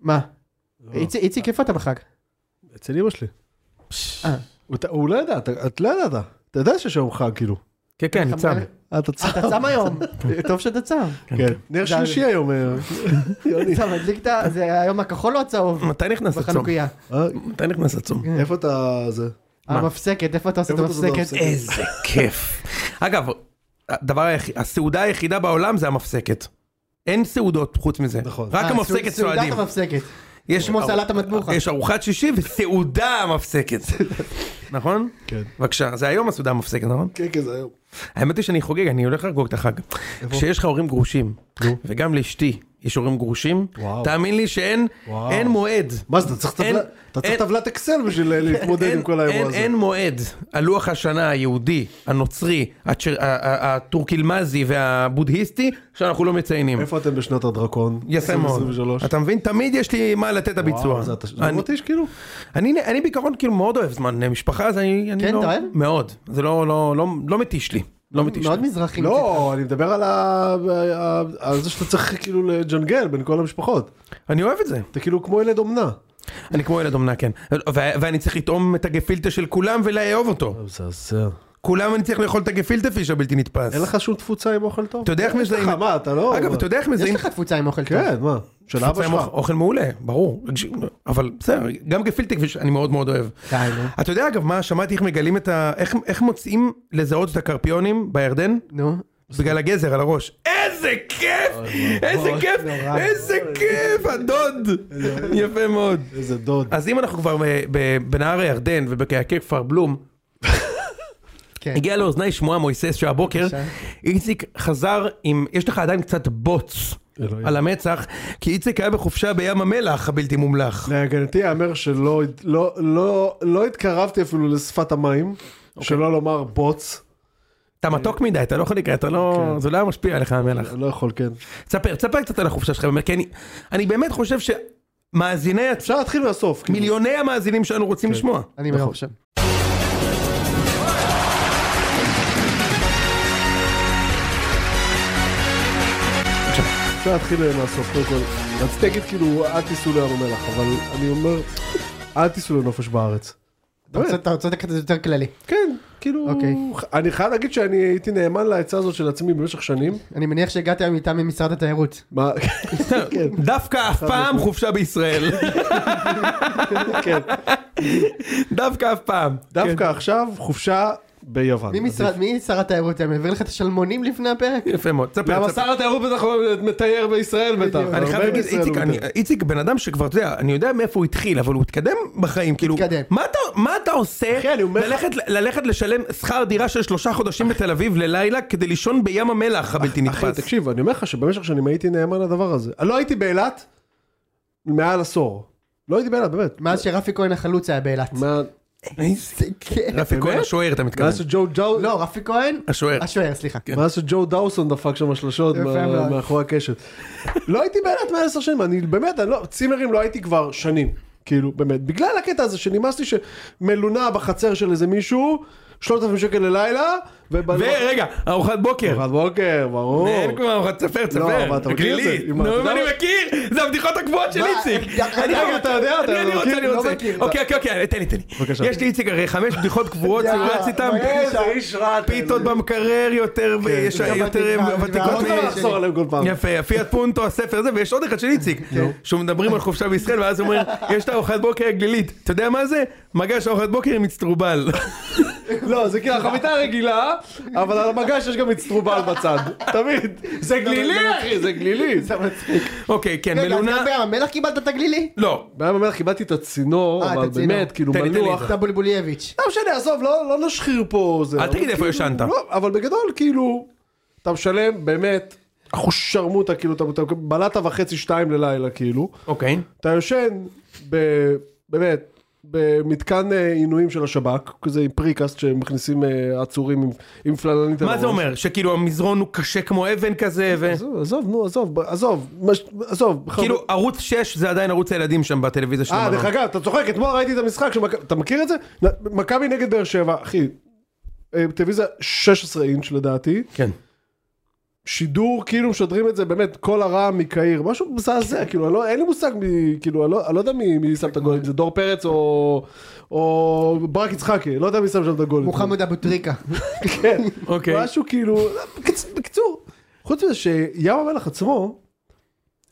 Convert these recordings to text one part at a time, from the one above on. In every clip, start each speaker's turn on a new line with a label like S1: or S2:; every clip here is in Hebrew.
S1: מה?
S2: לא.
S1: איציק, איציק, איפה אתה בחג?
S2: אצל אמא שלי.
S1: אה,
S2: אתה- הוא לא ידע, אתה- את לא ידעת. אתה יודע שיש היום חג, כאילו.
S3: כן, כן, אני
S1: אתה-
S3: צם.
S2: אה, אתה צם.
S1: אתה צם היום, טוב שאתה צם.
S2: כן. נר שלישי היום. אה, יוני.
S1: אתה מדליק את ה... זה היום הכחול או הצהוב?
S3: מתי נכנס לצום?
S1: בחנוכיה.
S2: אה,
S3: מתי נכנס לצום?
S2: איפה אתה זה?
S3: מה?
S1: המפסקת, איפה אתה עושה את
S2: איפה אתה עושה את
S1: המפסקת?
S2: המפסקת?
S3: איזה כיף. אגב, הדבר היחיד, הסעודה היחידה בעולם זה המפסקת. אין סעודות חוץ מזה.
S2: נכון.
S3: רק
S1: אה,
S3: המפסקת
S1: סעוד-
S3: סועדים.
S1: סעודת המפסקת.
S3: יש
S1: כמו
S3: ארוח-
S1: סלט המטבוחה.
S3: יש ארוחת שישי וסעודה המפסקת. נכון?
S2: כן.
S3: בבקשה, זה היום הסעודה המפסקת, נכון?
S2: כן, כן, זה היום.
S3: האמת היא שאני חוגג, אני הולך לחגוג את החג. כשיש לך הורים גרושים, וגם לאשתי יש הורים גרושים,
S2: וואו.
S3: תאמין לי שאין
S2: וואו.
S3: אין מועד.
S2: מה זה, אתה צריך
S3: אין-
S2: טבלה- אתה צריך
S3: אין-
S2: טבלת אקסל בשביל להתמודד
S3: אין-
S2: עם כל האירוע
S3: אין-
S2: הזה.
S3: אין מועד. הלוח השנה היהודי, הנוצרי, הצ'ר- ה- ה- הטורקילמזי והבודהיסטי, שאנחנו לא מציינים.
S2: איפה אתם בשנת הדרקון?
S3: יפה מאוד.
S2: 2023?
S3: אתה מבין? תמיד יש לי מה לתת
S2: וואו,
S3: הביצוע.
S2: זה אתה- זה
S3: אני-
S2: מותיש כאילו?
S3: אני, אני בעיקרון כאילו מאוד אוהב זמן משפחה, אז אני, אני
S1: כן,
S3: לא...
S1: אתה אוהב?
S3: מאוד. זה לא, לא, לא, לא מתיש לי. לא מתיש
S1: מאוד
S3: לי.
S1: מזרחי.
S2: לא, אני מדבר על ה- ה- על זה שאתה צריך כאילו לג'נגל בין כל המשפחות.
S3: אני אוהב את זה.
S2: אתה כאילו כמו ילד אומנה.
S3: אני כמו ילד אומנה, כן. ו- ואני צריך לטעום את הגפילטה של כולם ולאהוב אותו.
S2: מזעזע.
S3: כולם אני צריך לאכול את הגפילטה פיש הבלתי נתפס.
S2: אין לך שום תפוצה עם אוכל טוב?
S3: אתה יודע איך מזהים...
S2: אין לך, מה, אתה לא...
S3: אגב, אתה יודע איך
S1: יש
S3: מזהים...
S1: לך תפוצה עם אוכל טוב.
S2: כן, מה? של אבא
S3: תפוצה עם
S2: שלך.
S3: אוכל מעולה, ברור. אבל בסדר, גם גפילטה כפי אני מאוד מאוד אוהב.
S1: די, נו.
S3: אתה יודע אגב מה, שמעתי איך מגלים את ה... איך- איך מוצאים לזהות את הקרפיונים בירדן?
S1: נו.
S3: בגלל הגזר על הראש. איזה כיף! איזה כיף!
S1: נורא.
S3: איזה כיף! הדוד! יפה מאוד.
S2: איזה דוד.
S3: אז אם אנחנו כבר אה, ב- בנהר הירדן ובקעקע כפר בלום,
S1: כן.
S3: הגיע לאוזניי שמועה מויסס שהבוקר
S1: בבקשה.
S3: איציק חזר עם, יש לך עדיין קצת בוץ
S2: אלוהים.
S3: על המצח, כי איציק היה בחופשה בים המלח הבלתי מומלח.
S2: להגנתי יאמר שלא לא, לא, לא התקרבתי אפילו לשפת המים, שלא לומר בוץ.
S3: אתה מתוק מדי, אתה לא יכול לקרוא, אתה לא, זה לא היה משפיע עליך המלח.
S2: לא יכול, כן.
S3: תספר, תספר קצת על החופשה שלך, באמת, כי אני- אני באמת חושב שמאזיני, הצ-
S2: אפשר להתחיל מהסוף. כאילו.
S3: מיליוני המאזינים שלנו רוצים
S2: כן.
S3: לשמוע.
S1: אני מאוד חושב.
S2: אפשר להתחיל אה, מהסוף, קודם כל. רציתי להגיד כאילו, אל תיסעו לים המלח, אבל אני אומר, אל תיסעו לנופש בארץ.
S1: אתה רוצה- אתה רוצה לקחת את זה יותר כללי.
S2: כן, כאילו,
S1: אוקיי.
S2: אני חייב להגיד שאני הייתי נאמן לעצה הזאת של עצמי במשך שנים.
S1: אני מניח שהגעת היום איתה ממשרד התיירות.
S2: מה, כן,
S3: דווקא אף פעם חופשה בישראל,
S2: כן.
S3: דווקא אף פעם.
S2: דווקא עכשיו חופשה ביוון.
S1: מי משרד, מי שר התיירות היום? העביר לך את השלמונים לפני הפרק?
S3: יפה מאוד, תספר,
S2: למה
S3: תספר.
S2: שר התיירות בטח לא מטייל בישראל בטח.
S3: אני חייב
S2: הרבה
S3: להגיד,
S2: בישראל לא
S3: איציק,
S2: הוא
S3: אני-
S2: מטייל.
S3: איציק בן אדם שכבר, אתה יודע, אני יודע מאיפה הוא התחיל, אבל הוא התקדם בחיים, כאילו,
S1: התקדם.
S3: מה אתה- מה אתה עושה,
S2: אחי, אני אומר לך-
S3: ללכת- ללכת לשלם שכר דירה של שלושה חודשים בתל אביב ללילה כדי לישון בים המלח הבלתי
S2: אחי,
S3: נתפס.
S2: תקשיב, אני אומר לך שבמשך שנים הייתי נאמן לדבר הזה. לא הייתי באילת מעל עשור. לא הייתי באילת, באמת.
S1: מאז שרפי כהן החלוץ היה באילת.
S2: מה-
S3: איזה
S1: כן.
S3: רפי כהן השוער, אתה מתכוון.
S2: מאז שג'ו דאו-
S1: לא, רפי כהן?
S3: השוער.
S1: השוער, סליחה.
S3: כן.
S2: מאז שג'ו דאוסון דפק שם שלשות
S1: יפה
S2: מה-
S1: מאוד.
S2: מאחורי הקשת. לא הייתי באילת מעל עשר שנים, אני באמת, אני לא, צימרים לא הייתי כבר שנים. כאילו, באמת. בגלל הקטע הזה שנמאס לי שמלונה בחצר של איזה מישהו, 3,000 שקל ללילה, ובלילה...
S3: ורגע, ארוחת בוקר.
S2: ארוחת בוקר, ברור.
S3: אין כמו ארוחת ספר,
S2: אבל
S3: תספר,
S2: אתה מכיר את
S3: גלילית.
S2: זה. אם אתה
S3: נו,
S2: יודע
S3: אני
S2: מה-
S3: מכיר, זה הבדיחות הקבועות של
S1: מה,
S3: איציק.
S1: אתה-
S3: אני
S1: רגע,
S3: גם-
S2: אתה יודע, אתה
S3: אני- אני רוצה,
S2: מכיר,
S3: אני
S2: לא
S3: רוצה.
S2: מכיר.
S3: אוקיי, אוקיי, אוקיי, תן לי, תן לי.
S2: בבקשה.
S3: יש לי איציק הרי חמש בדיחות קבועות, שהוא רץ איתם.
S1: איזה
S2: איש רע.
S3: פיתות במקרר יותר,
S2: כן,
S3: ויש
S1: גם
S3: יותר
S1: ותיקות,
S3: ותיקות.
S1: והאוטו
S3: מ-
S1: שלי.
S2: לחזור עליהם כל פעם.
S3: יפה, פיאט פונטו, הספר הזה, ויש עוד אחד של איציק,
S2: כן.
S3: שהוא מדברים על חופשה בישראל, ואז הוא אומר, יש את הארוחת בוקר הגלילית, אתה יודע מה זה? מגש ארוחת בוקר עם מצטרובל.
S2: לא, זה כאילו החביתה הרגילה, אבל על המגש יש גם אצטרובל בצד. תמיד. זה גלילי, אחי, זה גלילי.
S1: זה מצחיק.
S3: אוקיי, כן,
S1: רגע, אז
S3: מלונה,
S1: גם בים המלח קיבלת את הגלילי?
S3: לא,
S2: בים המלח קיבלתי את הצינור,
S1: אה, את
S2: אבל
S1: הצינור.
S2: באמת, כאילו
S3: תן לי, תן לי.
S2: מלוח.
S1: אתה בולבולייביץ'.
S2: לא משנה, עזוב, לא לא נשחיר פה זה.
S3: אל
S2: אבל
S3: תגיד איפה
S2: כאילו,
S3: ישנת.
S2: לא, אבל בגדול, כאילו, אתה משלם באמת אחוז שרמוטה, כאילו, אתה- אתה בלטה וחצי, שתיים ללילה, כאילו.
S3: אוקיי.
S2: אתה יושן, ב- באמת, במתקן אה, עינויים של השב"כ, כזה עם פריקאסט שמכניסים אה, עצורים עם- עם פלנלית על
S3: מה זה
S2: הראש.
S3: אומר? שכאילו המזרון הוא קשה כמו אבן כזה, וכאילו
S2: עזוב, עזוב, נו, עזוב, ב- עזוב, מש- עזוב. לא-
S3: כאילו, ערוץ 6 זה עדיין ערוץ הילדים שם בטלוויזיה של
S2: אה, דרך
S3: המלון.
S2: אגב, אתה צוחק, אתמול ראיתי את המשחק, שמכ- אתה מכיר את זה? נ- מכבי נגד באר שבע, אחי, אה, טלוויזיה 16 אינץ' לדעתי,
S3: כן.
S2: שידור, כאילו משדרים את זה באמת, כל הרע מקהיר, משהו מזעזע, כאילו, אני לא, אין לי מושג, מי, כאילו, אני לא, אני לא יודע מי, מי שם את הגול, אם זה דור פרץ או, או ברק יצחקי, לא יודע מי שם שם את הגול.
S1: מוחמד אבו טריקה.
S2: כן,
S3: אוקיי.
S2: משהו כאילו, בקצ- בקיצור, חוץ מזה שים המלח עצמו,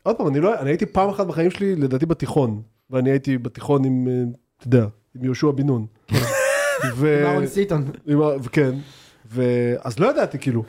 S2: עוד פעם, אני, לא, אני הייתי פעם אחת בחיים שלי, לדעתי בתיכון, ואני הייתי בתיכון עם, אה, אתה יודע, עם יהושע בן נון. ו-
S1: מאורן סיטון.
S2: עם ה- וכן, ו- אז לא ידעתי כאילו,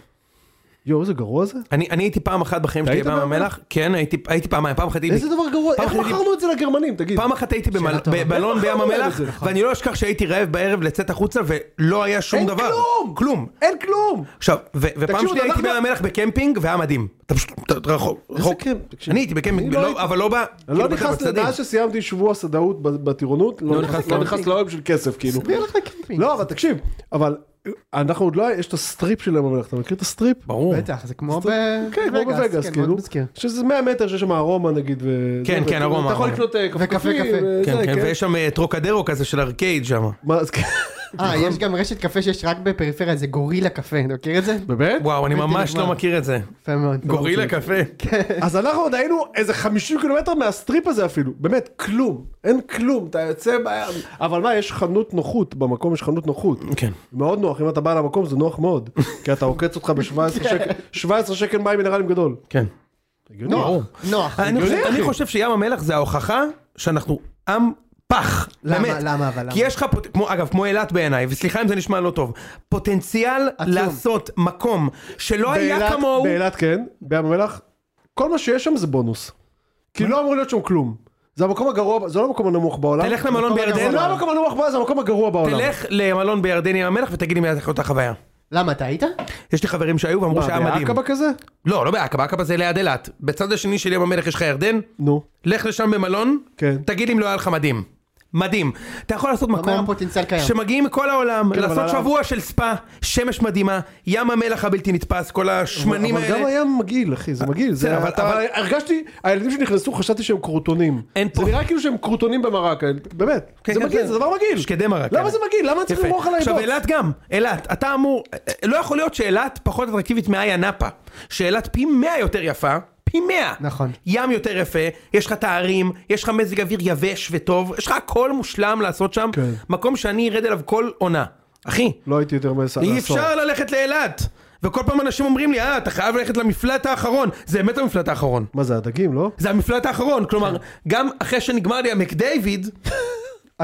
S2: יואו איזה גרוע זה,
S3: אני אני הייתי פעם אחת בחיים שלי
S2: היית
S3: בים
S2: בים
S3: המלח, כן הייתי הייתי פעמיים, פעם אחת הייתי
S2: איזה דבר גרוע,
S3: פעם
S2: איך
S3: אחת-
S2: מכרנו את זה לגרמנים, תגיד,
S3: פעם אחת הייתי במל-
S1: שאלה טובה.
S3: ב- בלון בים
S2: מכרנו
S3: המלח,
S2: להם את לא, זה. נכון.
S3: ואני לא אשכח שהייתי רעב בערב לצאת החוצה ולא היה שום
S2: אין
S3: דבר.
S2: כלום!
S3: כלום.
S2: אין כלום,
S3: עכשיו, ו- ופעם
S2: תקשיבו,
S3: שנייה הייתי
S2: אנחנו- לא-
S3: בים המלח בקמפינג והיה מדהים. אתה פשוט אתה- אתה רחוק. רחוק.
S2: קמפ? תקשיב.
S3: אני הייתי בקמפינג,
S2: אני לא
S3: לא-
S2: הייתי.
S3: אבל לא ב...
S2: אני לא
S3: כאילו,
S2: נכנס
S3: בצדדים.
S2: לדעה שסיימתי שבוע סדאות ב- בטירונות, לא נכנס- לא נכנס לעולם של כסף כאילו,
S1: מי הולך לקמפינג?
S2: לא אבל תקשיב, אבל אנחנו עוד לא, יש את הסטריפ של ים המלח, אתה מכיר את הסטריפ?
S3: ברור.
S1: בטח, זה כמו ב...
S2: כן, כמו בווגאס,
S1: מאוד
S2: כאילו,
S1: מזכיר. אה,
S2: שזה 100 מטר שיש שם ארומה נגיד, ו-
S3: כן,
S2: זה,
S3: כן,
S2: וכאילו,
S3: ארומה,
S2: אתה יכול
S3: ארומה.
S2: לקנות אה,
S1: וקפה,
S2: כפכפים,
S1: קפה.
S2: אה, זה,
S3: כן, כן, ויש שם אה, טרוקדרו כזה של ארקייד שם.
S2: מה, אז כן.
S1: אה, יש גם רשת קפה שיש רק בפריפריה, זה גורילה קפה, אתה מכיר את זה?
S2: באמת?
S3: וואו, אני
S1: בלתי
S3: ממש לא
S1: נגמר.
S3: מכיר את זה.
S1: יפה מאוד.
S3: גורילה קפה.
S2: אז אנחנו עוד היינו איזה 50 קילומטר מהסטריפ הזה אפילו, באמת, כלום, אין כלום, אתה יוצא בים, אבל מה, יש חנות נוחות, במקום יש חנות נוחות.
S3: כן.
S2: מאוד נוח, אם אתה בא למקום זה נוח מאוד, כי אתה עוקץ אותך ב-17 שקל, 17 שקל מים מינרלים גדול.
S3: כן.
S2: הגיוני.
S1: נוח, נוח.
S3: אה, אני חושב-
S2: הגיוני,
S3: אני
S2: אחי.
S3: חושב שים המלח זה ההוכחה שאנחנו עם פח.
S1: למה,
S3: באמת.
S1: למה, אבל למה?
S3: כי יש לך, פוט- כמו- אגב, כמו אילת בעיניי, וסליחה אם זה נשמע לא טוב, פוטנציאל
S1: עצום.
S3: לעשות מקום שלא היה
S2: באילת-
S3: כמוהו.
S2: באילת כן, בים המלח, כל מה שיש שם זה בונוס. כי לא אמור להיות שם כלום. זה המקום הגרוע, זה לא המקום הנמוך בעולם.
S3: תלך למלון
S1: מקום
S2: זה
S3: בירדן,
S2: לא המקום הנמוך בעולם, זה המקום הגרוע בעולם.
S3: תלך למלון בירדן עם המלח ותגיד לי מה הייתה אותה חוויה.
S1: למה, אתה היית?
S3: יש לי חברים שהיו ואמרו
S2: מה,
S3: שהיה מדהים.
S2: בעקבה כזה?
S3: לא, לא בעקבה, עקבה זה ליד אילת. בצד השני של ים המלח יש לך ירדן,
S2: נו.
S3: לך לשם במלון,
S2: כן.
S3: תגיד אם לא היה לך מדהים. מדהים. אתה יכול לעשות
S1: אומר
S3: מקום
S1: הפוטנציאל קיים.
S3: שמגיעים מכל העולם,
S2: כן, אבל
S3: לעשות
S2: עליו-
S3: שבוע של ספא, שמש מדהימה, ים המלח הבלתי נתפס, כל השמנים
S2: אבל גם
S3: האלה.
S2: הים מגעיל, אחי, זה מגעיל. זה-
S3: בסדר, אבל-
S2: אתה-
S3: אבל-
S2: הרגשתי, הילדים שנכנסו, חשבתי שהם קרוטונים.
S3: אין פה-
S2: זה נראה כאילו שהם קרוטונים במרק, באמת.
S3: כן,
S2: זה
S3: כן,
S2: מגעיל,
S3: כן.
S2: זה דבר מגעיל.
S3: שקדי מרק.
S2: למה
S3: כן.
S2: זה מגעיל? למה צריך
S3: יפה.
S2: למרוח על
S3: עכשיו
S2: האיבות?
S3: אילת גם, אילת, אתה אמור, לא יכול להיות שאילת פחות אטרקטיבית מאיה נאפה, שאילת פי 100 יותר יפה, פי 100.
S1: נכון.
S3: ים יותר יפה, יש לך את הערים, יש לך מזג אוויר יבש וטוב, יש לך הכל מושלם לעשות שם,
S2: כן.
S3: מקום שאני ארד אליו כל עונה. אחי,
S2: לא הייתי יותר מעשר.
S3: אי אפשר ללכת לאילת. וכל פעם אנשים אומרים לי, אה, אתה חייב ללכת למפלט האחרון. זה באמת המפלט האחרון.
S2: מה זה, הדגים, לא?
S3: זה המפלט האחרון, כלומר, גם אחרי שנגמר לי המקדייוויד,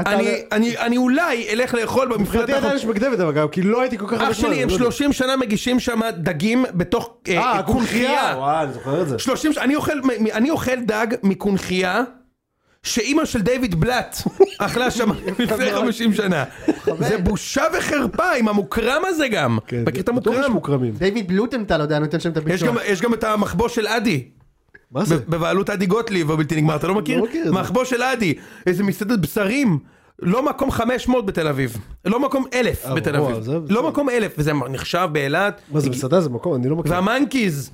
S2: אתה-
S3: אני- אני אני אולי אלך לאכול במפלט
S2: מבחינתי עדיין
S3: האחרון.
S2: יש מקדבת אבל גם, כי לא הייתי כל כך... הרבה
S3: נכון. אח
S2: זמן,
S3: שלי, הם
S2: לא יודע.
S3: 30 שנה מגישים שם דגים בתוך אה,
S2: אה, קונחייה.
S3: קונכייה.
S2: וואי, אני זוכר את זה.
S3: 30 ש- אני אוכל- מ- מ- אני אוכל דג מקונכייה. שאימא של דיוויד בלאט אכלה שם לפני 50 שנה. זה בושה וחרפה עם המוקרם הזה גם.
S2: כן,
S3: מכיר את
S2: בטוח יש
S3: המוקרם?
S2: מוקרמים.
S1: דיוויד בלוטנטל עוד היה נותן שם את
S3: יש גם,
S1: הביצוע.
S3: יש גם את המחבוש של אדי.
S2: מה זה?
S3: ב- בבעלות אדי גוטליב הבלתי נגמר, אתה לא מכיר?
S2: כן. לא מכיר את זה.
S3: מחבוש של אדי, איזה מסעדת בשרים. לא מקום 500 בתל אביב, לא מקום 1000
S2: אה,
S3: בתל
S2: וואו,
S3: אביב,
S2: זה-
S3: לא
S2: זה-
S3: מקום 1000, וזה נחשב באילת,
S2: מה זה, מסעדה זה מקום? אני לא מכיר.
S3: והמנקיז,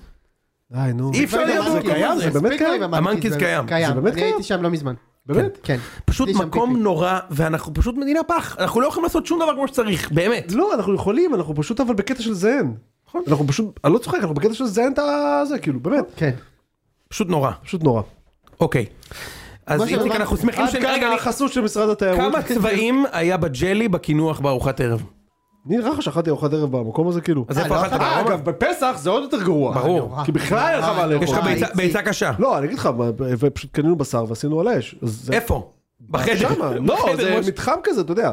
S2: די, נו.
S3: אי אפשר
S1: זה
S3: להיות במקום
S2: קיים?
S3: הזה,
S2: זה באמת
S1: מספיק כבר
S2: קיים?
S1: עם המנקיז,
S3: המנקיז
S1: זה-
S3: קיים. זה
S1: קיים,
S2: באמת
S1: אני
S2: קיים?
S1: הייתי שם לא מזמן.
S2: באמת?
S1: כן.
S3: פשוט
S1: עשיתי שם
S3: מקום
S1: פיפי.
S3: נורא, ואנחנו פשוט מדינה פח, אנחנו לא יכולים לעשות שום דבר כמו שצריך, באמת.
S2: לא, אנחנו יכולים, אנחנו פשוט אבל בקטע של זיין.
S3: נכון.
S2: אנחנו פשוט, אני לא צוחק, אנחנו בקטע של זיין את הזה, כאילו, באמת,
S1: כן.
S3: פשוט נורא,
S2: פשוט נורא.
S3: אוקיי. אז
S1: מה
S3: איציק,
S1: שאמרתי-
S3: אנחנו שמחים ש...
S2: עד
S3: רגע,
S2: כאן
S3: אני-
S2: החסות של משרד התיירות. כן.
S3: כמה צבעים היה בג'לי בקינוח בארוחת ערב?
S2: נראה לך שאכלתי ארוחת ערב במקום הזה, כאילו.
S3: אז
S1: אה,
S3: איפה
S1: לא
S3: אכלת?
S1: אכלת?
S2: אה,
S3: בארומה?
S2: אגב, בפסח זה עוד יותר גרוע.
S3: ברור.
S1: נורא.
S2: כי בכלל אין לך מה לאכול.
S3: יש לך
S1: אה,
S3: ביצה-
S1: איציק.
S3: ביצה קשה.
S2: לא, אני אגיד לך, מה, ופשוט קנינו בשר ועשינו על האש. אז זה-
S3: איפה? בחדר.
S2: שמה, לא,
S3: בחדר,
S2: זה
S3: משה.
S2: מתחם כזה, אתה יודע.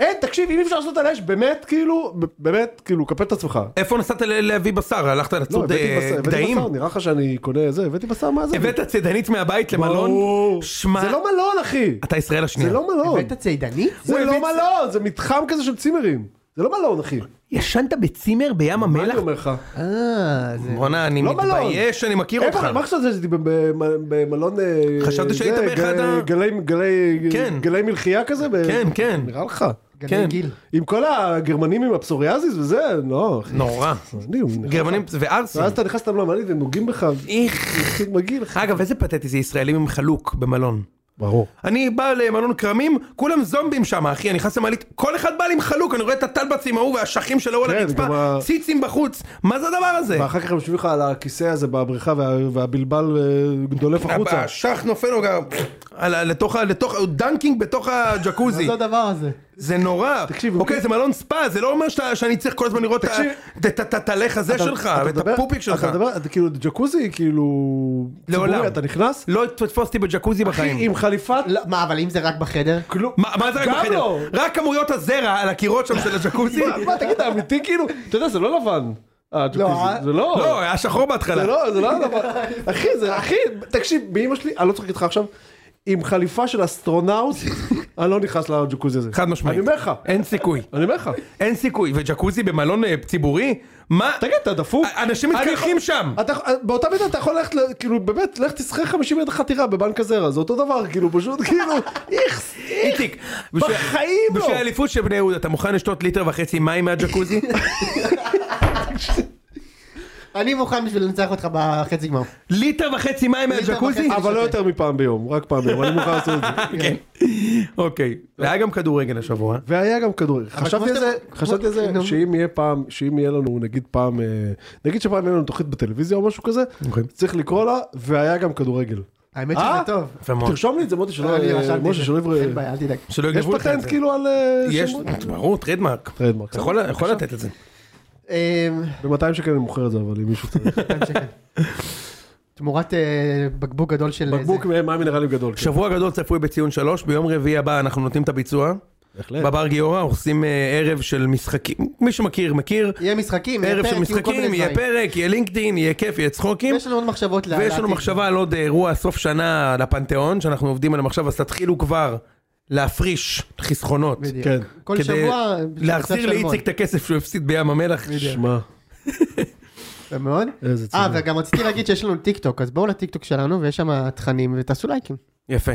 S2: אין, תקשיב, אם אי אפשר לעשות על האש, באמת, כאילו, באמת, כאילו, קפל את עצמך.
S3: איפה נסעת ל- להביא בשר? הלכת
S2: לא,
S3: לצוד
S2: הבאתי
S3: אה,
S2: בשר, הבאתי
S3: גדיים?
S2: בשר, נראה לך שאני קונה זה, הבאתי בשר, מה זה?
S3: הבאת צידנית מהבית למלון?
S2: ברור.
S3: שמע,
S2: זה לא מלון, אחי.
S3: אתה ישראל השנייה.
S2: זה לא מלון.
S1: הבאת צידנית?
S2: זה
S3: הוא
S2: לא
S3: הביא-
S2: מלון, זה מתחם כזה של צימרים. זה לא מלון, אחי.
S3: ישנת בצימר בים
S2: מה אני
S3: המלח?
S2: אומר לך?
S1: אה, זה...
S3: רונה, אני
S2: לא מלון.
S3: מתבייש שאני מכיר
S2: איפה-
S3: אותך.
S2: מה חשבת שהייתי במ- במלון... אה,
S3: חשבתי
S2: זה,
S3: שהיית באחד
S2: גלי-
S3: ה-
S2: גלי- גלי-
S3: כן.
S2: גלי מלחייה כזה? ב-
S3: כן, כן.
S2: נראה לך.
S1: גני
S3: כן.
S1: גיל.
S2: עם כל הגרמנים עם הפסוריאזיס וזה, לא, אחי.
S3: נורא.
S2: אני- הוא-
S3: גרמנים וערסים.
S2: ואז אתה נכנס למלון, מעלית, והם נוגעים בך,
S3: איך.
S2: זה מגעיל לך.
S3: אגב, איזה פתטי זה ישראלים עם חלוק במלון.
S2: ברור.
S3: אני בא למלון כרמים, כולם זומבים שם, אחי, אני נכנס למעלית, כל אחד בא לי עם חלוק, אני רואה את הטלבצים ההוא והאשכים שלו על
S2: כן, גם
S3: הרצפה,
S2: ה-
S3: ציצים בחוץ, מה זה הדבר הזה?
S2: ואחר כך הם יושבים לך על הכיסא הזה בבריכה וה- והבלבל אה, דולף החוצה.
S3: השח נופל לו גם על ה- לתוך, ה- לתוך, הוא דנקינג בתוך הג'קוזי,
S1: זה הדבר הזה.
S3: זה נורא,
S2: לא- תקשיב,
S3: אוקיי
S2: הוא-
S3: זה מלון ספא, זה לא אומר שאתה- שאני צריך כל הזמן לראות את ה-
S2: תקשיב.
S3: את ה- את הטלך הזה
S2: אתה-
S3: שלך,
S2: אתה
S3: ואת
S2: מדבר-
S3: הפופיק שלך,
S2: אתה מדבר, אתה כאילו ג'קוזי, כאילו...
S3: לעולם.
S2: ציבורי, אתה נכנס?
S3: לא תתפוס אותי בג'קוזי בחיים.
S2: אחי, עם חליפת...
S1: לא, מה, אבל אם זה רק בחדר?
S2: כלום.
S3: מה מה זה רק
S2: גם
S3: בחדר?
S2: לא.
S3: רק כמויות הזרע על הקירות שם של הג'קוזי?
S2: מה, מה, תגיד, אתה אמיתי כאילו? אתה יודע, זה לא לבן.
S1: לא,
S2: הג'קוזי. זה לא...
S3: לא, היה שחור
S2: זה
S3: בהתחלה.
S2: לא, זה לא הדבר. אחי, זה, אחי, תקשיב, באמא שלי, אני לא צוחק איתך עכשיו, עם חליפה של אסטרונאוט, אני לא נכנס לג'קוזי הזה.
S3: חד משמעית.
S2: אני אומר לך,
S3: אין סיכוי.
S2: אני אומר לך.
S3: אין סיכוי. וג'קוזי במלון אה, ציבורי? מה?
S2: תגיד, אתה דפוק?
S3: אנשים
S2: אני
S3: מתקלחים
S2: יכול-
S3: שם.
S2: אתה, באותה מידה אתה יכול ללכת, ל- כאילו באמת, לך תסחר 50 מטר חתירה בבנק הזרע, זה אותו דבר, כאילו פשוט כאילו, איכס, איכס.
S3: איציק, בשביל-
S2: בחיים לא.
S3: בשביל האליפות של בני יהודה, אתה מוכן לשתות ליטר וחצי מים מהג'קוזי?
S1: אני מוכן בשביל לנצח אותך בחצי גמר.
S3: ליטר וחצי מים
S1: ליטר
S3: מהג'קוזי?
S1: וחצי.
S2: אבל לא יותר מפעם ביום, רק פעם ביום, אני מוכן לעשות את זה.
S3: כן. אוקיי. והיה גם כדורגל השבוע.
S2: והיה גם כדורגל.
S1: כמו
S2: חשבתי על
S1: שאתם-
S2: זה,
S1: כמו-
S2: חשבתי על זה,
S1: נו.
S2: שאם יהיה פעם, שאם יהיה לנו נגיד פעם, אה, נגיד שפעם יהיה לנו תוכנית בטלוויזיה או משהו כזה,
S3: אוקיי.
S2: צריך לקרוא לה, והיה גם כדורגל.
S1: האמת
S2: אה?
S1: שזה טוב.
S3: יפה מאוד.
S2: תרשום לי את זה מוטי, שלא,
S1: אני
S2: אה,
S1: רשמתי את
S2: משה
S1: זה.
S2: שלא
S1: אין
S2: יברא,
S1: בעיה, אל תדאג.
S3: שלא
S2: יש
S3: יגנבו לך את
S2: פטנט
S3: זה.
S2: כאילו על אה,
S3: יש,
S2: שמות?
S3: ברור, טרדמרק.
S2: טרדמרק.
S3: אתה יכול- יכול לתת את זה.
S1: אמ,
S2: ב-200 שקל אני מוכר את זה, אבל אם מישהו צריך.
S1: אלפיים שקל. תמורת אה, בקבוק גדול של...
S2: בקבוק
S1: זה.
S2: מים מינרלים גדול. כן.
S3: שבוע גדול צפוי בציון שלוש, ביום רביעי הבא אנחנו נותנים את הביצוע.
S1: כן.
S2: בהחלט.
S3: בבר גיורא עושים אה, ערב של משחקים, מי שמכיר מכיר,
S1: יהיה משחקים, יהיה
S3: ערב
S1: פרק,
S3: של
S1: יהיו כל מיני
S3: משחקים, יהיה
S1: דברים.
S3: פרק, יהיה לינקדאין, יהיה כיף, יהיה צחוקים.
S1: ויש לנו עוד מחשבות ל-
S3: ויש לנו
S1: לעתיד.
S3: מחשבה על עוד אירוע סוף שנה לפנתיאון, שאנחנו עובדים עליהם עכשיו, אז תתחילו כבר להפריש חסכונות.
S1: בדיוק.
S2: כן.
S1: כל שבוע...
S3: להחזיר
S1: קצת
S3: לאיציק את הכסף שהוא הפסיד בים המלח.
S2: שמע,
S1: שלמון. מאוד.
S2: איזה
S1: אה,
S2: ציבור.
S1: וגם רציתי להגיד שיש לנו טיק טוק, אז בואו לטיק טוק שלנו, ויש שם תכנים, ותעשו לייקים.
S3: יפה.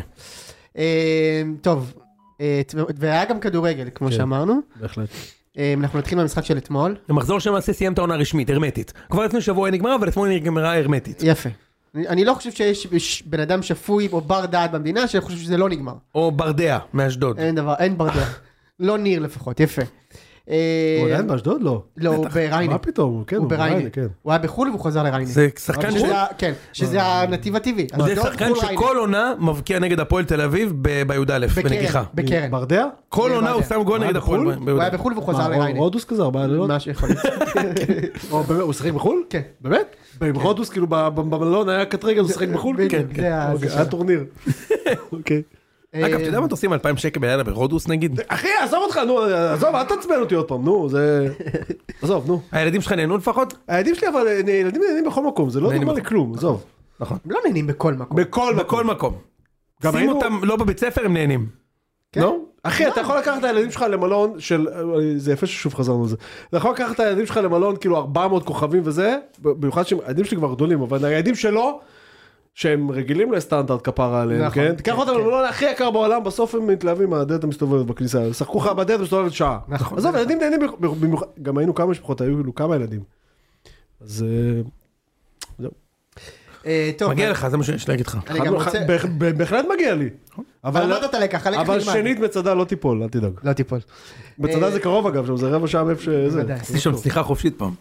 S1: אה, טוב, אה, ת- והיה גם כדורגל, כמו
S2: כן.
S1: שאמרנו.
S2: בהחלט.
S1: אה, אנחנו נתחיל מהמשחק של אתמול.
S3: המחזור שלמעשה סיים את העונה הרשמית, הרמטית. כבר לפני שבוע היא נגמרה, אבל אתמול היא נגמרה הרמטית.
S1: יפה. אני אני לא חושב שיש ש- בן אדם שפוי או בר דעת במדינה שחושב שזה לא נגמר.
S3: או ברדע מאשדוד.
S1: אין דבר, אין בר דעת. לא ניר לפחות, יפה. אה,
S2: הוא עדיין באשדוד? לא.
S1: לא, הוא בריינה.
S2: מה פתאום? הוא כן,
S1: הוא
S2: הוא בריינה,
S1: בריינה.
S2: כן.
S1: הוא היה בחו"ל והוא חזר לריינה.
S3: זה שחקן ש...
S1: שזה ה- כן, שזה
S2: אה.
S1: הנתיב הטבעי.
S3: זה שחקן שכל עונה מבקיע נגד הפועל תל אביב ב- בי"א,
S1: בקרן,
S3: בנגיחה.
S1: בקרן.
S2: ברדע?
S3: כל
S1: אני
S3: עונה הוא
S1: יודע.
S3: שם גול
S2: הוא
S3: נגד
S2: היה
S3: הפועל.
S2: בחו"ל?
S3: ב-
S1: הוא
S3: ביהודה.
S1: היה בחו"ל והוא
S2: מה,
S1: חזר לריינה.
S2: רודוס כזה, ארבעה לילות?
S1: מה שיכול להיות.
S2: או, באמת, הוא שיחק בחו"ל?
S1: כן.
S2: באמת? ברודוס, כאילו, ב- ב- במלון היה קט רגל, הוא שיחק בחו"ל?
S1: בדיוק,
S2: כן,
S1: זה
S2: כן.
S1: ה-
S2: אוקיי,
S1: זה
S2: היה
S1: שם.
S2: טורניר. אוקיי.
S3: אגב, אתה
S1: אמ,
S3: יודע מה אתה עושים 2,000 שקל בלילה ברודוס נגיד?
S2: אחי, עזוב אותך, נו, עזוב, אל תעצבן אותי עוד פעם, נו, זה... עזוב, נו.
S3: הילדים שלך נהנו לפחות?
S2: הילדים שלי, אבל אה, ילדים נהנים בכל מקום, זה לא
S3: נהנים
S2: דוגמה
S3: בכל-
S2: לכלום, עזוב.
S3: נכון.
S1: הם לא נהנים בכל מקום.
S2: בכל
S3: בכל מקום.
S2: גם
S3: שים
S2: היינו-
S3: אותם לא בבית ספר הם נהנים.
S1: כן.
S2: לא? אחי, אתה יכול לקחת את הילדים שלך למלון של... אה, זה יפה ששוב חזרנו לזה. אתה יכול לקחת את הילדים שלך למלון, כאילו 400 כוכבים וזה, במיוחד שהילדים שלי כבר גדולים, אבל הילדים שלו, שהם רגילים לסטנדרט כפרה עליהם,
S1: נכון,
S2: כן? תיקח
S1: כן,
S2: אותם
S1: כן.
S2: למלון הכי יקר בעולם, בסוף הם מתלהבים מהדלת המסתובבת בכניסה, ישחקו לך בדלת המסתובבת שעה.
S1: נכון.
S2: עזוב, ילדים נהנים בכ- במיוחד, גם היינו כמה משפחות, היו כאילו כמה ילדים. אז... אה,
S1: אה, טוב,
S3: מגיע לך, זה מה שיש לי להגיד לך.
S1: אני גם
S2: חד-
S1: רוצה... נכון.
S2: בהח- בה- בהחלט מגיע לי.
S1: אבל
S2: אבל לא-
S1: למדת לקח, הלקח
S2: אבל
S1: נלמד.
S2: שנית מצדה לא תיפול, אל תדאג.
S1: לא תיפול.
S2: מצדה
S1: אה,
S2: זה קרוב אגב, שם זה רבע שעה מאיפה שזה.
S1: בוודאי.
S3: עשיתי שם סליחה חופשית פעם.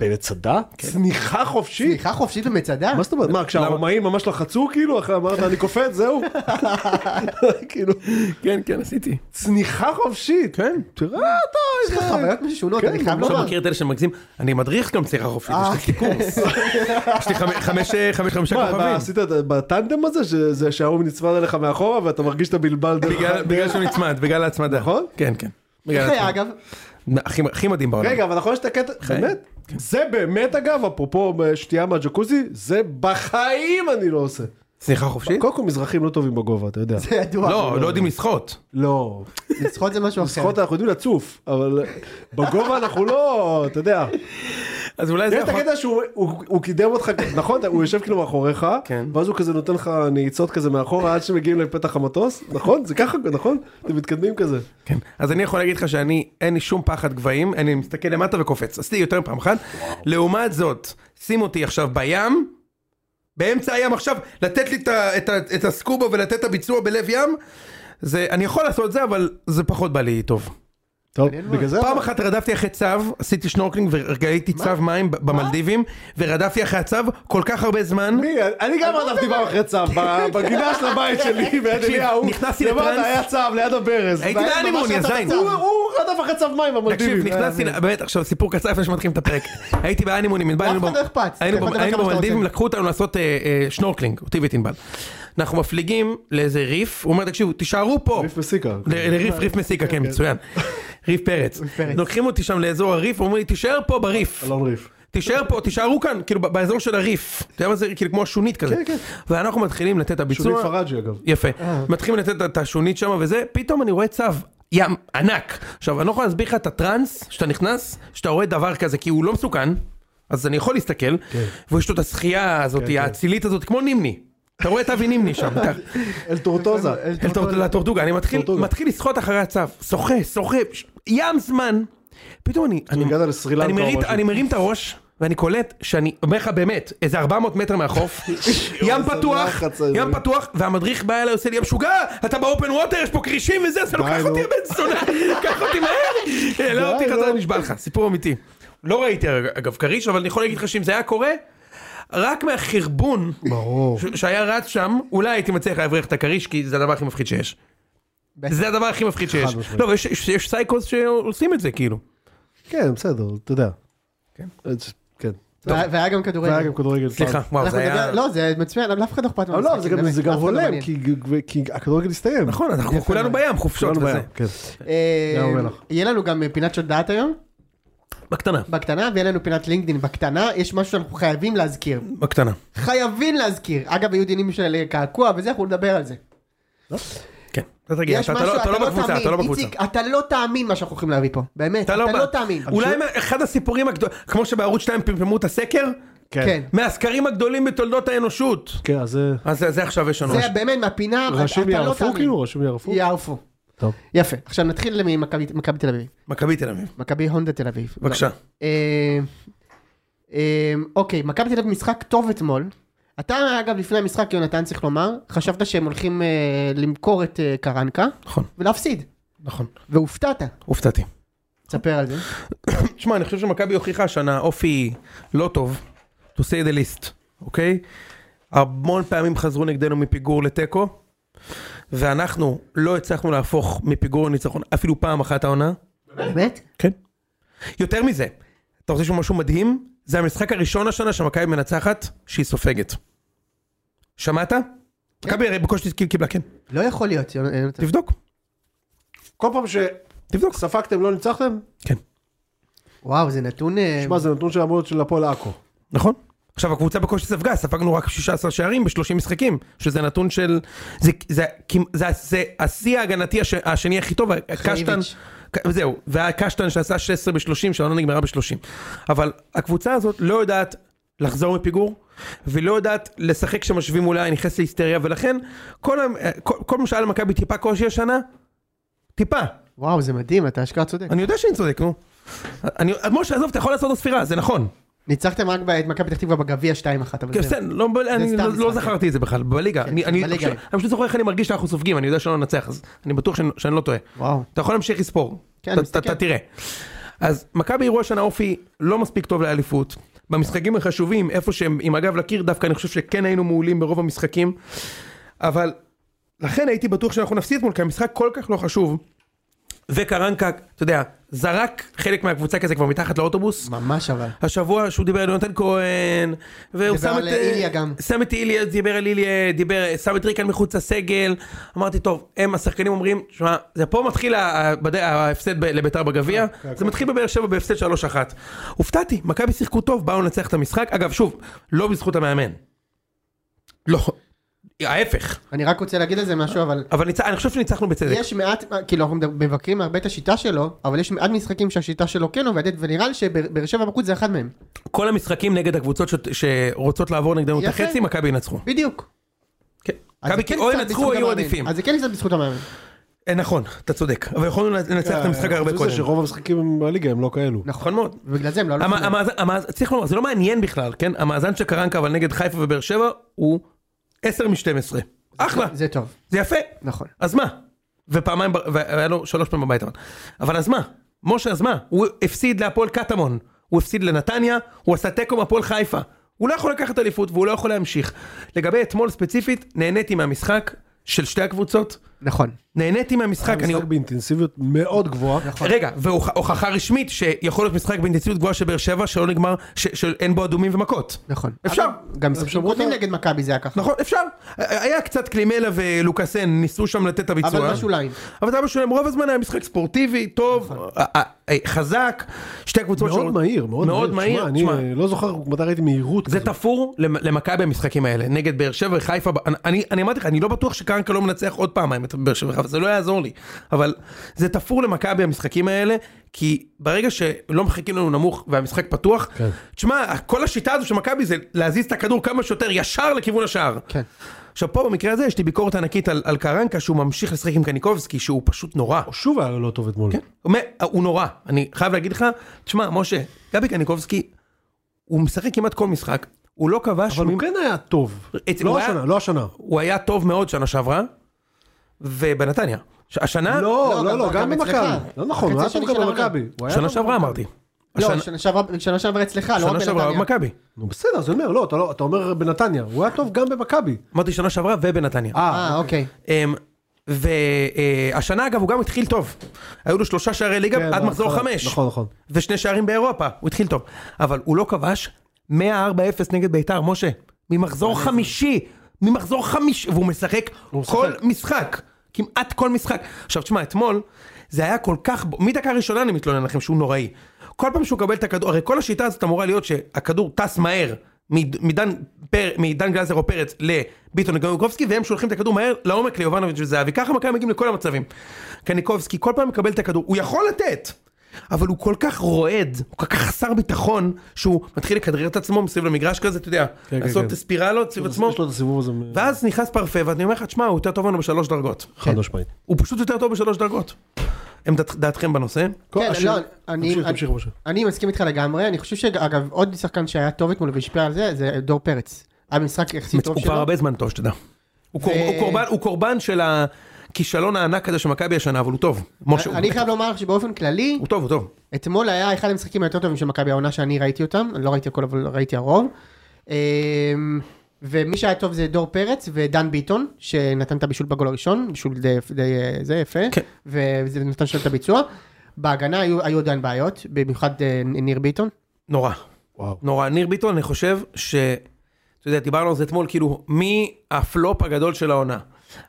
S2: במצדה? צניחה חופשית?
S1: סליחה חופשית במצדה?
S2: מה זאת אומרת? מה, כשהרומאים ממש לחצו כאילו, אחרי אמרת אני קופץ, זהו? כאילו,
S3: כן, כן, עשיתי.
S2: צניחה חופשית.
S3: כן.
S2: תראה אתה,
S1: יש לך
S2: איזה-
S1: חוויות משונות,
S2: כן,
S1: אני חייב
S3: עכשיו
S1: לומר.
S3: מכיר את אלה שמגזים? אני מדריך גם סליחה חופשית,
S1: אה,
S3: יש לי קורס. יש לי חמש- חמש אה, חמש- חמישה
S2: מה, אתה
S3: כוכבים.
S2: עשית את ה- בטנדם הזה, שזה שההוא נצמד עליך מאחורה ואתה מרגיש את הבלבל דרך...
S3: בגלל- בגלל שהוא נצמד, בגלל ההצמדה.
S2: נכון?
S3: כן, כן. בגלל
S1: איך היה
S3: ההצמדה.
S1: אגב?
S3: הכי- הכי מדהים בעולם.
S2: רגע, אבל נכון יש את הקטע,
S3: חיים.
S2: באמת? זה באמת אגב, אפרופו אה, שתייה מהג'קוזי, זה בחיים אני לא עושה.
S3: סליחה חופשית?
S2: קודם כל מזרחים לא טובים בגובה, אתה יודע.
S1: זה ידוע.
S3: לא, לא יודעים לשחות.
S2: לא,
S1: לשחות זה משהו אחר.
S2: לשחות אנחנו יודעים לצוף, אבל בגובה אנחנו לא, אתה יודע.
S3: אז אולי זה
S2: יש את
S3: יכול...
S2: הקטע שהוא הוא- הוא קידם אותך, נכון? הוא יושב כאילו מאחוריך,
S3: כן.
S2: ואז הוא כזה נותן לך נעיצות כזה מאחורה עד שמגיעים לפתח המטוס, נכון? זה ככה, נכון? אתם מתקדמים כזה.
S3: כן. אז אני יכול להגיד לך שאני, אין לי שום פחד גבהים, אני מסתכל למטה וקופץ. עשיתי יותר מפעם אחת. לעומת זאת, שים אותי עכשיו בים, באמצע הים עכשיו, לתת לי את, ה- את, ה- את הסקובה ולתת את הביצוע בלב ים, זה, אני יכול לעשות את זה, אבל זה פחות בא לי טוב.
S2: טוב,
S1: מעניין מאוד.
S2: בגלל זה...
S3: פעם אחת רדפתי אחרי צב, עשיתי שנורקלינג וראיתי צב מים ב- במלדיבים, ורדפתי אחרי הצב כל כך הרבה זמן.
S2: מי? אני גם רדפתי פעם אחרי צב, ב- בגינה של הבית שלי, ביד
S3: לא תקשיב,
S2: אליהו.
S3: נכנסתי
S2: למטה
S3: לטראנס.
S2: היה צב ליד הברז.
S3: הייתי
S2: והיה
S3: באנימון,
S2: ממש
S3: יא
S2: רדף
S3: זין.
S2: צב. הוא- הוא רדף אחרי צב מים, אה, המרדיבים.
S3: תקשיב, נכנסתי, ל- באמת, עכשיו סיפור קצר לפני שמתחילים את הפרק. הייתי באנימונים, היינו
S1: לאף אחד
S3: ב-
S1: לא אכפת,
S3: היינו
S1: אתה יכול
S3: ב-
S1: לדבר
S3: היינו
S1: כמה שאתה
S3: במלדיבים,
S1: רוצה.
S3: לקחו אותנו לעשות אה, אה, שנורקלינג, אותי ואת ענבל. אנחנו מפליגים לאיזה ריף, הוא אומר, תקשיבו, תישארו פה.
S2: ריף כן. מסיקה.
S3: ל- לריף, ריף מסיקה, כן, מצוין. ריף פרץ.
S1: פרץ.
S3: לוקחים אותי שם לאזור הריף, אומרים לי, תישאר פה בריף.
S2: אלון ריף.
S3: תישאר פה, תישארו כאן, כאילו ב- באזור של הריף. אתה יודע מה זה, כאילו כמו השונית כזה.
S2: כן, כן.
S3: ואנחנו מתחילים לתת את
S2: שונית
S3: הביצוע.
S2: פראג'י אגב.
S3: יפה. מתחילים לתת את השונית שם וזה, פתאום אני רואה צו. ים ענק. עכשיו, אני לא יכול להסביר לך את הטראנס, שאתה נכנס, שאתה רואה דבר כזה, כי הוא לא מסוכן, אז אני יכול להסתכל, ויש לו את הזכייה הזאת, האצילית הזאת, כמו נימני. אתה רואה את אבי נימני שם, אתה-
S2: אל טורטוזה.
S1: אל-
S3: אל טור- לטורטוגה, אני מתחיל-
S2: טורטוגה.
S3: מתחיל לשחות אחרי הצו, שוחה, שוחה, ש- ים זמן. פתאום אני, אני-
S2: הגעת לסרי לנקה
S3: אני
S2: או
S3: מרים-
S2: משהו.
S3: אני מרים את הראש, ואני קולט שאני, אומר לך באמת, איזה 400 מטר מהחוף, ים
S2: איזה
S3: פתוח,
S2: לחץ הזה.
S3: ים פתוח, והמדריך בא אליי, עושה לי, "יא משוגע, אתה באופן ווטר, יש פה כרישים וזה, אז אתה לוקח
S2: נו.
S3: אותי בן זונה, קח אותי מהר, העלה אותי
S2: נו.
S3: חזרה, נשבע לך, סיפור אמיתי. לא ראיתי אגב כריש, אבל אני יכול להגיד לך שאם זה היה קורה, רק מהחרבון
S2: ברור.
S3: ש- שהיה רץ שם, אולי הייתי מצליח להבריח את הכריש, כי זה הדבר הכי מפחיד שיש.
S1: בטח.
S3: זה הדבר הכי מפחיד שיש.
S2: משמעית.
S3: לא, אבל יש- יש יש סייקוס שעושים את זה, כאילו.
S2: כן, בסדר, אתה יודע. אז- כן.
S1: והיה והיה גם כדורגל.
S2: זה היה גם כדורגל.
S3: סליחה, וואו,
S1: אנחנו
S3: זה היה...
S1: נדבר- לא, זה מצוין, אבל לאף אחד לא אכפת
S2: אבל
S1: מהמשחק,
S2: לא, אבל זה גם-
S1: באמת,
S2: זה גם
S1: אף אחד לא
S2: הולם,
S1: מעניין.
S2: כי- כי הכדורגל הסתיים.
S3: נכון, אנחנו
S1: יפה
S3: כולנו
S1: מאוד.
S3: בים, חופשות
S2: כולנו
S3: וזה.
S2: בים, כן.
S1: אה,
S2: ים המלח.
S1: יהיה לנו גם אה, פינת של דעת היום,
S3: בקטנה,
S1: בקטנה, ויהיה לנו פינת לינקדאין בקטנה, יש משהו שאנחנו חייבים להזכיר.
S3: בקטנה.
S1: חייבים להזכיר. אגב, היו דינים של אה, קעקוע וזה, אנחנו נדבר על זה.
S3: כן. אתה תגיע,
S1: יש
S3: אתה- אתה
S1: משהו-
S3: לא- אתה לא בקבוצה,
S1: תאמין,
S3: אתה לא בקבוצה.
S1: איציק, אתה לא תאמין מה שאנחנו הולכים להביא פה, באמת, אתה
S3: בא.
S1: לא תאמין.
S3: אולי מה- אחד הסיפורים הגדולים, כמו שבערוץ 2 פמפמו את הסקר,
S1: כן.
S3: מהסקרים הגדולים בתולדות האנושות.
S2: כן, אז זה...
S3: אז זה- זה עכשיו יש לנו.
S1: זה באמת מהפינה, אתה-
S2: ראשים
S1: אתה לא
S2: יערפו
S1: תאמין.
S2: כאילו? ראשים יערפו?
S1: יערפו.
S2: טוב.
S1: יפה, עכשיו נתחיל ממכבי מכבי תל אביב,
S3: מכבי תל אביב.
S1: מכבי הונדה תל אביב.
S3: בבקשה.
S1: לא. אה, אה, אוקיי, מכבי תל אביב משחק טוב אתמול. אתה אגב לפני המשחק יונתן צריך לומר, חשבת שהם הולכים אה, למכור את אה, קרנקה
S3: נכון,
S1: ולהפסיד,
S3: נכון.
S1: והופתעת,
S3: הופתעתי.
S1: תספר על זה.
S3: תשמע, אני חושב שמכבי הוכיחה השנה אופי לא טוב, to say the least, אוקיי? המון פעמים חזרו נגדנו מפיגור לתיקו, ואנחנו לא הצלחנו להפוך מפיגור לניצחון אפילו פעם אחת העונה.
S1: באמת?
S3: כן. יותר מזה, אתה רוצה לשמוע משהו מדהים? זה המשחק הראשון השנה שמכבי מנצחת, שהיא סופגת. שמעת? מכבי הרי בקושי קיב- קיבלה כן.
S1: לא יכול להיות, יונ- יונתן.
S3: תבדוק,
S2: כל פעם שספגתם
S3: תבדוק.
S2: לא ניצחתם?
S3: כן.
S1: וואו, זה נתון... אה,
S2: שמע, זה נתון של אמור להיות של הפועל עכו.
S3: נכון. עכשיו הקבוצה בקושי ספגה, ספגנו רק 16 שערים ב-30 משחקים, שזה נתון של... זה, זה, זה, זה, זה השיא ההגנתי הש, השני הכי טוב, הקשטן...
S1: חייביץ'.
S3: ק- זהו, והקשטן שעשה 16 ב-30, שהעונה נגמרה ב-30. אבל הקבוצה הזאת לא יודעת לחזור מפיגור, ולא יודעת לשחק כשמשווים מולה, היא נכנסת להיסטריה, ולכן כל, ה- כל, כל מה שהיה למכבי טיפה קושי השנה, טיפה.
S1: וואו, זה מדהים, אתה אשכרה צודק.
S3: אני יודע שאני צודק, נו. אני, משה, עזוב, אתה יכול לעשות לו ספירה, זה נכון.
S1: ניצחתם רק ב- את מכבי פתח תקווה בגביע 2-1, אבל
S3: כן,
S1: זהו.
S3: בסדר, לא, אני
S1: סתם
S3: לא,
S1: משחק.
S3: לא זכרתי את זה בכלל, בליגה. אני,
S1: כן,
S3: אני,
S1: בליגה.
S3: פשוט- אני פשוט זוכר איך אני מרגיש שאנחנו סופגים, אני יודע שלא ננצח, אז אני בטוח שאני, שאני לא טועה.
S1: וואו.
S3: אתה יכול להמשיך לספור,
S1: כן,
S3: אתה-
S1: מסתכל.
S3: אתה אתה תראה. אז מכבי אירוע שנה אופי לא מספיק טוב לאליפות. במשחקים החשובים, איפה שהם עם הגב לקיר, דווקא אני חושב שכן היינו מעולים ברוב המשחקים. אבל לכן הייתי בטוח שאנחנו נפסיד אתמול, כי המשחק כל כך לא חשוב. וקרנקה, אתה יודע, זרק חלק מהקבוצה כזה כבר מתחת לאוטובוס.
S1: ממש אבל.
S3: השבוע שהוא דיבר על יונתן כהן, והוא
S1: דיבר
S3: שם
S1: על
S3: את... אה,
S1: איליה גם.
S3: שם את איליה, דיבר על איליה, דיבר, שם את ריקן מחוץ לסגל. אמרתי, טוב, הם, השחקנים אומרים, שמע, זה פה מתחיל ה- ה- בד- ההפסד ב- לביתר בגביע,
S1: כן,
S3: זה מתחיל בבאר שבע בהפסד 3-1. הופתעתי, מכבי שיחקו טוב, באו לנצח את המשחק. אגב, שוב, לא בזכות המאמן. לא, ההפך.
S1: אני רק רוצה להגיד על זה משהו, אבל
S3: אבל ניצ... אני חושב שניצחנו בצדק.
S1: יש מעט, כאילו אנחנו מדבר- מבקרים הרבה את השיטה שלו, אבל יש מעט משחקים שהשיטה שלו כן עובדת, ונראה לי שבאר שבע בחוץ זה אחד מהם.
S3: כל המשחקים נגד הקבוצות ש... שרוצות לעבור נגדנו את
S1: יפה.
S3: החצי, מכבי ינצחו.
S1: בדיוק.
S3: כן.
S1: אז זה
S3: מכבי
S1: כן
S3: או
S1: קצת
S3: ינצחו
S1: בזכות
S3: או יהיו
S1: המאמן.
S3: עדיפים.
S1: אז זה כן קצת בזכות המאמן.
S3: אה, נכון, אתה צודק, אבל יכולנו לנצח את
S1: אה,
S3: המשחק הרבה
S2: חוץ מזה
S3: קודם.
S2: שרוב המשחקים בליגה הם לא כאלו.
S3: נכון מאוד.
S1: בגלל זה הם לא הלכו.
S3: המ- המאזן, המאזן- צריך לומר, זה לא מעניין בכלל, כן? המאזן של קרנקה אבל נגד חיפה ובאר שבע הוא 10 מ-12. אחלה,
S1: זה טוב,
S3: זה יפה.
S1: נכון.
S3: אז מה? ופעמיים, ב- והיה לו שלוש פעמים בבית אבל. אבל אז מה? משה, אז מה? הוא הפסיד להפועל קטמון, הוא הפסיד לנתניה, הוא עשה תיקו מהפועל חיפה. הוא לא יכול לקחת אליפות והוא לא יכול להמשיך. לגבי אתמול ספציפית, נהניתי מהמשחק של שתי הקבוצות.
S1: נכון.
S3: נהניתי מהמשחק, אני... נכון.
S2: משחק באינטנסיביות מאוד גבוהה.
S3: רגע, והוכחה רשמית שיכול להיות משחק באינטנסיביות גבוהה של באר שבע שלא נגמר, ש- שאין בו אדומים ומכות.
S1: נכון.
S3: אפשר.
S1: אבל גם משחקים
S2: שמרו
S1: קודמים
S2: אותה.
S1: נגד מכבי זה היה ככה.
S3: נכון, אפשר. היה קצת קלימלה ולוקאסן, ניסו שם לתת את הביצוע.
S1: אבל בשוליים.
S3: אבל זה היה בשוליים, רוב הזמן היה משחק ספורטיבי, טוב, אה, אה, אה, חזק, שתי הקבוצות
S2: מאוד
S3: שרוצ-
S2: מהיר,
S3: מאוד מהיר,
S2: תשמע,
S3: תשמע.
S2: אני אה, לא זוכר מתי ראיתי מהירות
S3: זה
S2: כזאת.
S3: תפור למ- למכבי המשחקים האלה, נגד באר שבע וחיפה, ב- אני- אני אני אמרתי לך, אני לא בטוח שקרנקה לא מנצח עוד פעמיים את באר שבע וחיפה, זה לא יעזור לי, אבל זה תפור למכבי המשחקים האלה, כי ברגע שלא מחכים לנו נמוך והמשחק פתוח,
S2: כן.
S3: תשמע, כל השיטה הזו של מכבי זה להזיז את הכדור כמה שיותר ישר לכיוון השער.
S1: כן.
S3: עכשיו פה במקרה הזה יש לי ביקורת ענקית על, על קרנקה שהוא ממשיך לשחק עם קניקובסקי שהוא פשוט נורא.
S2: שוב היה לו לא טוב אתמול.
S3: הוא מ- אה, הוא נורא, אני חייב להגיד לך, תשמע משה, גבי קניקובסקי, הוא משחק כמעט כל משחק, הוא לא כבש,
S2: אבל
S3: מ-
S2: הוא כן היה טוב.
S3: אצל- הוא
S2: לא
S3: היה-
S2: השנה, לא השנה.
S3: הוא היה טוב מאוד שנה שעברה, ובנתניה. ש-
S2: לא,
S3: השנה,
S1: לא,
S2: לא, לא,
S1: גם-
S2: גם
S1: גם אצלך.
S2: במכבי. לא נכון, הוא היה
S1: החצי
S2: טוב
S1: השני
S2: גם
S1: של העונה.
S2: במכבי. הוא היה
S3: שנה
S2: טוב.
S3: שעברה אמרתי.
S1: לא,
S3: השנה-
S1: שנה שעברה- שנה שעברה אצלך, לא רק
S3: שנה שעברה
S1: בנתניה.
S3: במכבי.
S2: נו בסדר, אז אני אומר, לא, אתה לא- אתה אומר בנתניה. הוא היה טוב גם במכבי.
S3: אמרתי שנה שעברה ובנתניה. אמ,
S1: אה, אוקיי.
S3: והשנה אגב הוא גם התחיל טוב. היו לו שלושה שערי
S2: כן,
S3: ליגה עד
S2: נכון,
S3: מחזור חמש.
S2: נכון, נכון.
S3: ושני שערים באירופה, הוא התחיל טוב. אבל הוא לא כבש 104-0 נגד ביתר, משה. ממחזור חמישי, ממחזור חמישי, והוא משחק
S2: משחק.
S3: כל משחק, כמעט כל משחק. עכשיו תשמע, אתמול זה היה כל כך, ב- מדקה ראשונה אני מתלונן לכם שהוא נוראי. כל פעם שהוא מקבל את הכדור, הרי כל השיטה הזאת אמורה להיות שהכדור טס מהר. מד- מדן, פר, מדן גלזר או פרץ לביטון לגניקובסקי והם שולחים את הכדור מהר לעומק ליובנוביץ' וזהבי ככה מכבי מגיעים לכל המצבים. קניקובסקי כל פעם מקבל את הכדור הוא יכול לתת אבל הוא כל כך רועד, הוא כל כך חסר ביטחון, שהוא מתחיל לכדרר את עצמו מסביב למגרש כזה, אתה יודע,
S2: כן,
S3: לעשות
S2: כן.
S3: ספירלות סביב עצמו,
S2: יש לו את הסיבוב הזה. מ-
S3: ואז נכנס פרפה, ואני אומר לך, תשמע, הוא יותר טוב ממנו בשלוש דרגות.
S2: חד משמעית.
S3: הוא פשוט יותר טוב בשלוש דרגות. עמדת- דעתכם בנושא?
S2: כל
S1: כן,
S2: השיר-
S1: לא, אני-
S2: תמשיך,
S1: אני-
S2: תמשיך, משה.
S1: אני מסכים איתך לגמרי, אני חושב שאגב, עוד שחקן שהיה טוב אתמול והשפיע על זה, זה דור פרץ. היה משחק יחסית טוב
S3: הוא כבר
S1: שלו.
S3: הרבה זמן טוב, שתדע. הוא קור-
S1: ו-
S3: הוא קורבן- הוא קורבן של הכישלון הענק הזה של מכבי השנה, אבל הוא טוב. משה, הוא-
S1: אני חייב לומר לך שבאופן כללי,
S3: הוא טוב, הוא טוב.
S1: אתמול היה אחד המשחקים היותר טובים של מכבי העונה שאני ראיתי אותם, אני לא ראיתי הכל אבל ראיתי הרוב. אמ, ומי שהיה טוב זה דור פרץ ודן ביטון, שנתן את הבישול בגול הראשון, בישול די, די אה, זה יפה,
S3: כן.
S1: וזה נתן שם את הביצוע. בהגנה היו, היו עדיין בעיות, במיוחד אה, ניר ביטון.
S3: נורא.
S2: וואו.
S3: נורא. ניר ביטון, אני חושב ש... אתה יודע, דיברנו על זה אתמול, כאילו, מי הפלופ הגדול של העונה?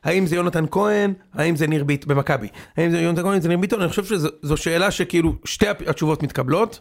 S3: האם זה יונתן כהן? האם זה ניר ביטון במכבי? האם זה יונתן כהן? האם זה ניר ביטון? אני חושב שזו שאלה שכאילו, שתי הפ- התשובות מתקבלות.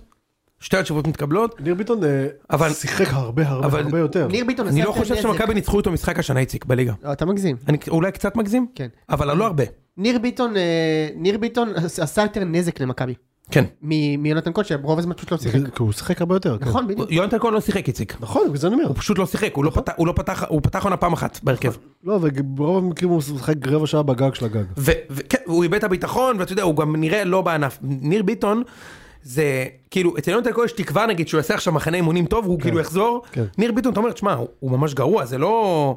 S3: שתי התשובות מתקבלות.
S2: ניר ביטון אה,
S3: אבל-
S2: שיחק הרבה הרבה
S3: אבל-
S2: הרבה יותר.
S1: ניר ביטון
S3: אני
S1: עשה
S3: לא
S1: יותר
S3: חושב
S1: נזק.
S3: שמכבי ניצחו אותו משחק השנה, איציק, בליגה.
S1: לא, אתה מגזים.
S3: אני אולי קצת מגזים?
S1: כן.
S3: אבל לא הרבה.
S1: ניר ביטון, אה, ניר ביטון עשה- עשה יותר נזק למכבי,
S3: כן.
S1: מ- מיונתן כהן, שרוב הזמן פשוט לא שיחק.
S2: כי- כי הוא שיחק הרבה יותר. כן.
S1: נכון, בדיוק. נכון.
S3: יונתן כהן לא שיחק, איציק.
S2: נכון, בגלל זה אני אומר.
S3: הוא פשוט לא שיחק, הוא לא פתח- הוא לא פתח, הוא פתח עונה פעם אחת בהרכב.
S2: לא, וברוב המקרים הוא משחק רבע שעה בגג של הגג.
S3: וכן, כן, הוא איבד את הביטחון, ואתה יודע, הוא גם נראה לא בענף. ניר ביטון, זה כאילו, אצל יונתן כהן יש תקווה נגיד שהוא יעשה עכשיו מחנה אימונים טוב, הוא כאילו יחזור.
S2: כן.
S3: ניר ביטון, אתה אומר, תשמע, הוא- הוא ממש גרוע, זה לא...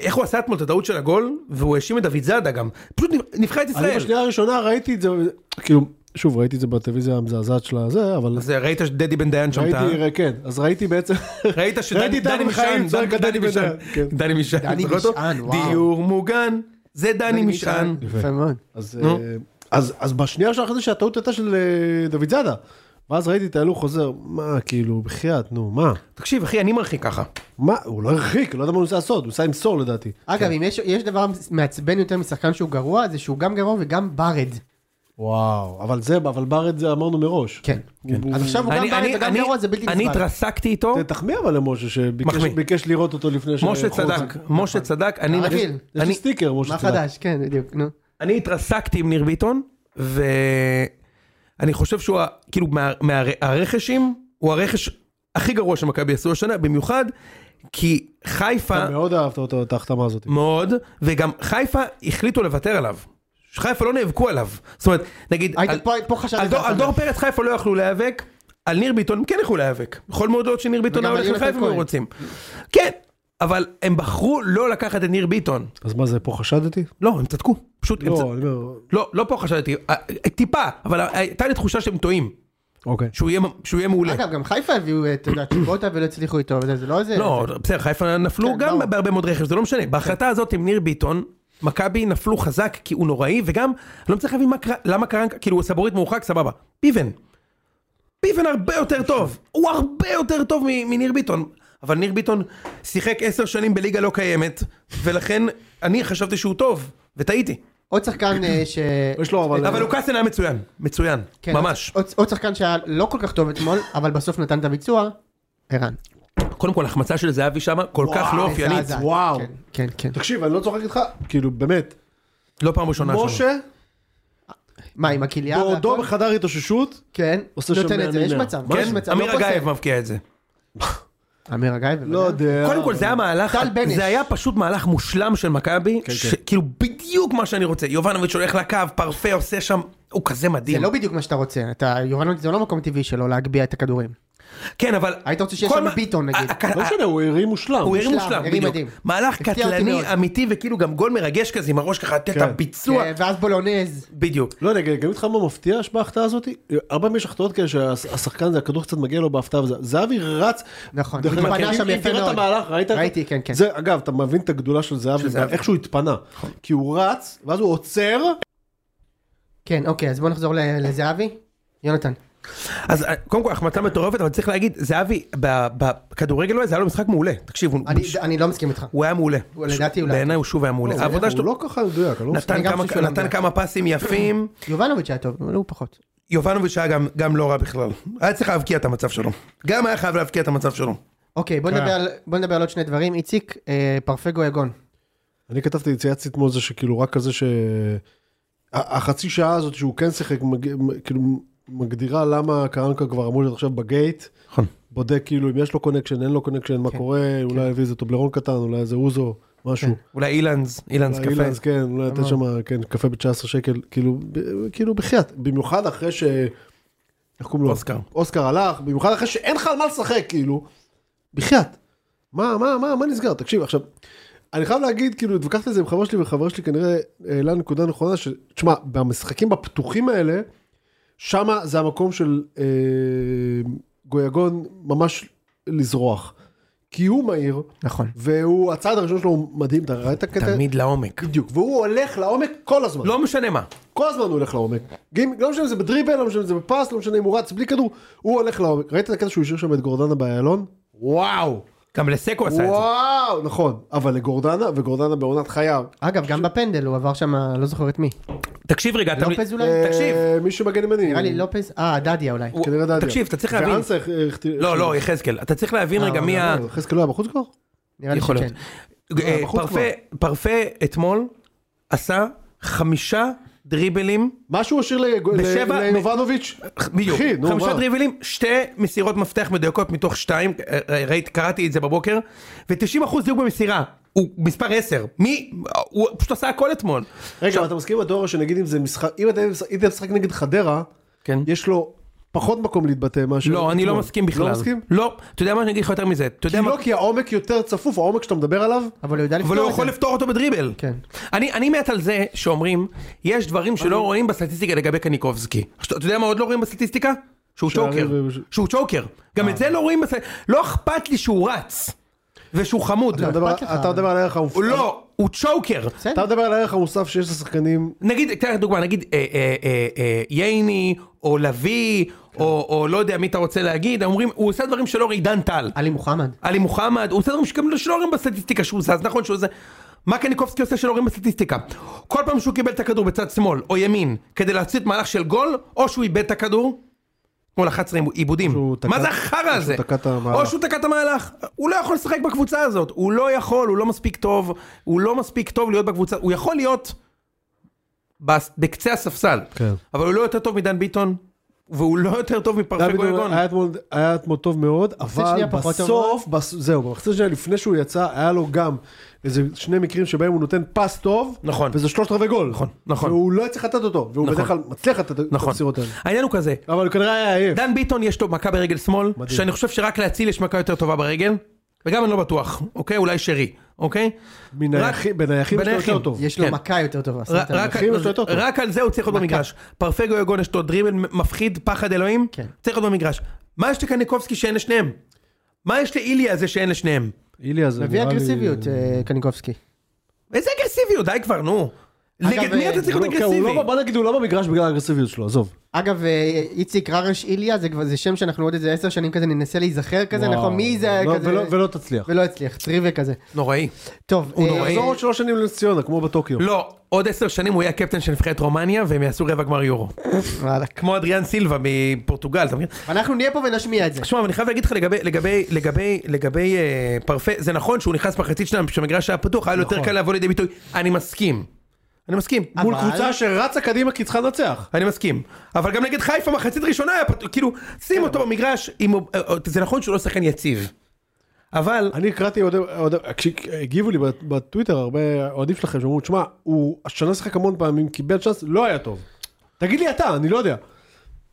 S3: איך הוא עשה אתמול את הטעות של הגול, והוא האשים את דוד זאדה גם. פשוט נבחרת
S2: אני
S3: ישראל.
S2: בשנייה הראשונה ראיתי את זה, כאילו, שוב ראיתי את זה בטלוויזיה המזעזעת של הזה, אבל
S3: אז ראית שדדי בן דיין שם את ה...
S2: ראיתי, כן, אז ראיתי בעצם,
S3: ראית
S2: ראיתי
S3: שדני
S2: את
S3: דני
S2: אדם חיים
S3: משען,
S2: צועק על דני בן
S3: משען,
S2: דיין, כן.
S3: דני משען,
S1: דני
S3: זוכר אותו?
S1: משען, וואו.
S3: דיור מוגן, זה דני משען.
S1: יפה מאוד.
S2: אז, אה, אז, אז בשנייה שאחרי זה שהטעות הייתה של אה, דוד זאדה, ואז ראיתי את ההילוך חוזר, מה, כאילו, בחייאת, נו, מה,
S3: תקשיב אחי, אני מרחיק ככה.
S2: מה, הוא לא הרחיק, לא יודע מה הוא ניסה לעשות, הוא ניסה למסור לדעתי.
S1: אגב, אם יש, יש דבר מעצבן יותר משחקן שהוא גרוע, זה שהוא גם גרוע וגם ברד.
S2: וואו, אבל זה, אבל בארד זה אמרנו מראש.
S1: כן.
S2: הוא-
S1: אז עכשיו הוא גם
S3: אני-
S1: ברד
S3: אני-
S1: וגם
S3: אני-
S1: גרוע, זה בלתי
S3: אני
S1: נסבל.
S3: התרסקתי איתו.
S2: תחמיא אבל למשה שביקש
S3: מחמיא.
S2: ביקש לראות אותו לפני ש...
S3: משה צדק, משה צדק, אני-
S1: כרגיל.
S3: אני-
S2: יש לי סטיקר, משה
S1: מה
S2: צדק.
S1: חדש? כן, בדיוק, נו.
S3: אני התרסקתי עם ניר ביטון, ואני חושב שהוא, ה- כאילו, מה- מה- הרכשים, הוא הרכש הכי גרוע שמכבי עשו השנה, במיוחד כי חיפה,
S2: אתה מאוד אהבת אותו, את ההחתמה הזאת.
S3: מאוד, וגם חיפה החליטו לוותר עליו. שחיפה לא נאבקו עליו. זאת אומרת, נגיד,
S1: היית
S3: על-
S1: פה- פה חשבתי
S3: על דור-
S1: ככה.
S3: על דור פרץ חיפה לא יכלו להיאבק, על ניר ביטון הם כן יכלו להיאבק. יכול מאוד להיות שניר ביטון
S1: וגם
S3: היה
S1: על
S3: הולך
S1: יונתן
S3: לחיפה אם הם
S1: כהן.
S3: רוצים. כן, אבל הם בחרו לא לקחת את ניר ביטון.
S2: אז מה זה, פה חשדתי?
S3: לא, הם צדקו. פשוט, הם צד-
S2: לא, אני אומר...
S3: לא, לא פה חשדתי, אה, אה, טיפה, אבל הייתה לי תחושה שהם טועים,
S2: אוקיי.
S3: שהוא יהיה- שהוא יהיה מעולה.
S1: אגב, גם חיפה הביאו את, אתה יודע, צ'יבוטה ולא הצליחו איתו, וזה זה לא איזה...
S3: לא, בסדר, חיפה נפלו
S1: כן,
S3: גם
S1: ברור.
S3: בהרבה מאוד רכב, זה לא משנה. בהחלטה הזאת עם ניר ביטון, מכבי נפלו חזק כי הוא נוראי, וגם, אני לא מצליח להבין מה קרה, למה קרה, כאילו סבורית מורחק, סבבה. פיבן. פיבן הרבה יותר טוב. הוא הרבה יותר טוב מ- מניר ביטון. אבל ניר ביטון שיחק עשר שנים בליגה לא קיימת, ולכן אני חשבתי שהוא טוב, וטעיתי.
S1: עוד שחקן
S3: לא.
S1: אה, ש...
S2: יש לו אבל...
S3: אבל לוקאסן היה מצוין, מצוין,
S1: לא. כן,
S3: ממש.
S1: עוד- עוד שחקן שהיה לא כל כך טוב אתמול, אבל בסוף נתן את הביצוע, ערן.
S3: קודם כל, החמצה של זהבי שמה כל כך לא אופיינית.
S1: מזעזע.
S2: וואו.
S1: כן, כן, כן.
S2: תקשיב, אני לא צוחק איתך, כאילו, באמת.
S3: לא פעם ראשונה שלנו.
S2: משה,
S1: מה, עם הכליה?
S2: בעודו
S1: והכל?
S2: בחדר התאוששות,
S1: כן,
S2: עושה שם
S1: נותן את זה, יש
S2: מהמיניה.
S1: מצב.
S2: מה
S1: יש
S3: כן,
S1: מצב, לא
S3: אמיר
S1: פוסל.
S3: אגייב מבקיע את זה.
S1: אמיר הגיא,
S2: לא יודע.
S3: קודם כל זה היה מהלך,
S1: טל כן, בנש.
S3: זה היה פשוט מהלך מושלם של מכבי, כאילו בדיוק מה שאני רוצה, יובנוביץ' הולך לקו, פרפה עושה שם, הוא כזה
S1: זה
S3: מדהים.
S1: לא בדיוק מה שאתה רוצה, אתה, יובנוביץ' זה לא מקום טבעי שלו להגביה את הכדורים.
S3: כן אבל,
S1: היית רוצה שיהיה
S3: כל
S1: שם
S3: מה-
S1: ביטון, נגיד.
S3: ה- ה-
S2: לא משנה, הוא הרים מושלם.
S3: הוא הרים
S1: מושלם,
S3: מושלם,
S1: הרים מדהים.
S3: בדיוק. מהלך
S1: הפתיע אותי מאוד.
S3: קטלני, אמיתי, וכאילו גם גול מרגש כזה עם הראש ככה, תת
S2: כן.
S3: הביצוע,
S1: כן, ואז בולונז,
S3: בדיוק.
S2: לא יודע, גם אגיד לך מה מפתיע בהחטאה הזאת? הרבה פעמים יש החטאות כאלה שהשחקן, זה הכדור קצת מגיע לו בהפתעה וזה. זהבי רץ.
S1: נכון,
S2: דרך
S1: הוא
S2: אגב, כן,
S1: התפנה
S2: אם-
S1: שם
S2: אם
S1: יפה
S2: תראה את
S1: מאוד.
S2: המהלך, ראית?
S1: ראיתי, כן, נכון. כן.
S2: זה, אגב, אתה מבין את הגדולה של זהבי,
S3: זהבי.
S2: איך שהוא התפנה. כי הוא רץ, ואז הוא עוצר.
S1: כן, אוקיי, אז בוא נחזור ל- לזהבי. יונתן,
S3: אז אה, קודם כל החמצה מטורפת, אבל צריך להגיד, זהבי, ב- בכדורגל הזה היה לו משחק מעולה, תקשיב, הוא-
S1: אני- אני לא מסכים איתך.
S3: הוא היה מעולה.
S1: הוא- לדעתי הוא-
S3: בעיניי הוא שוב היה מעולה. העבודה שלו, נכון.
S2: הוא לא ככה מדויק, אני לא
S3: נתן
S1: אני גם
S3: כמה-
S1: חושב שהוא לא
S3: נתן
S1: מדויק.
S3: כמה פסים יפים.
S1: יובנוביץ' היה טוב, אבל הוא פחות.
S3: יובנוביץ' היה גם, גם לא רע בכלל. היה צריך להבקיע את המצב שלו. גם היה חייב להבקיע את המצב שלו.
S1: אוקיי, בוא נדבר על- בוא נדבר על עוד שני דברים. איציק, אה, פרפגו יגון.
S2: אני כתבתי, צייצתי אתמול זה שכאילו רק כזה ש... ה- החצי שעה הזאת שהוא כן שיחק, מג- מ- כאילו מגדירה למה קרנקה כבר אמור להיות עכשיו בגייט.
S3: נכון.
S2: בודק כאילו אם יש לו קונקשן, אין לו קונקשן, מה קורה, אולי הביא איזה טובלרון קטן, אולי איזה אוזו, משהו.
S3: אולי אילנס, אילנס
S2: אולי אילנס,
S3: קפה. אה,
S2: כן, אולי נתן שם, כן, קפה ב-19 שקל, כאילו, ב- כאילו בחייאת, במיוחד אחרי ש... איך קוראים לו?
S3: אוסקר.
S2: אוסקר הלך, במיוחד אחרי שאין לך על מה לשחק, כאילו. בחייאת. מה, מה, מה, מה נסגר? תקשיב, עכשיו, אני חייב להגיד, כאילו, התווכחתי על זה עם חבר שלי, וחבר שלי כנראה העלה נקודה נכונה, ש... תשמע, במשחקים בפתוחים האלה, שמה זה המקום של אה, גויגון ממש לזרוח. כי הוא מהיר,
S1: נכון.
S2: והוא, הצעד הראשון שלו הוא מדהים, אתה ראית קטע?
S3: תמיד לעומק.
S2: בדיוק, והוא הולך לעומק כל הזמן.
S3: לא משנה מה.
S2: כל הזמן הוא הולך לעומק. גם, לא משנה אם זה בדריבל, לא משנה אם זה בפס, לא משנה אם הוא רץ בלי כדור, הוא הולך לעומק. ראית את הקטע שהוא השאיר שם את גורדנה באיילון? וואו.
S3: גם לסקו עשה את זה.
S2: וואו, נכון. אבל לגורדנה, וגורדנה בעונת חייו.
S1: אגב, גם בפנדל הוא עבר שם, לא זוכר את מי.
S3: תקשיב רגע, אתה...
S1: לופז אולי?
S3: תקשיב.
S2: אה, מי שמגן ימני.
S1: נראה לי לופז, אה, דדיה אולי.
S3: הוא-
S2: כנראה דדיה.
S3: תקשיב, אתה צריך להבין.
S2: ואנסה אה, החטיא-
S3: לא, לא, יחזקאל. אתה צריך להבין רגע מי ה...
S2: לא, חזקאל לא היה בחוץ כבר?
S1: נראה לי
S3: יכול להיות.
S1: שכן.
S3: אה,
S2: בחוץ
S3: פרפה- פרפה אתמול עשה חמישה דריבלים
S2: מה שהוא השאיר לגו- ל-
S3: בשבע-
S2: לנובנוביץ'?
S3: בדיוק,
S2: אחי, נו,
S3: חמישה
S2: מה?
S3: דריבלים, שתי מסירות מפתח מדויקות מתוך שתיים, אה, אה, ראית, קראתי את זה בבוקר, ו-90% דיוק במסירה, הוא מספר 10, מי, הוא פשוט עשה הכל אתמול.
S2: רגע, אבל אתה מסכים עם התיאוריה שנגיד אם זה משחק, אם אתה אם אתה משחק נגד חדרה,
S3: כן.
S2: יש לו פחות מקום להתבטא מאשר...
S3: לא, אני לא
S2: אתמול.
S3: מסכים בכלל.
S2: לא מסכים?
S3: לא, אתה יודע מה, אני אגיד לך יותר מזה, אתה
S2: כי
S3: יודע מה,
S2: לא, כי העומק יותר צפוף, העומק שאתה מדבר עליו,
S1: אבל הוא יודע לפתור
S3: אבל
S1: את זה.
S3: הוא יכול לפתור אותו בדריבל.
S1: כן.
S3: אני, אני מת על זה שאומרים, יש דברים שלא רואים בסטטיסטיקה לגבי קניקובסקי. עכשיו, אתה יודע מה עוד לא רואים בסטטיסטיקה? שהוא
S2: שערים
S3: צ'וקר.
S2: ו-
S3: שהוא צ'וקר.
S2: אה.
S3: גם את זה לא רואים בסטטיסטיקה. לא אכפת לי שהוא רץ, ושהוא חמוד.
S2: אתה מדבר-
S1: אכפת לך,
S2: אתה
S1: אבל-
S2: מדבר על הערך המופ-
S3: הוא לא, הוא צ'וקר.
S2: אתה מדבר על הערך המוסף שיש לשחקנים,
S3: נגיד, אתן לך דוגמה, נגיד אה, אה, אה, אה, ייני, או לביא, או או לא יודע מי אתה רוצה להגיד, אומרים, הוא עושה דברים שלא רואים, עידן טל,
S1: עלי מוחמד.
S3: עלי מוחמד, הוא עושה דברים שגם לא- שלא רואים בסטטיסטיקה שהוא זז, נכון שהוא זה, מה קניקובסקי עושה שלא רואים בסטטיסטיקה? כל פעם שהוא קיבל את הכדור בצד שמאל, או ימין, כדי להצית מהלך של גול, או שהוא איבד את הכדור, כמו 11 עיבודים,
S2: שהוא תקע-
S3: מה זה החרא הזה?
S2: תקע את המהלך.
S3: או שהוא תקע את המהלך, הוא לא יכול לשחק בקבוצה הזאת, הוא לא יכול, הוא לא מספיק טוב, הוא לא מספיק טוב להיות בקבוצה, הוא יכול להיות... בס- בקצה הספסל.
S2: כן.
S3: אבל הוא לא יותר טוב מדן ביטון, והוא לא יותר טוב מפרפה
S2: דוד אה,
S3: גויגון.
S2: היה אתמול- היה אתמול טוב מאוד, אבל
S1: שנייה פחות לא?
S2: בסוף, בס- זהו, במחצית שנייה לפני שהוא יצא, היה לו גם איזה שני מקרים שבהם הוא נותן פס טוב,
S3: נכון.
S2: וזה שלושת רבעי גול.
S3: נכון, נכון.
S2: והוא לא צריך לתת אותו, והוא
S3: נכון.
S2: בדרך כלל מצליח לתת את
S3: נכון.
S2: המסירות האלה.
S3: העניין הוא כזה,
S2: אבל הוא כנראה היה עייף.
S3: דן ביטון יש לו מכה ברגל שמאל,
S2: מדהים.
S3: שאני חושב שרק להציל יש מכה יותר טובה ברגל, וגם אני לא בטוח, אוקיי? אולי שרי, אוקיי?
S2: מן
S3: רק-
S2: היחיד- בין היחיד יש לו
S3: בנייחים.
S2: יותר טוב.
S1: יש לו
S3: כן.
S1: מכה יותר טובה.
S3: ר-
S1: שמת לב.
S3: רק-
S2: אחים יש לו יותר טוב.
S3: רק על זה הוא צריך להיות במגרש. פרפגו יגון יש לו דריבל מפחיד, פחד אלוהים,
S1: כן.
S3: צריך להיות במגרש. מה יש לקניקובסקי שאין לשניהם? מה יש לאיליה הזה שאין לשניהם?
S2: איליה זה
S1: מביא
S2: נראה לי-
S1: אגרסיביות, אה, קניקובסקי.
S3: איזה אגרסיביות, די כבר, נו. נגד מי אתה צריך
S2: הוא
S3: להיות
S2: לא- כן, הוא
S3: אגרסיבי?
S2: לא- בוא נגיד הוא לא במגרש בגלל האגרסיביות שלו, עזוב.
S1: אגב, אה, איציק ררש איליה, זה כבר- זה שם שאנחנו עוד איזה עשר שנים כזה ננסה להיזכר כזה,
S2: וואו.
S1: נכון? מי זה
S2: לא,
S1: כזה?
S2: ולא- ולא תצליח. לא,
S1: ולא הצליח, טריוויה כזה.
S3: נוראי.
S1: טוב,
S3: הוא
S1: אה,
S3: נוראי.
S2: תחזור עוד שלוש שנים לנס ציונה, כמו בטוקיו.
S3: לא, עוד עשר שנים הוא יהיה הקפטן של נבחרת רומניה והם יעשו רבע גמר יורו.
S1: וואלה.
S3: כמו אדריאן סילבה מפורטוגל, אתה מבין?
S1: אנחנו נהיה פה ונשמיע את זה.
S3: תשמע, אבל אני חייב להגיד לך לגבי, לגבי, לגבי, לגבי אה, פרפה, זה נכון שהוא נכנס מחצית שנה כשהמגרש היה פתוח, היה לו יותר קל לבוא לידי ביטוי. אני מסכים. אני מסכים.
S2: מול
S1: אבל-
S2: קבוצה שרצה קדימה כי צריכה לנצח.
S3: אני מסכים. אבל גם נגד חיפה מחצית ראשונה היה פתוח, כאילו, שים אותו במגרש, עם- אה, אה, זה נכון שהוא לא שחקן יציב. אבל,
S2: אני הקראתי עוד, עוד, כשהגיבו לי בט- בטוויטר הרבה אוהדים שלכם שאמרו, תשמע, הוא השנה שיחק המון פעמים, קיבל צ'אנס, לא היה טוב. תגיד לי אתה, אני לא יודע.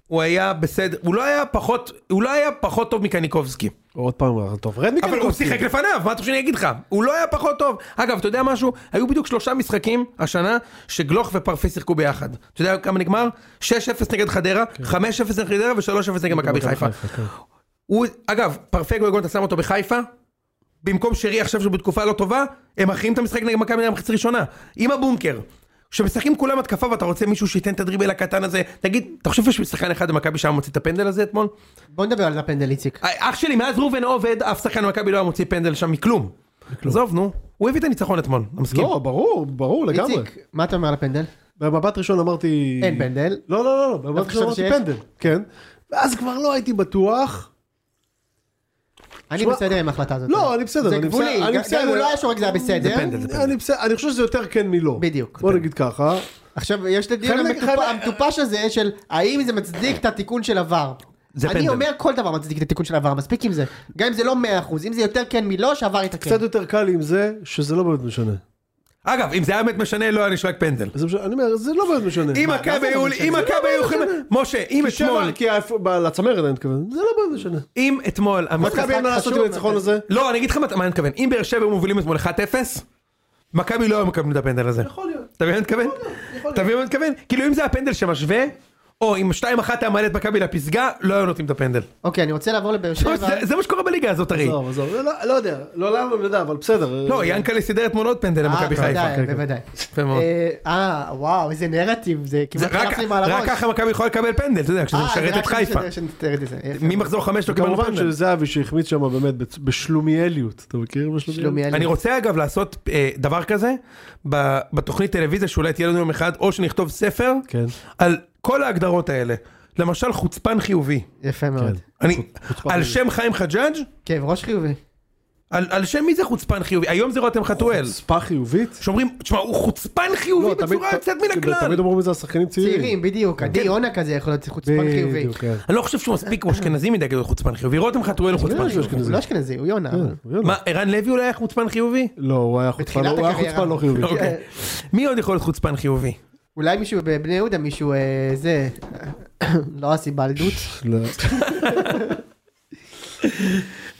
S3: הוא היה בסדר, הוא לא היה פחות, הוא לא היה פחות טוב מקניקובסקי.
S2: עוד פעם, אבל טוב, רד
S3: אבל כן, הוא
S2: מקניקובסקי.
S3: שיחק לפניו, מה אתה חושב שאני אגיד לך? הוא לא היה פחות טוב. אגב, אתה יודע משהו? היו בדיוק שלושה משחקים השנה שגלוך ופרפה שיחקו ביחד. אתה יודע כמה נגמר? 6-0 נגד חדרה, 5-0 נגד חדרה ו-3-0 נגד כן. מכבי חיפה. הוא, אגב, פרפה גויגון, אתה שם אותו בחיפה? במקום שרי עכשיו שהוא בתקופה לא טובה, הם מכריעים את המשחק נגד מכבי נגד המחצית הראשונה. עם הבונקר. כשמשחקים כולם התקפה ואתה רוצה מישהו שייתן את הדריבל הקטן הזה, תגיד, אתה חושב שיש שחקן אחד במכבי שהיה מוציא את הפנדל הזה אתמול?
S1: בוא נדבר על הפנדל, איציק.
S2: אה,
S3: אח שלי, מאז ראובן עובד, אף שחקן במכבי לא היה מוציא פנדל שם מכלום. עזוב, נו. הוא הביא את הניצחון אתמול, אתה מסכים?
S2: לא, ברור, ברור לגמרי. אה,
S1: איציק, מה אתה אומר על הפנדל?
S2: במבט ראשון אמרתי...
S1: אין פנדל.
S2: לא, לא, לא, לא, במבט
S1: דווקא
S2: ראשון אמרתי
S1: חשבתי שיש.
S2: פנדל. כן. ואז כבר לא הייתי בטוח.
S1: אני
S2: שמע-
S1: בסדר עם ההחלטה הזאת.
S2: לא, אני בסדר,
S1: זה
S2: אני
S1: גבולי.
S2: בסדר, אני
S1: גם- גם
S2: בסדר.
S1: אם הוא לא היה שורק זה היה בסדר.
S3: פנדל. זה
S2: אני בסדר, אני חושב שזה יותר כן מלא.
S1: בדיוק.
S2: בוא נגיד ככה.
S1: עכשיו, יש לדיון
S2: חלק-
S1: המטופ-
S2: חלק-
S1: המטופש הזה של האם זה מצדיק את התיקון של עבר.
S3: זה
S1: אני
S3: פנדל.
S1: אומר כל דבר מצדיק את התיקון של עבר, מספיק עם זה. גם אם זה לא 100%, אם זה יותר כן מלא, שעבר יתקן.
S2: קצת יותר קל לי עם זה, שזה לא באמת משנה.
S3: אגב, אם זה היה באמת משנה, לא היה נשרק פנדל.
S2: זה משנה- אני אומר, זה לא באמת משנה. לא,
S3: אם
S2: מה,
S3: מכבי היו, אם מכבי היו, יכולים- משה, אם
S2: כי
S3: אתמול,
S2: שבע- כי האפ- ב- לצמרת אני מתכוון, זה לא באמת משנה.
S3: אם אתמול, המשחק-
S2: מכבי אין מה לעשות עם
S1: חשוב,
S2: הניצחון
S1: אבל-
S2: הזה.
S3: לא, אני אגיד לך מה מה אני מתכוון, אם באר שבע היו מובילים אתמול 1-0, מכבי לא היו מקבלים את הפנדל הזה.
S2: נכון. יכול להיות.
S3: אתה מבין מה אני מתכוון? אתה מבין מה אני מתכוון? כאילו אם זה הפנדל שמשווה, או אם 2-1 היה מעלה את מכבי לפסגה, לא היו נותנים את הפנדל.
S1: אוקיי, אני רוצה לעבור לבאר שבע.
S3: זה- זה מה שקורה בליגה הזאת הרי.
S2: עזוב, עזוב, לא- לא יודע, לא למה אני יודע, אבל בסדר.
S3: לא, ינקלה סידר אתמול עוד פנדל
S1: אה,
S3: למכבי חיפה. כן,
S1: בוודאי, בוודאי.
S3: יפה מאוד.
S1: אה, אה, וואו, איזה נרטיב, זה
S3: זה
S1: כמעט
S3: רק
S1: חלף לי מעל הראש.
S3: רק ככה מכבי יכולה לקבל פנדל, אתה יודע, כשזה
S1: אה, זה
S3: משרת
S1: רק
S3: את חיפה.
S1: שאני- שאני מתאר את זה, יפה.
S3: ממחזור חמש לא קיבלנו
S2: כמובן
S3: פנדל.
S2: שזהבי שהחמיץ שם באמת בצ- בשלומיאליות, אתה מכיר בשלומיאליות?
S1: שלומיאלי.
S3: אני רוצה אגב לעשות אה, דבר כזה, ב- בתוכנית טלוויזיה שאולי תהיה לנו יום אחד, או שנכתוב ספר,
S2: כן.
S3: על כל ההגדרות האלה. למשל חוצפן חיובי.
S1: יפה מאוד.
S3: אני,
S2: חוצפן חיובי.
S3: על שם חיים חג'אג'?
S1: כאב ראש חיובי.
S3: כן. על על שם מי זה חוצפן חיובי? היום זה רותם חתואל.
S2: ספה חיובית?
S3: שאומרים, תשמע, הוא חוצפן חיובי
S2: לא, תמיד-
S3: בצורה
S2: ת-
S3: יוצאת מן הכלל.
S2: תמיד אומרים את זה על שחקנים צעירים.
S1: צעירים, בדיוק.
S3: כן.
S1: עדי יונה כזה יכול להיות חוצפן חיובי.
S2: בדיוק, כן.
S3: אני לא חושב שהוא מספיק הוא אשכנזי מדי כדי להיות חוצפן חיובי. רותם חתואל הוא חוצפן כן.
S2: שהוא
S3: חיובי.
S1: הוא לא אשכנזי, הוא
S3: אה,
S1: יונה. אבל-
S3: מה, ערן לוי אולי היה חוצפן חיובי?
S2: אה, לא, הוא היה חוצפן
S1: בתחילת
S2: לא- הוא היה
S1: הקריירה.
S2: חוצפן לא חיובי.
S3: אוקיי. מי עוד יכול להיות חוצפן חיובי?
S1: אולי מישהו בבני יהודה, מישהו אה, זה, לא אסי בלדות.
S2: לא.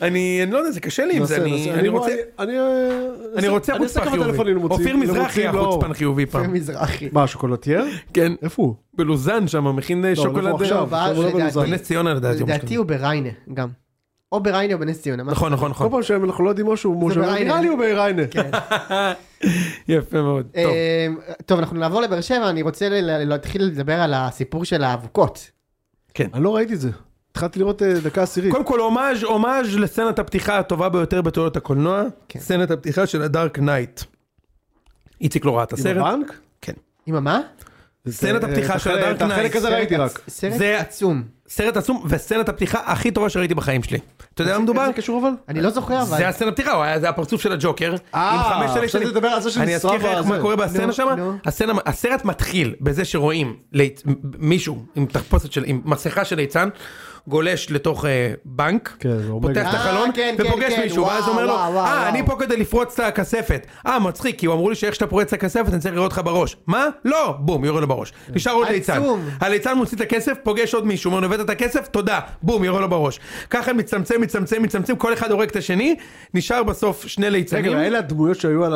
S3: אני אני לא יודע, זה קשה לי עם
S2: נעשה,
S3: זה, אני-
S2: נעשה.
S3: אני רוצה...
S2: לא אני אה,
S3: אני
S2: אעשה-
S3: רוצה
S2: אעשה
S3: חוצפן
S2: כמה
S3: חיובי.
S2: טלפונים למוציא- לא,
S3: אופיר מזרחי
S2: למוציאים
S3: היה
S2: לאור.
S3: חוצפן חיובי
S1: אופיר
S3: פעם.
S1: מזרחי.
S2: מה, שוקולטייר?
S3: כן,
S2: איפה הוא?
S3: בלוזן שם, מכין אה,
S2: לא,
S3: שוקולד.
S2: איפה הוא
S1: לא,
S2: עכשיו? הוא לא
S1: לדעתי.
S2: בלוזן.
S3: בנס ציונה לדעתי. הוא
S1: לדעתי
S3: משתמש.
S1: הוא בריינה גם. או בריינה או בנס ציונה. מה-
S3: נכון, נכון,
S2: כל
S3: נכון.
S2: פעם שאנחנו לא יודעים משהו, הוא
S1: זה
S2: שם,
S1: בריינה.
S2: נראה לי הוא בריינה.
S1: כן.
S3: יפה מאוד. טוב.
S1: אה, טוב, אנחנו נעבור לבאר שבע, אני רוצה ל- ל- להתחיל לדבר על הסיפור של האבוקות.
S2: אני לא ראיתי את זה. התחלתי לראות אה, דקה עשירית.
S3: קודם כל הומאז' הומאז' לסצנת הפתיחה הטובה ביותר בתולדות הקולנוע.
S1: כן.
S3: סצנת הפתיחה של הדארק נייט. איציק לא ראה את
S2: עם
S3: הסרט.
S2: הבנק?
S1: עם המה?
S3: סצנת
S2: אה,
S3: הפתיחה
S2: את
S3: של
S2: החלק-
S3: הדארק
S2: את החלק
S3: נייט.
S2: הזה ראיתי רק.
S1: סרט
S3: זה-
S1: עצום.
S3: סרט עצום וסצנת הפתיחה הכי טובה שראיתי בחיים שלי. אתה יודע על מה מדובר?
S2: איזה קשור אבל?
S1: אני לא זוכר, אבל...
S3: זה הסצנה פתיחה, הוא היה- זה הפרצוף של הג'וקר.
S2: אה,
S3: עם חמש שנים
S2: עכשיו
S3: שאני-
S2: תדבר על זה שנשרף
S3: אני אזכיר לך איך- מה
S2: הזה.
S3: קורה
S1: נו,
S3: בסצנה שם.
S1: נו.
S3: הסרט מתחיל בזה שרואים ליצ- מישהו עם תחפושת של, עם מסכה של ליצן, גולש לתוך אה, בנק,
S2: כן, זה עומד.
S3: פותח את
S1: אה,
S3: החלון
S1: כן, כן,
S3: ופוגש
S1: כן,
S3: מישהו,
S1: וואו,
S3: ואז אומר לו,
S1: וואו, וואו,
S3: אה,
S1: וואו."
S3: אני פה כדי לפרוץ את הכספת. אה, מצחיק, כי הוא אמרו לי שאיך שאתה פורץ את הכספת אני צריך לראות אותך בראש. מה? לא! בום, יורה לו בראש. נשאר עוד ליצן.
S1: עצום.
S3: הליצן מוציא את הכסף, פוגש עוד מישהו, אומר לו, הבאת את הכסף, תודה, בום, יורה לו בראש. ככה מצטמצם, מצטמצם, מצטמצם, כל אחד הורג את השני, נשאר בסוף שני ליצנים.
S2: רגע, אלה הדמויות שהיו על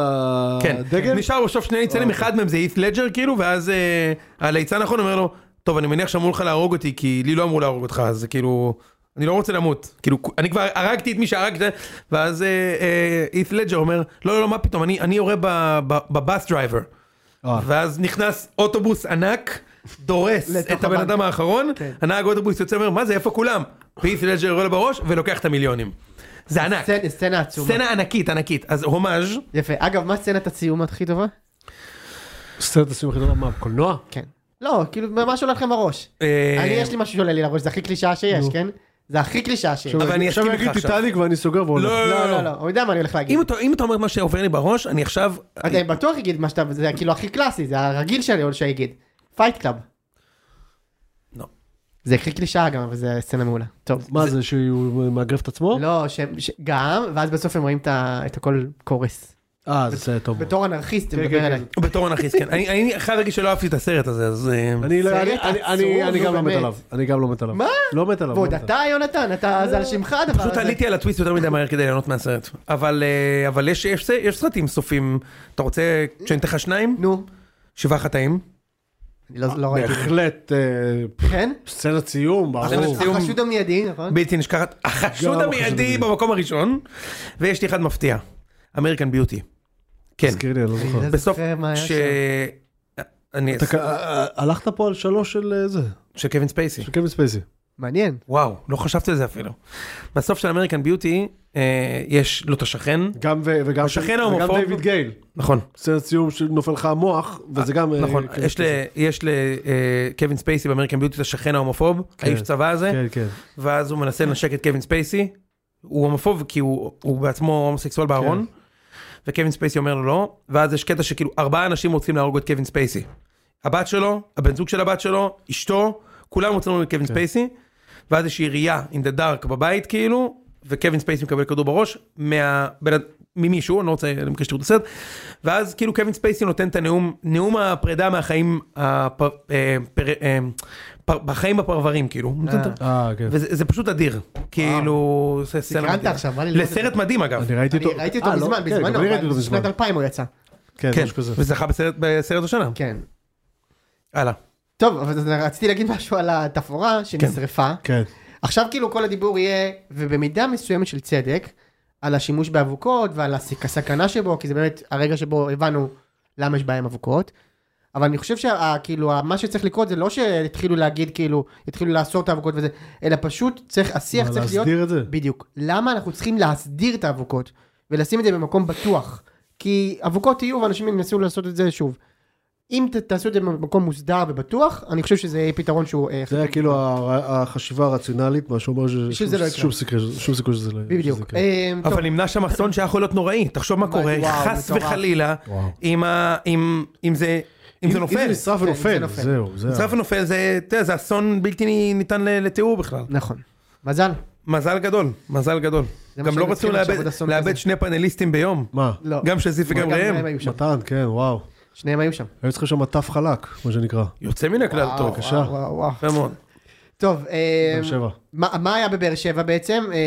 S3: כן,
S2: הדגל?
S3: נשאר בסוף שני ליצנים,
S1: אוקיי.
S3: אחד מהם זה אית לג'ר כאילו, ואז אה, הליצן האחרון אומר לו, טוב, אני מניח שאמרו לך להרוג אותי, כי לי לא אמרו להרוג אותך, אז זה כאילו, אני לא רוצה למות. כאילו, אני כבר הרגתי את מי שהרגתי, ואז אה, אה, אית לג'ר אומר, לא, לא, לא, מה פתאום, אני אני יורה ב- ב- בבאס דרייבר.
S2: אה.
S3: ואז נכנס אוטובוס ענק, דורס
S1: לתוך
S3: את הבן
S1: הבנק.
S3: אדם האחרון,
S1: כן.
S3: הנהג אוטובוס יוצא ואומר, מה זה, איפה כולם? ואית לג'ר יורה לו בראש ולוקח את המיליונים. זה ענק.
S1: סצנה- סצנה עצומה.
S3: סצנה ענקית, ענקית. אז הומאז'
S1: יפה. אגב, מה סצנת הסיום הכי טובה?
S2: סרט הסיום הכי טוב, מה, קולנוע?
S1: כן. לא, כאילו, מה שעולה לכם בראש.
S3: אה,
S1: אני, יש לי משהו שעולה לי לראש, זה הכי קלישאה שיש, כן? זה הכי קלישאה שיש.
S3: אבל אני
S2: עכשיו
S3: אסכים
S2: יגיד
S3: איתך עכשיו.
S2: טיטניק ואני סוגר והולך.
S3: לא,
S1: לא, לא, לא, הוא יודע מה אני הולך להגיד.
S3: אם אתה, אם אתה אומר מה שעובר לי בראש, אני עכשיו...
S1: אני בטוח אגיד מה שאתה, זה כאילו הכי קלאסי, זה הרגיל שלי עוד שיגיד. פייט קלאב.
S3: לא.
S1: זה הכי קלישאה גם, אבל זה סצנה מעולה. טוב.
S2: מה זה, שהוא מאגרף את עצמו?
S1: לא, ש- ש- גם, ואז בסוף הם רואים את ה- את הכל קורס.
S2: אה, זה סרט טוב.
S1: בתור אנרכיסט,
S2: כן,
S1: הם מדבר
S2: כן,
S1: אליי.
S3: בתור אנרכיסט, כן. אני, אני חייב להגיד שלא אהבתי את הסרט הזה, אז... אה,
S2: אני לא-
S1: סרט
S2: אני- אני-
S1: עצוב,
S2: אני- אני גם
S1: נו,
S2: לא מת
S1: באמת.
S2: עליו. אני גם לא מת עליו.
S1: מה?
S2: לא מת עליו.
S1: ועוד
S2: לא מת
S1: אתה, יונתן,
S2: אה,
S1: אתה, זה על שמך הדבר
S3: פשוט
S1: הזה.
S3: עליתי על הטוויסט יותר מדי מהר כדי ליהנות מהסרט. אבל, אה, אבל יש, יש, יש סרטים סופים. אתה רוצה שאני אתן לך שניים?
S1: נו,
S3: שבעה חטאים?
S1: אני לא לא
S2: עליו.
S1: ראיתי.
S2: בהחלט אה,
S1: כן?
S2: סצנת סיום, ברור.
S3: סצנת סיום.
S1: החשוד המיידי, נכון?
S3: בלתי נשכחת.
S2: גם
S1: לא
S3: החשוד
S2: החשוד המיידי.
S3: המיידי במקום הראשון. ויש לי אחד מפתיע. אמריקן ביוטי. כן.
S2: תזכיר לי, אני לא זוכר.
S1: אני לא
S3: בסוף,
S1: זוכר מה היה
S3: ש...
S1: שם.
S3: אני...
S2: אתה ק- אה, אה, הלכת פה על שלוש של אה, זה,
S3: של קווין ספייסי.
S2: של קווין ספייסי.
S1: מעניין.
S3: וואו, לא חשבתי על זה אפילו. בסוף של אמריקן ביוטי, אה, יש לו את השכן,
S2: גם ו- וגם
S3: השכן
S2: של- וגם
S3: ההומופוב.
S2: דיוויד גייל.
S3: נכון,
S2: סצנת סיום שנופל לך המוח, וזה גם... אה,
S3: נכון,
S2: כן,
S3: יש ל- יש לקווין ספייסי באמריקן ביוטי את השכן ההומופוב, האיש צבא הזה,
S2: כן, כן.
S3: ואז הוא מנסה לנשק את קווין ספייסי, הוא הומופוב כי הוא הוא בעצמו הומוסקסואל בארון, וקווין ספייסי אומר לו לא, ואז יש קטע שכאילו ארבעה אנשים רוצים להרוג את קווין ספייסי. הבת שלו, הבן זוג של הבת שלו, אשתו, כולם רוצים להרוג את קווין ספייסי, ואז יש ירייה in the dark בבית כאילו, וקווין ספייסי מקבל כדור בראש, מהבן... אד- ממישהו, אני לא רוצה למקרה שתראו את הסרט, ואז כאילו קווין ספייסי נותן את הנאום, נאום הפרידה מהחיים הפ... אה, פר... אה, פר... בחיים הפרברים כאילו, הוא נותן את ה-
S2: אה, כן.
S3: וזה זה פשוט אדיר, כאילו, זה סצנה
S1: סקרנת
S3: מדהימה.
S1: עכשיו, בא לי לראות את
S3: לסרט מדהים אגב,
S2: אני ראיתי
S1: אני
S2: אותו.
S1: ראיתי אותו
S2: אה, לא,
S1: מזמן,
S2: כן, גם
S1: בזמנו,
S2: אני ראיתי אותו
S1: בשנת
S2: מזמן.
S1: 2000 הוא יצא.
S2: כן,
S3: כן,
S2: משהו כזה.
S3: וזכה בסרט- בסרט השנה,
S1: כן.
S3: הלאה.
S1: טוב, אבל אז רציתי להגיד משהו על התפאורה שנשרפה.
S2: כן.
S1: עכשיו כאילו כל הדיבור יהיה, ובמידה מסוימת של צדק, על השימוש באבוקות ועל הסק- הסכנה שבו, כי זה באמת הרגע שבו הבנו למה יש בעיה עם אבוקות. אבל אני חושב שכאילו, מה שצריך לקרות זה לא שהתחילו להגיד כאילו, התחילו לאסור את האבוקות וזה, אלא פשוט צריך, השיח
S2: מה,
S1: צריך להיות...
S2: להסדיר את זה?
S1: בדיוק. למה אנחנו צריכים להסדיר את האבוקות ולשים את זה במקום בטוח? כי אבוקות יהיו ואנשים ינסו לעשות את זה שוב. אם ת- תעשו את זה במקום מוסדר ובטוח, אני חושב שזה יהיה פתרון שהוא... אה,
S2: זה היה כאילו ה- החשיבה הרציונלית, מה שאומר
S1: שזה לא
S2: שיש
S1: יקרה.
S2: שום סיכוי שום סיכוי שזה לא שזה
S1: בדיוק.
S2: יקרה.
S1: אה, טוב.
S3: אבל נמנע שם אסון שהיה יכול להיות נוראי, תחשוב מה
S1: מה,
S3: קורה,
S1: וואו,
S3: חס
S1: מטורף.
S3: וחלילה,
S2: וואו.
S3: אם ה- אם- אם זה אם זה
S2: אם
S3: נופל.
S2: זה נשרף
S1: כן, אם זה אה.
S2: ונופל,
S1: נופל.
S2: זהו, זה
S3: נשרף ונופל זה, אתה יודע, זה אסון בלתי ניתן ל- לתיאור בכלל.
S1: נכון. מזל.
S3: מזל גדול, מזל גדול.
S1: זה מה
S3: גם
S1: שהם
S3: לא
S1: צריכים
S3: רצו
S1: עכשיו,
S3: לאבד-
S1: עוד אסון
S3: לאבד
S1: כזה.
S3: שני פאנליסטים ביום.
S2: מה?
S1: לא.
S3: גם של זיו וגם
S1: הם
S3: ראם.
S1: היו שם.
S2: מתן, כן, וואו.
S1: שניהם היו שם.
S2: היו צריכים שם מטף חלק, מה שנקרא.
S3: יוצא מן הכלל
S1: וואו,
S3: טוב.
S2: בבקשה.
S1: וואו, וואו, וואו.
S3: יפה מאוד.
S1: טוב, אה,
S2: באר שבע.
S1: מה מה היה בבאר שבע בעצם? אה,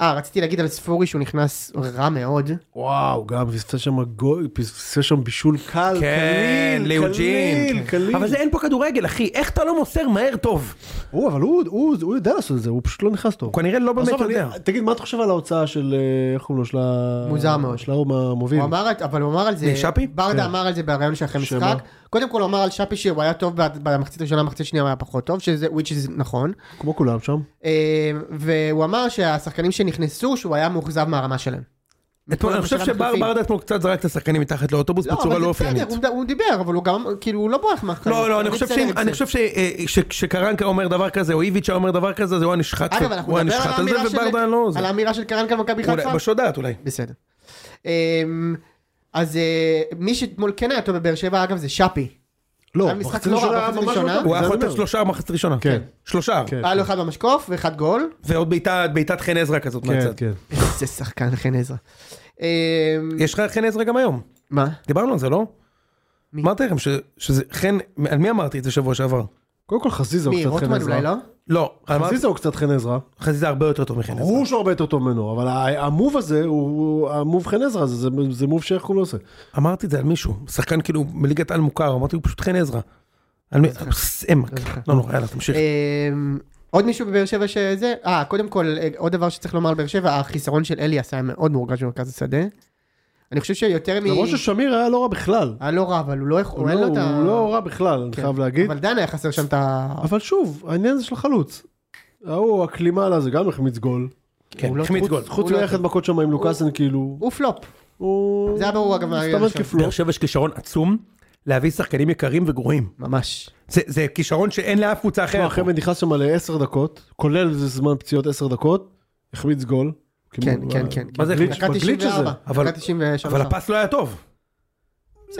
S1: אה, רציתי להגיד על ספורי שהוא נכנס רע מאוד.
S2: וואו, גם פספס שם גול, פספס שם בישול קל,
S3: כן,
S2: קליל,
S3: ליוג'ין.
S2: קליל, קליל.
S3: אבל זה אין פה כדורגל, אחי, איך אתה לא מוסר מהר טוב?
S2: הוא, אבל הוא, הוא, הוא יודע לעשות את זה, הוא פשוט לא נכנס טוב.
S3: הוא כנראה לא באמת
S2: עזוב,
S3: יודע.
S2: אני- תגיד, מה אתה חושב על ההוצאה של, אה, איך קוראים לו, של ה...
S1: מוזר מאוד.
S2: של ההוא מהמוביל.
S1: הוא אמר, את- אבל הוא אמר על זה,
S3: מי, שפי?
S1: ברדה
S2: כן.
S1: אמר על זה בריאיון שאחרי
S2: שמה?
S1: משחק. קודם כל הוא אמר על שפי שהוא היה טוב ב- במחצית הראשונה, במחצית השנייה הוא היה פחות טוב, שזה which is נכון.
S2: כמו כולם שם.
S1: אה, והוא אמר שהשחקנים שנכנסו, שהוא היה מאוכזב מהרמה שלהם.
S3: אתמול, אני חושב
S1: מכירה
S3: שבר
S1: מחליפים.
S3: ברדה אתמול קצת זרק את השחקנים מתחת לאוטובוס בצורה
S1: אבל
S3: לא
S1: זה
S3: אופיינית.
S1: בסדר, הוא מד- הוא דיבר, אבל הוא גם, כאילו, הוא לא בורח מהחיים.
S3: לא, לא, אני חושב שאם- אני חושב ש- אה, שכשקרנקה אומר דבר כזה, או איביץ' היה אומר דבר כזה, זה הוא הנשחט.
S1: אגב, אנחנו
S3: הוא
S1: נדבר על
S3: הנשחט הזה,
S1: האמירה
S3: וברדה לא,
S1: של-
S3: זה-
S1: על האמירה של קרנקה במכבי
S3: אולי-
S1: חיפה.
S3: בשודעת אולי.
S1: בסדר. אמ, אז אה, מי שאתמול כן היה טוב בבאר שבע, אגב, זה שפי.
S2: לא,
S1: היה משחק
S2: מחצית
S1: לא רע,
S2: ראשונה היה
S1: מחצית
S2: ממש לא
S1: ראשונה.
S2: טוב.
S3: הוא
S2: זה
S3: היה
S2: אני
S3: יכול לתת
S2: אומר.
S3: שלושה במחצית ראשונה.
S2: כן.
S3: שלושה.
S2: כן.
S1: היה לו אחד במשקוף ואחד גול.
S3: ועוד בעיטה- בעיטת חן עזרא כזאת
S2: כן,
S3: מהצד.
S2: כן.
S1: איזה שחקן חן עזרא. אמ,
S3: יש לך חן עזרא גם היום.
S1: מה?
S3: דיברנו על זה, לא?
S1: מי?
S3: אמרתי לכם ש- שזה חן, על מי אמרתי את זה שבוע שעבר?
S2: קודם כל חזיזה הוא
S1: מי?
S2: קצת חן
S1: רוטמן אולי לא?
S2: עזרא.
S3: לא, אמרתי-
S2: חזיזה הוא קצת חן עזרא.
S3: חזיזה הרבה יותר טוב מחן עזרא.
S2: ברור שהוא הרבה יותר טוב ממנו, אבל ה- המוב הזה, הוא- המוב חן עזרא, הזה, זה זה מוב שאיך קוראים לו עושה.
S3: אמרתי את זה על מישהו, שחקן כאילו מליגת על מוכר, אמרתי הוא פשוט חן עזרא. על מי- סמק.
S1: זוכר.
S3: לא נורא, יאללה,
S2: כן.
S3: תמשיך.
S1: אמ, עוד מישהו בבאר שבע שזה? אה, קודם כל, אה, עוד דבר שצריך לומר על באר שבע, החיסרון של אליאס היה מאוד מורגש במרכז השדה. אני חושב שיותר מ...
S2: למרות ששמיר היה לא רע בכלל.
S1: היה לא רע, אבל הוא לא יכול...
S2: הוא
S1: אין
S2: לא-
S1: לו את ה-
S2: הוא לא רע בכלל, אני
S1: כן.
S2: חייב להגיד.
S1: אבל דן היה חסר שם את ה...
S2: אבל שוב, העניין זה של החלוץ. ההוא, הקלימה עליו, זה גם החמיץ גול.
S3: כן,
S1: הוא לא-
S3: החמיץ
S1: חוץ-
S3: גול.
S2: חוץ
S1: הוא לא
S2: מללכת
S1: טוב.
S2: מכות שם עם לוקאסן, כאילו,
S1: הוא פלופ.
S2: הוא...
S1: זה היה ברור, אגב, מהרגע
S2: מסתמן
S1: הראשון.
S2: כפלופ.
S3: באר שבע יש כישרון עצום להביא שחקנים יקרים וגרועים.
S1: ממש.
S3: זה- זה כישרון שאין לאף קבוצה
S2: תשמע,
S3: אחרת.
S2: כן, החמד נכנס שם לעשר דקות, כולל איזה זמן פציעות עשר דקות, החמיץ גול.
S1: כן,
S2: כאילו,
S1: כן,
S2: אה,
S1: כן.
S3: מה זה
S2: בגליץ',
S1: דקה
S2: בגליץ' הזה.
S1: 94.
S3: אבל-
S1: דקה 93.
S3: אבל הפס לא היה טוב.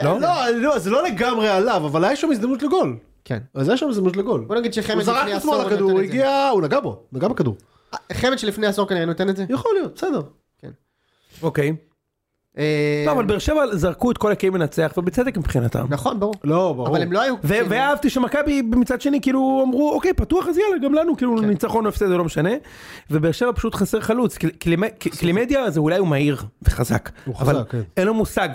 S3: לא?
S2: לא, לא, זה לא לגמרי עליו, אבל היה שם הזדמנות לגול.
S1: כן.
S2: אז היה שם הזדמנות לגול.
S1: בוא נגיד שחמד
S2: הוא זרק
S1: לפני
S2: את
S1: עשור
S2: עצמו על
S1: נתן
S2: הכדור, הוא
S1: את זה.
S2: הגיע, הוא נגע בו, נגע בכדור.
S1: חמד שלפני עשור כנראה נותן את זה.
S2: יכול להיות, בסדר.
S3: אוקיי.
S1: אה,
S3: לא, אבל באר שבע זרקו את כל הקיים לנצח, ובצדק מבחינתם.
S1: נכון, ברור.
S2: לא, ברור.
S1: אבל הם לא היו...
S3: ו- ואהבתי שמכבי מצד שני כאילו אמרו אוקיי פתוח אז יאללה גם לנו כאילו
S1: כן.
S3: ניצחון או הפסד זה לא משנה. ובאר שבע פשוט חסר חלוץ קל- קלימ- ק- קלימדיה זה אולי הוא מהיר וחזק.
S2: הוא חזק,
S3: אבל
S2: כן.
S3: אין לו מושג.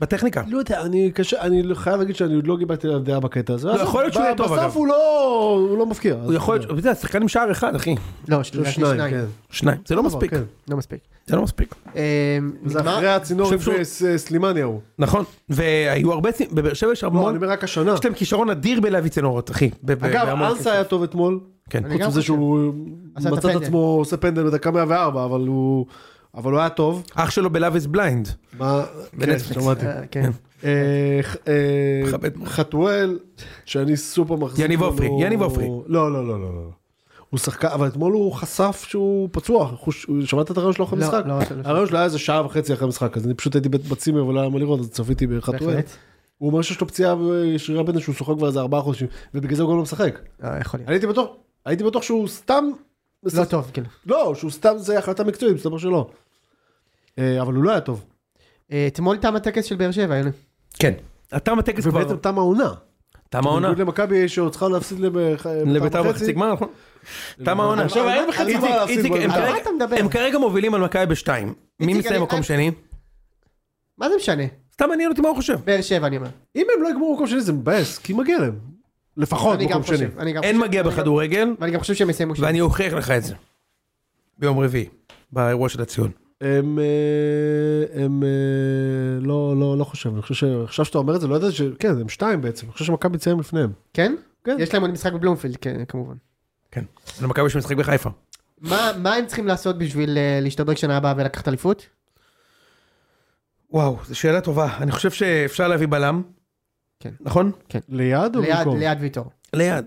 S3: בטכניקה.
S2: לא יודע, אני קשה, אני לא- חייב להגיד שאני עוד לא גיבלתי עליו דעה בקטע הזה.
S3: לא, יכול להיות שהוא יהיה טוב, אגב.
S2: בסוף הוא לא, הוא לא מפקיע. אז
S3: הוא יכול
S2: אתה יודע.
S3: להיות, אתה יודע, שחקן עם שער אחד אחי.
S1: לא, שלוש-
S2: שניים,
S1: שניים.
S2: כן.
S3: שניים. זה לא
S2: דבר,
S3: מספיק.
S2: כן.
S1: לא מספיק.
S3: זה לא מספיק.
S1: אה,
S2: זה
S1: נגמר?
S2: אחרי הצינור
S3: חושב שהוא-
S2: עם ס- אה, סלימני ההוא.
S3: נכון. והיו הרבה, צי- בבאר שבע יש
S2: לא, אני
S3: המון,
S2: אומר רק השנה.
S3: יש להם כישרון אדיר בלהביא צינורות אחי. ב- ב-
S2: אגב,
S3: בהמון כסף.
S2: אנסה היה טוב אתמול.
S3: כן.
S1: אני
S2: חוץ
S1: גם
S2: מזה
S1: חושב.
S2: שהוא
S1: עשה את
S2: מצא את
S1: הפנדל.
S2: עצמו עושה פנדל בדקה 104, אבל הוא... אבל הוא היה טוב.
S3: אח שלו בלאב איז בליינד.
S2: מה- כן,
S3: בנטפליקס.
S2: שמעתי.
S1: אה, כן.
S2: אה, ח- אה,
S3: מכבד מאוד.
S2: חתואל, שאני סופר מחזיק.
S3: יניב עופרי,
S2: ממנו.
S3: יניב עופרי.
S2: לא, לא, לא, לא. לא. הוא שחקן, אבל אתמול הוא חשף שהוא פצוע. הוא ש- הוא- שמעת את הרעיון שלו אחרי
S1: לא,
S2: המשחק?
S1: לא, לא, לא.
S2: הרעיון שלו היה איזה שעה וחצי אחרי המשחק, אז אני פשוט הייתי בית- בצימר ולא היה מה לראות, אז צפיתי בחתואל.
S1: בהחלט.
S2: הוא אומר שיש לו פציעה בשרירי הבטן שהוא שוחק כבר איזה ארבעה חודשים, ובגלל זה הוא גם לא משחק.
S1: אה, יכול להיות.
S2: אני הייתי בטוח, הייתי בטוח שהוא סתם...
S1: לא טוב, כן.
S2: לא, שהוא סתם זה החלטה מקצועית, מסתבר שלא. אה, אבל הוא לא היה טוב.
S1: אה, אתמול תם הטקס של באר שבע, יוני.
S3: כן. אתה מטקס כבר.
S2: ובעצם תם העונה.
S3: תם העונה.
S2: בניגוד למכבי שצריכה להפסיד אה, לבח-
S3: לביתר בחצי גמר נכון? תם העונה.
S2: עכשיו, אין בכלל
S3: איציק,
S2: מה להפסיד
S3: איציק,
S2: בעונה.
S3: הם
S1: לא על מה
S3: כרגע-
S1: אתה מדבר?
S3: הם כרגע מובילים על מכבי בשתיים. מי
S1: איציק,
S3: מסיים
S1: אני-
S3: מקום
S1: אני-
S3: שני?
S1: מה זה משנה?
S3: סתם מעניין אותי מה הוא חושב.
S1: באר שבע, אני אומר.
S2: אם הם לא יגמרו מקום שני זה מבאס, כי מגיע להם. לפחות
S1: אני גם
S2: נכון, מקום שני.
S1: חושב. אני גם
S3: אין
S1: חושב.
S3: מגיע
S1: אני גם-
S3: בכדורגל,
S1: ואני גם חושב שהם יסיימו שם.
S3: ואני אוכיח לך את זה. ביום רביעי. באירוע של הציון.
S2: הם, אה, הם, אה, לא, לא, לא חושב, אני חושב שעכשיו שאתה אומר את זה, לא ידעתי ש... כן, הם שתיים בעצם, אני חושב שמכבי תסיים לפניהם.
S1: כן?
S2: כן.
S1: יש להם עוד משחק בבלומפילד, כן, כמובן.
S3: כן. למכבי יש משחק בחיפה.
S1: מה- מה הם צריכים לעשות בשביל אה, להשתדרג שנה הבאה ולקחת אליפות?
S3: וואו, זו שאלה טובה. אני חושב שאפשר להביא בלם.
S1: כן.
S3: נכון?
S2: ליד או
S1: ליד,
S2: לא, במקום?
S1: ליד ויטור.
S3: ליד.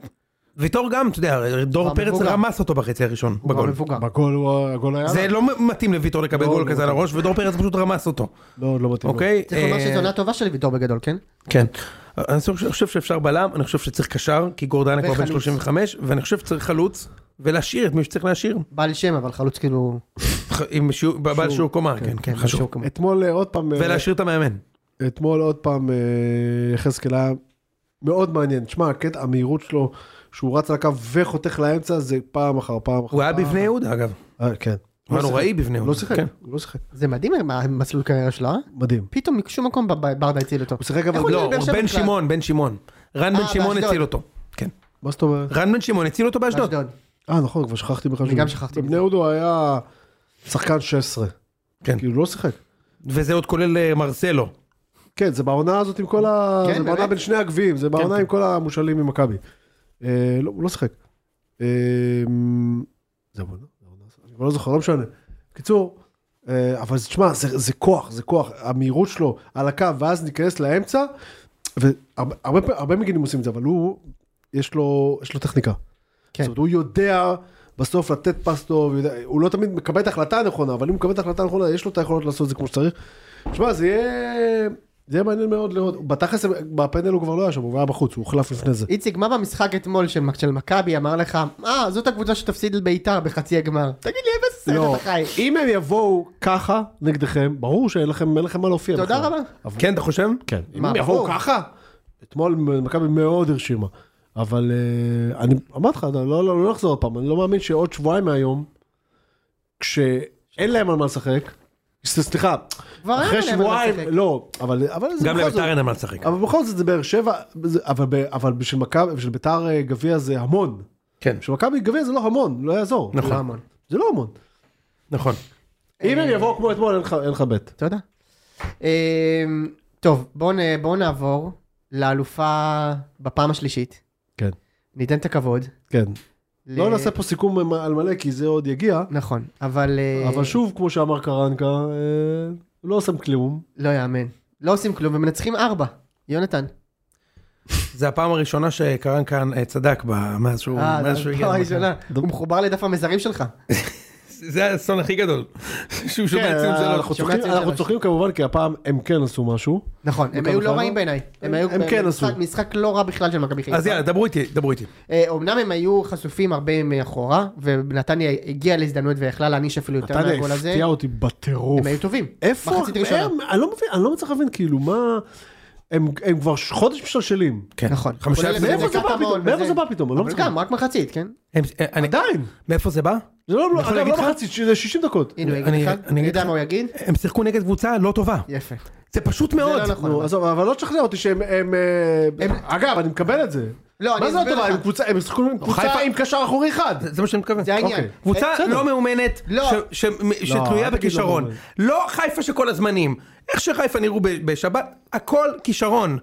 S3: ויטור גם, אתה יודע, דור
S1: כבר
S3: פרץ
S1: מבוגר.
S3: רמס אותו בחצי הראשון.
S1: הוא כבר
S3: בגול.
S1: לא, מבוגר.
S2: בגול הוא- הגול היה?
S3: זה
S2: עליו.
S3: לא מתאים לויטור לקבל
S2: לא,
S3: גול
S2: לא
S3: כזה על הראש, ודור פרץ פשוט רמס אותו.
S2: לא, לא מתאים. לו.
S3: אוקיי?
S1: צריך לומר
S3: אה,
S1: שזו עונה טובה של ויטור בגדול, כן?
S3: כן. אני חושב- אני חושב שאפשר בלם, אני חושב שצריך קשר, כי גורדנה כבר בן
S1: וחלוץ.
S3: 35, ואני חושב שצריל חלוץ, ולהשאיר את מי שצריך להשאיר.
S1: בעל שם, אבל חלוץ כאילו...
S3: ח- עם שיעור- בעל שיעור קומה, כן, כן, חשוב.
S1: שהוא כמו-
S2: אתמול אה, עוד פעם, אה,
S3: ולהשאיר את המאמן.
S2: אתמול עוד פעם אה, יחזקאל היה מאוד מעניין. שמע, הקטע, המהירות שלו, שהוא רץ על הקו וחותך לאמצע, זה פעם אחר פעם אחר
S3: הוא היה
S2: פעם.
S3: בבני יהודה אגב.
S2: אה, כן.
S3: הוא היה
S2: לא
S3: נוראי
S2: שיחק.
S3: בבני יהודה.
S2: לא שיחק,
S3: כן.
S2: הוא לא שיחק.
S1: זה מדהים אה, מה המסלול קריירה שלו, אה?
S2: מדהים.
S1: פתאום משום מקום בב- ברדה הציל אותו.
S2: הוא שיחק אבל...
S1: איך הוא
S3: לא,
S1: הגיע לבאר
S3: הוא
S1: שבע
S3: בן
S1: בכלל?
S3: שמעון, בן שמעון. רן
S1: אה,
S3: בן שמעון
S1: באשדוד.
S3: הציל אותו. כן.
S2: מה זאת אומרת?
S3: רן בן שמעון הציל אותו באשדוד.
S1: באשדוד.
S2: אה, נכון, כבר שכחתי בכלל.
S1: אני
S2: שהוא-
S1: גם שכחתי
S2: בבני
S1: מזה.
S2: יהודה הוא היה שחקן 16.
S3: כן.
S2: כאילו, לא שיחק.
S3: וזה עוד כולל אה, מרסלו.
S2: כן, זה בעונה הזאת עם כל ה...
S1: כן,
S2: זה בעונה
S1: באמת?
S2: בין שני הגביעים, זה בעונה
S3: כן.
S2: עם כל המושאלים ממכבי. אה, לא, הוא לא שיחק. לא, אה, זה העונה? זה העונה הזאת? אני כבר לא זוכר, לא משנה. בקיצור, אה, אבל זה- תשמע, זה, זה כוח, זה כוח, המהירות שלו על הקו, ואז ניכנס לאמצע, והרבה הרבה פע- הרבה מגינים עושים את זה, אבל הוא, יש לו, יש לו טכניקה.
S1: כן.
S2: זאת אומרת, הוא יודע בסוף לתת פס טוב, יודע, הוא לא תמיד מקבל את ההחלטה הנכונה, אבל אם הוא מקבל את ההחלטה הנכונה, יש לו את היכולות לעשות את זה כמו שצריך. תשמע, זה יהיה... זה יהיה מעניין מאוד לראות, בתכלס בפנדל הוא כבר לא היה שם, הוא היה בחוץ, הוא הוחלף לפני זה.
S1: איציק, מה במשחק אתמול של של מכבי אמר לך, אה, זאת הקבוצה שתפסיד לביתר בחצי הגמר. תגיד לי, איזה סרט
S2: לא,
S1: אתה חי.
S2: אם הם יבואו ככה נגדכם, ברור שאין לכם, אין לכם מה להופיע.
S1: תודה
S2: בכלל.
S1: רבה.
S2: אבל-
S3: כן, אתה חושב?
S2: כן. אם
S1: מה,
S2: הם יבואו
S1: ברור.
S2: ככה? אתמול מכבי מאוד הרשימה. אבל אה, אני אמרתי לך, אני לא- לא לא אחזור עוד פעם, אני לא מאמין שעוד שבועיים מהיום, כשאין להם על מה לשחק, ס- סליחה,
S1: כבר היה
S2: אחרי
S1: להם על מה
S2: שבועיים,
S1: לשחק.
S2: לא, אבל אבל זה
S3: גם
S2: בכל זאת- אה.
S3: לביתר אין על מה לשחק.
S2: אבל בכל זאת זה באר שבע, זה- אבל ב- אבל בשביל מכבי, בשביל ביתר אה, גביע זה המון.
S3: כן,
S2: בשביל מכבי גביע זה לא המון, לא יעזור.
S3: נכון.
S1: המון.
S2: זה לא המון.
S3: נכון.
S2: אם
S1: אה.
S2: הם יבואו כמו אתמול, אין לך- אין לך בית.
S1: תודה. אמ, טוב, בואו נ- בואו נעבור לאלופה בפעם השלישית.
S2: כן.
S1: ניתן את הכבוד.
S2: כן.
S1: ל-
S2: לא נעשה פה סיכום על מלא, כי זה עוד יגיע.
S1: נכון, אבל... אה,
S2: אבל שוב, כמו שאמר קרנקה, אה, לא עושים כלום.
S1: לא יאמן. לא עושים כלום ומנצחים ארבע. יונתן.
S3: זה הפעם הראשונה שקרן כאן אה, צדק ב- מאז שהוא
S1: אה,
S3: מאז
S1: זו
S3: שהוא
S1: הפעם
S3: למכבי.
S1: הראשונה. הוא מחובר לדף המזרים שלך.
S3: זה האסון הכי גדול. שהוא שומע ציון
S2: כן, אנחנו
S3: שלוש.
S1: שומע
S2: צוחקים-
S1: ציון
S2: אנחנו
S1: שלוש.
S2: צוחקים כמובן, כי הפעם הם כן עשו משהו.
S1: נכון, הם
S2: מכבי
S1: היו לא
S2: חיפה?
S1: רעים בעיניי. הם
S2: הם-
S1: היו
S2: הם כן
S1: במשחק-
S2: עשו.
S1: משחק לא רע בכלל של מכבי חיפה.
S3: אז יאללה, דברו איתי, דברו איתי.
S1: אה, אומנם הם היו חשופים הרבה מאחורה, ונתניה הגיעה להזדמנות ויכלה להעניש אפילו יותר
S2: נתניה
S1: מהגול כן, הזה.
S2: הפתיע אותי בטירוף.
S1: הם היו טובים.
S2: איפה?
S1: מחצית ראשונה.
S2: הם- אני לא מבין, אני לא מצליח להבין, כאילו, מה... הם הם כבר ש- חודש משלשלים.
S3: כן.
S1: נכון.
S3: חמישה
S1: כולל
S3: הפסדים.
S2: מאיפה זה
S1: דקת
S2: בא
S1: המעון
S2: פתאום? מאיפה
S1: וזה-
S2: זה בא פתאום? אני לא
S1: אבל
S2: מצליח.
S1: גם, רק מחצית, כן?
S3: הם- אה, אני-
S2: עדיין.
S3: מאיפה זה בא?
S2: זה
S3: אני
S2: לא,
S3: יכול
S2: אגב,
S3: להגיד
S2: לא
S3: לך?
S2: מחצית, זה 60 דקות.
S1: הנה הוא
S3: אני-
S1: יגיד לך.
S3: אני
S1: אני
S3: אגיד
S1: יודע
S3: לך.
S1: מה הוא יגיד.
S3: הם שיחקו נגד קבוצה לא טובה.
S1: יפה.
S3: זה פשוט מאוד.
S1: לא נכון.
S2: נו, עזוב, אבל לא תשכנע אותי שהם... הם, אה, אגב, אני מקבל את זה.
S1: לא, אני
S2: מה זה
S1: אסביר
S2: הטובה?
S1: לך.
S2: הם קבוצה- הם שיחקו עם
S3: חיפה-
S2: קבוצה עם קשר אחורי אחד.
S3: זה זה מה שאני מתכוון.
S1: זה העניין.
S2: אוקיי.
S3: קבוצה
S1: בסדר.
S3: לא מאומנת,
S1: לא.
S3: ש- ש- מ- שתלויה
S2: אל תגיד לא
S3: בכישרון.
S2: מאומנת.
S3: לא חיפה שכל הזמנים. איך שחיפה נראו ב- בשבת, הכל כישרון.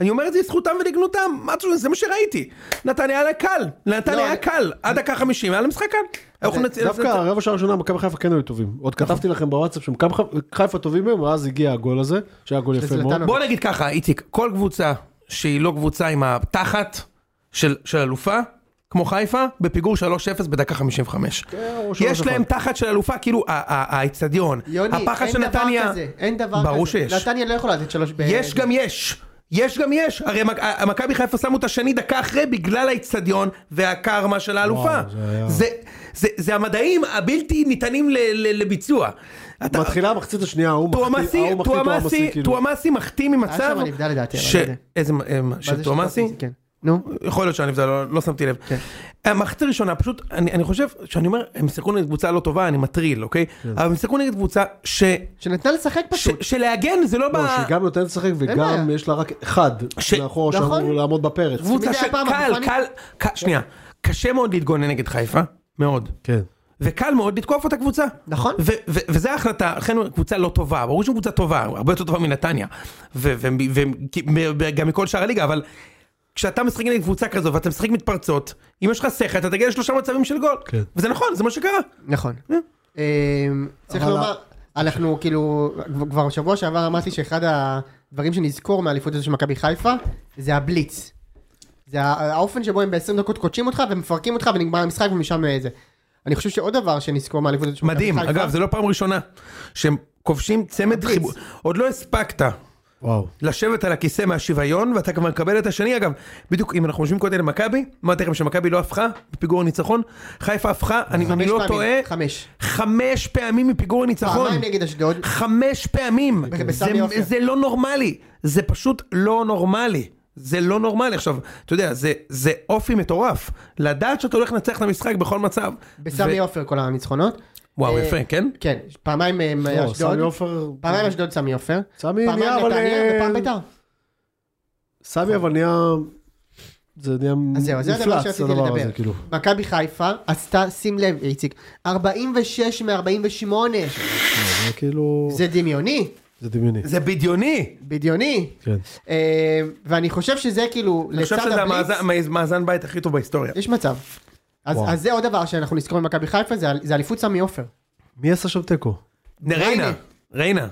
S3: אני אומר את זה לזכותם ולגנותם, מה אתה- זה מה שראיתי. נתניה היה לה קל, לנתניה
S1: לא,
S3: היה
S1: אני-
S3: קל, עד דקה 50 היה לה משחק קל. אנחנו נצ-
S2: דווקא
S3: נצ-
S2: הרבע שעה הראשונה מכבי חיפה כן היו טובים. עוד
S1: נכון.
S2: כתבתי לכם בוואטסאפ שמכבי חיפ- חיפה טובים היום, ואז הגיע הגול הזה, שהיה גול יפה מאוד.
S1: זלטנוב.
S3: בוא נגיד ככה, איציק, כל קבוצה שהיא לא קבוצה עם התחת של, של אלופה, כמו חיפה, בפיגור 3-0 בדקה 55.
S1: כן,
S2: או 3-1.
S3: יש להם תחת של אלופה, כאילו ה- ה- האיצטדיון,
S1: יוני,
S3: הפחד של
S1: אין דבר
S3: נתניה,
S1: כזה. אין דבר כזה.
S3: ברור שיש.
S1: נתניה לא יכולה לתת שלוש ב...
S3: יש גם יש. יש גם יש, הרי מק- ה- מכבי חיפה שמו את השני דקה אחרי בגלל האיצטדיון והקרמה של האלופה.
S2: וואו, זה היה-
S3: זה, זה, זה המדעים הבלתי ניתנים ל, ל, לביצוע. אתה-
S2: מתחילה המחצית השנייה, ההוא מחטיא-
S3: טועמסי,
S2: ההוא מחטיא
S3: טועמסי,
S2: כאילו.
S3: טועמסי מחטיא ממצב,
S1: היה אה, שם הנבדל לדעתי, אבל
S3: ש...
S1: לא יודע.
S3: איזה, אמ,
S1: מה זה
S3: של טועמסי?
S1: שטועמסי? כן. נו.
S3: יכול להיות שהנבדל, לא, לא שמתי לב.
S1: כן.
S3: המחצית הראשונה, פשוט, אני, אני חושב, שאני אומר, הם שיחקו נגד קבוצה לא טובה, אני מטריל, אוקיי? אבל הם שיחקו נגד קבוצה ש...
S1: שנתנה לשחק
S3: ש...
S1: כן. פשוט.
S3: שלהגן זה לא ב...
S2: לא, שהיא גם נותנת לשחק וגם
S1: בעיה.
S2: יש לה רק אחד
S3: ש-
S2: מאחורה
S1: נכון.
S2: שאמור לעמוד בפרץ.
S3: קבוצה
S1: מי זה
S3: שקל,
S1: הפעם,
S3: קל,
S1: אבו פאני?
S3: קל, קל, שנייה, קשה מאוד להתגונן נגד חיפה, מאוד.
S2: כן.
S3: וקל מאוד לתקוף אותה קבוצה.
S1: נכון.
S3: ו- ו- וזו ההחלטה, אכן קבוצה לא טובה, ברור שהיא קבוצה טובה, הרבה יותר טובה מנתניה. וגם ו- ו- ו- גם מכל שאר הליגה, אבל כשאתה משחק נגד קבוצה כזו ואתה משחק מתפרצות, אם יש לך שכל, אתה תגיע לשלושה מצבים של גול.
S2: כן.
S3: וזה נכון, זה מה שקרה.
S1: נכון.
S3: אה.
S1: אמ, צריך
S2: אבל
S1: לומר, אנחנו כאילו, כבר בשבוע שעבר אמרתי שאחד הדברים שנזכור מהאליפות הזו של מכבי חיפה, זה הבליץ. זה הא- האופן שבו הם ב-20 דקות קודשים אותך ומפרקים אותך ונגמר המשחק ומשם אה, זה. אני חושב שעוד דבר שנזכור מהאליפות הזו של מכבי חיפה.
S3: מדהים, אגב, זה לא פעם ראשונה שהם כובשים צמד
S1: מדהים.
S3: חיבור. עוד לא הספקת
S2: וואו.
S3: לשבת על הכיסא מהשוויון, ואתה כבר מקבל את השני. אגב, בדיוק אם אנחנו יושבים קודם למכבי, אמרתי לכם שמכבי לא הפכה בפיגור ניצחון, חיפה הפכה, אני
S1: חמש
S3: אני לא
S1: פעמים,
S3: טועה, נכון.
S1: חמש.
S3: חמש פעמים מפיגור ניצחון.
S1: פעמיים נגד אשדוד.
S3: חמש פעמים.
S1: בסמי
S3: זה-
S1: עופר.
S3: זה לא נורמלי. זה פשוט לא נורמלי. זה לא נורמלי. עכשיו, אתה יודע, זה- זה אופי מטורף. לדעת שאתה הולך לנצח את המשחק בכל מצב.
S1: בסמי
S3: ו-
S1: עופר כל הניצחונות.
S3: וואו,
S1: אה,
S3: יפה, כן?
S1: כן, פעמיים אה,
S2: לא,
S1: אשדוד.
S2: סמי עופר...
S1: פעמיים אשדוד סמי עופר.
S2: סמי
S1: פעמיים
S2: נהיה אבל...
S1: נתניה
S2: אה,
S1: ופעם בית"ר.
S2: סמי אבל נהיה... זה נהיה
S1: אז זהו, אז זה הדבר
S2: מפלץ
S1: שרציתי
S2: הדבר
S1: לדבר.
S2: הזה כאילו.
S1: מכבי חיפה עשתה, שים לב איציק, 46 מ-48,
S2: זה כאילו...
S1: זה דמיוני,
S2: זה דמיוני.
S3: זה בדיוני.
S1: בדיוני,
S2: כן.
S1: אה, ואני חושב שזה כאילו,
S3: אני חושב
S1: לצד
S3: שזה
S1: הבליץ,
S3: המאזן- המאז- מאזן בית הכי טוב בהיסטוריה.
S1: יש מצב. אז
S2: וואו.
S1: אז זה עוד דבר שאנחנו נזכור ממכבי חיפה, זה ה- זה אליפות סמי עופר.
S2: מי עשה שם תיקו?
S3: ריינה, ריינה.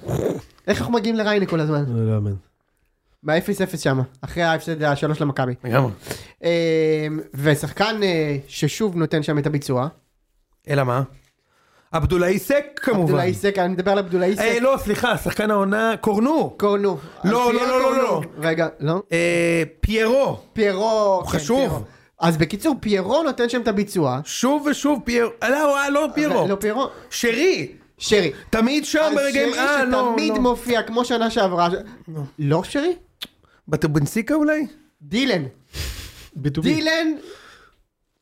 S1: איך אנחנו מגיעים לריינה כל הזמן?
S2: לא יאמן.
S1: מה-0-0 שם, אחרי ההפסד השלוש למכבי.
S3: לגמרי.
S1: אה, ושחקן אה, ששוב נותן שם את הביצוע.
S3: אלא מה? עבדולאי סק כמובן.
S1: עבדולאי סק, אני מדבר על עבדולאי
S3: אה,
S1: סק.
S3: לא, סליחה, שחקן העונה, קורנו.
S1: קורנו.
S3: לא,
S1: אז
S3: לא, לא,
S1: פיירו
S3: לא,
S1: קורנו. רגע, לא?
S3: אה, פיירו.
S1: פיירו. כן,
S3: חשוב.
S1: פיירו. אז בקיצור, פיירו נותן שם את הביצוע.
S3: שוב ושוב פיירו. אה, לא, אה, לא פיירו.
S1: לא פיירו.
S3: שרי.
S1: שרי.
S3: תמיד שם
S1: אז
S3: ברגעים...
S1: שרי
S3: אה, לא,
S1: שתמיד
S3: לא.
S1: מופיע, כמו שנה שעברה. לא שרי?
S3: בטובנסיקה אולי?
S1: דילן. דילן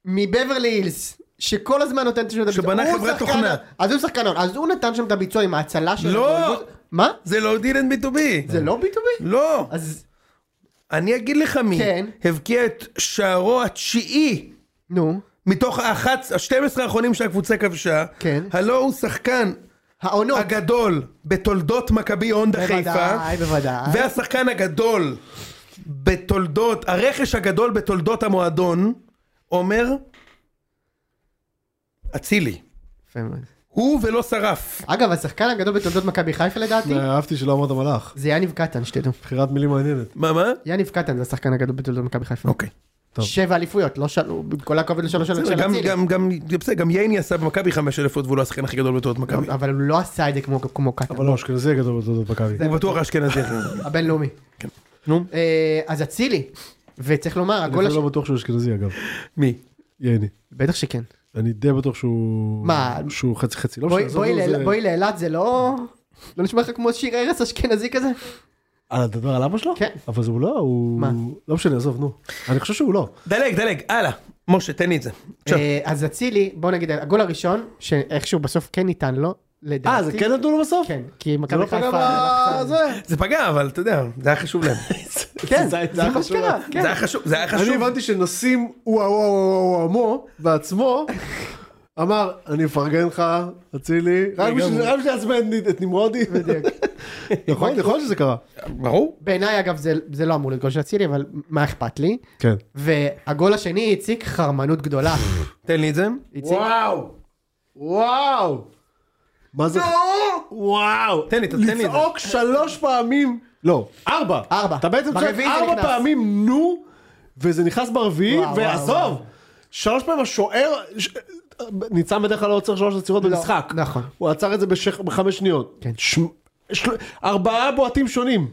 S1: מבברלי הילס. שכל הזמן נותן שם את הביצוע.
S3: שבנה
S1: הוא
S3: חברת
S1: שחקן-
S3: תוכנה.
S1: אז הוא שחקן, אז הוא נתן שם את הביצוע עם ההצלה שלו.
S3: לא.
S1: מה?
S3: זה לא דילן B2B.
S1: זה לא B2B?
S3: לא.
S1: אז
S3: אני אגיד לך מי.
S1: כן.
S3: הבקיע את שערו התשיעי
S1: נו,
S3: מתוך האחת, ה-12 האחרונים שהקבוצה כבשה.
S1: כן.
S3: הלו הוא שחקן
S1: העונות.
S3: הגדול בתולדות מכבי הונדה חיפה.
S1: בוודאי, בוודאי.
S3: והשחקן הגדול בתולדות, הרכש הגדול בתולדות המועדון, עומר אצילי.
S1: יפה מאוד.
S3: הוא ולא שרף.
S1: אגב, השחקן הגדול בתולדות מכבי חיפה לדעתי,
S2: אה, אהבתי שלא אמרת מלאך.
S1: זה יניב קטן, שתדעו.
S2: בחירת מילים מעניינת.
S3: מה, מה?
S1: יניב קטן זה השחקן הגדול בתולדות מכבי חיפה.
S3: אוקיי.
S2: טוב.
S1: שבע אליפויות, לא של... כל הכבוד לשלוש של
S3: בסדר,
S1: של
S3: גם,
S1: אצילי.
S3: גם, גם, בסדר, גם ייני עשה במכבי 5 אלפות והוא לא השחקן הכי גדול בתולדות מכבי.
S1: אבל הוא לא עשה את זה כמו, כמו קטן,
S2: אבל לא, אשכנזי הגדול בתולדות מכבי.
S3: הוא בטוח אשכנזי אחר.
S1: הבינלאומי.
S3: כן. נו,
S1: אה, אז אצילי, וצריך לומר, הגול
S2: אני
S1: הש...
S2: אפילו לא בטוח שהוא אשכנזי אגב.
S3: מי?
S2: ייני.
S1: בטח שכן.
S2: אני די בטוח שהוא...
S1: מה?
S2: שהוא חצי חצי. לא
S1: בואי-
S2: משנה,
S1: בואי
S2: עזוב,
S1: לאל-
S2: זה-
S1: בואי לאילת זה לא... לא נשמע לך כמו שיר ארץ אשכנזי כזה?
S2: אה, אתה מדבר על אבא שלו?
S1: כן.
S2: אבל זה הוא לא, הוא...
S1: מה?
S2: לא משנה, עזוב, נו. אני חושב שהוא לא.
S3: דלג, דלג, הלאה. משה, תן לי את זה. עכשיו,
S1: אה, אז אצילי, בוא נגיד, הגול הראשון, שאיכשהו בסוף כן ניתן לו, לדעתי.
S2: אה, זה כן נתנו לו בסוף?
S1: כן, כי
S2: זה לא
S1: מכבי
S2: פגע
S1: חיפה...
S2: ב... זה?
S3: זה פגע, אבל אתה יודע, זה היה חשוב להם.
S1: כן,
S2: זה-
S1: זה
S2: זה
S1: מה
S2: חשוב.
S1: שקרה.
S3: זה
S1: כן.
S3: היה חשוב, זה היה חשוב.
S2: אני הבנתי שנסים וואו וואו וואו עמו בעצמו אמר אני מפרגן לך אצילי רק בשביל רק בשביל לעצבן את נמרודי. נכון נכון שזה קרה.
S3: ברור.
S1: בעיניי אגב זה, זה לא אמור להיות גול של אצילי אבל מה אכפת לי
S2: כן.
S1: והגול השני הציג חרמנות גדולה.
S3: תן לי את זה.
S1: הציג
S2: וואו וואו. מה זה? וואו.
S3: תן לי, תן לי את זה.
S2: לצעוק שלוש פעמים לא ארבע.
S1: ארבע.
S2: אתה בעצם צועק
S1: ברביעי זה
S2: ארבע
S1: נכנס.
S2: פעמים נו וזה נכנס ברביעי
S1: וואו, וואו,
S2: ועזוב. שלוש פעמים השוער ש- ניצן בדרך כלל לא עוצר שלוש עצירות
S1: לא,
S2: במשחק.
S1: נכון.
S2: הוא עצר את זה בשח... בחמש שניות.
S1: כן.
S2: ש... של... ארבעה בועטים שונים.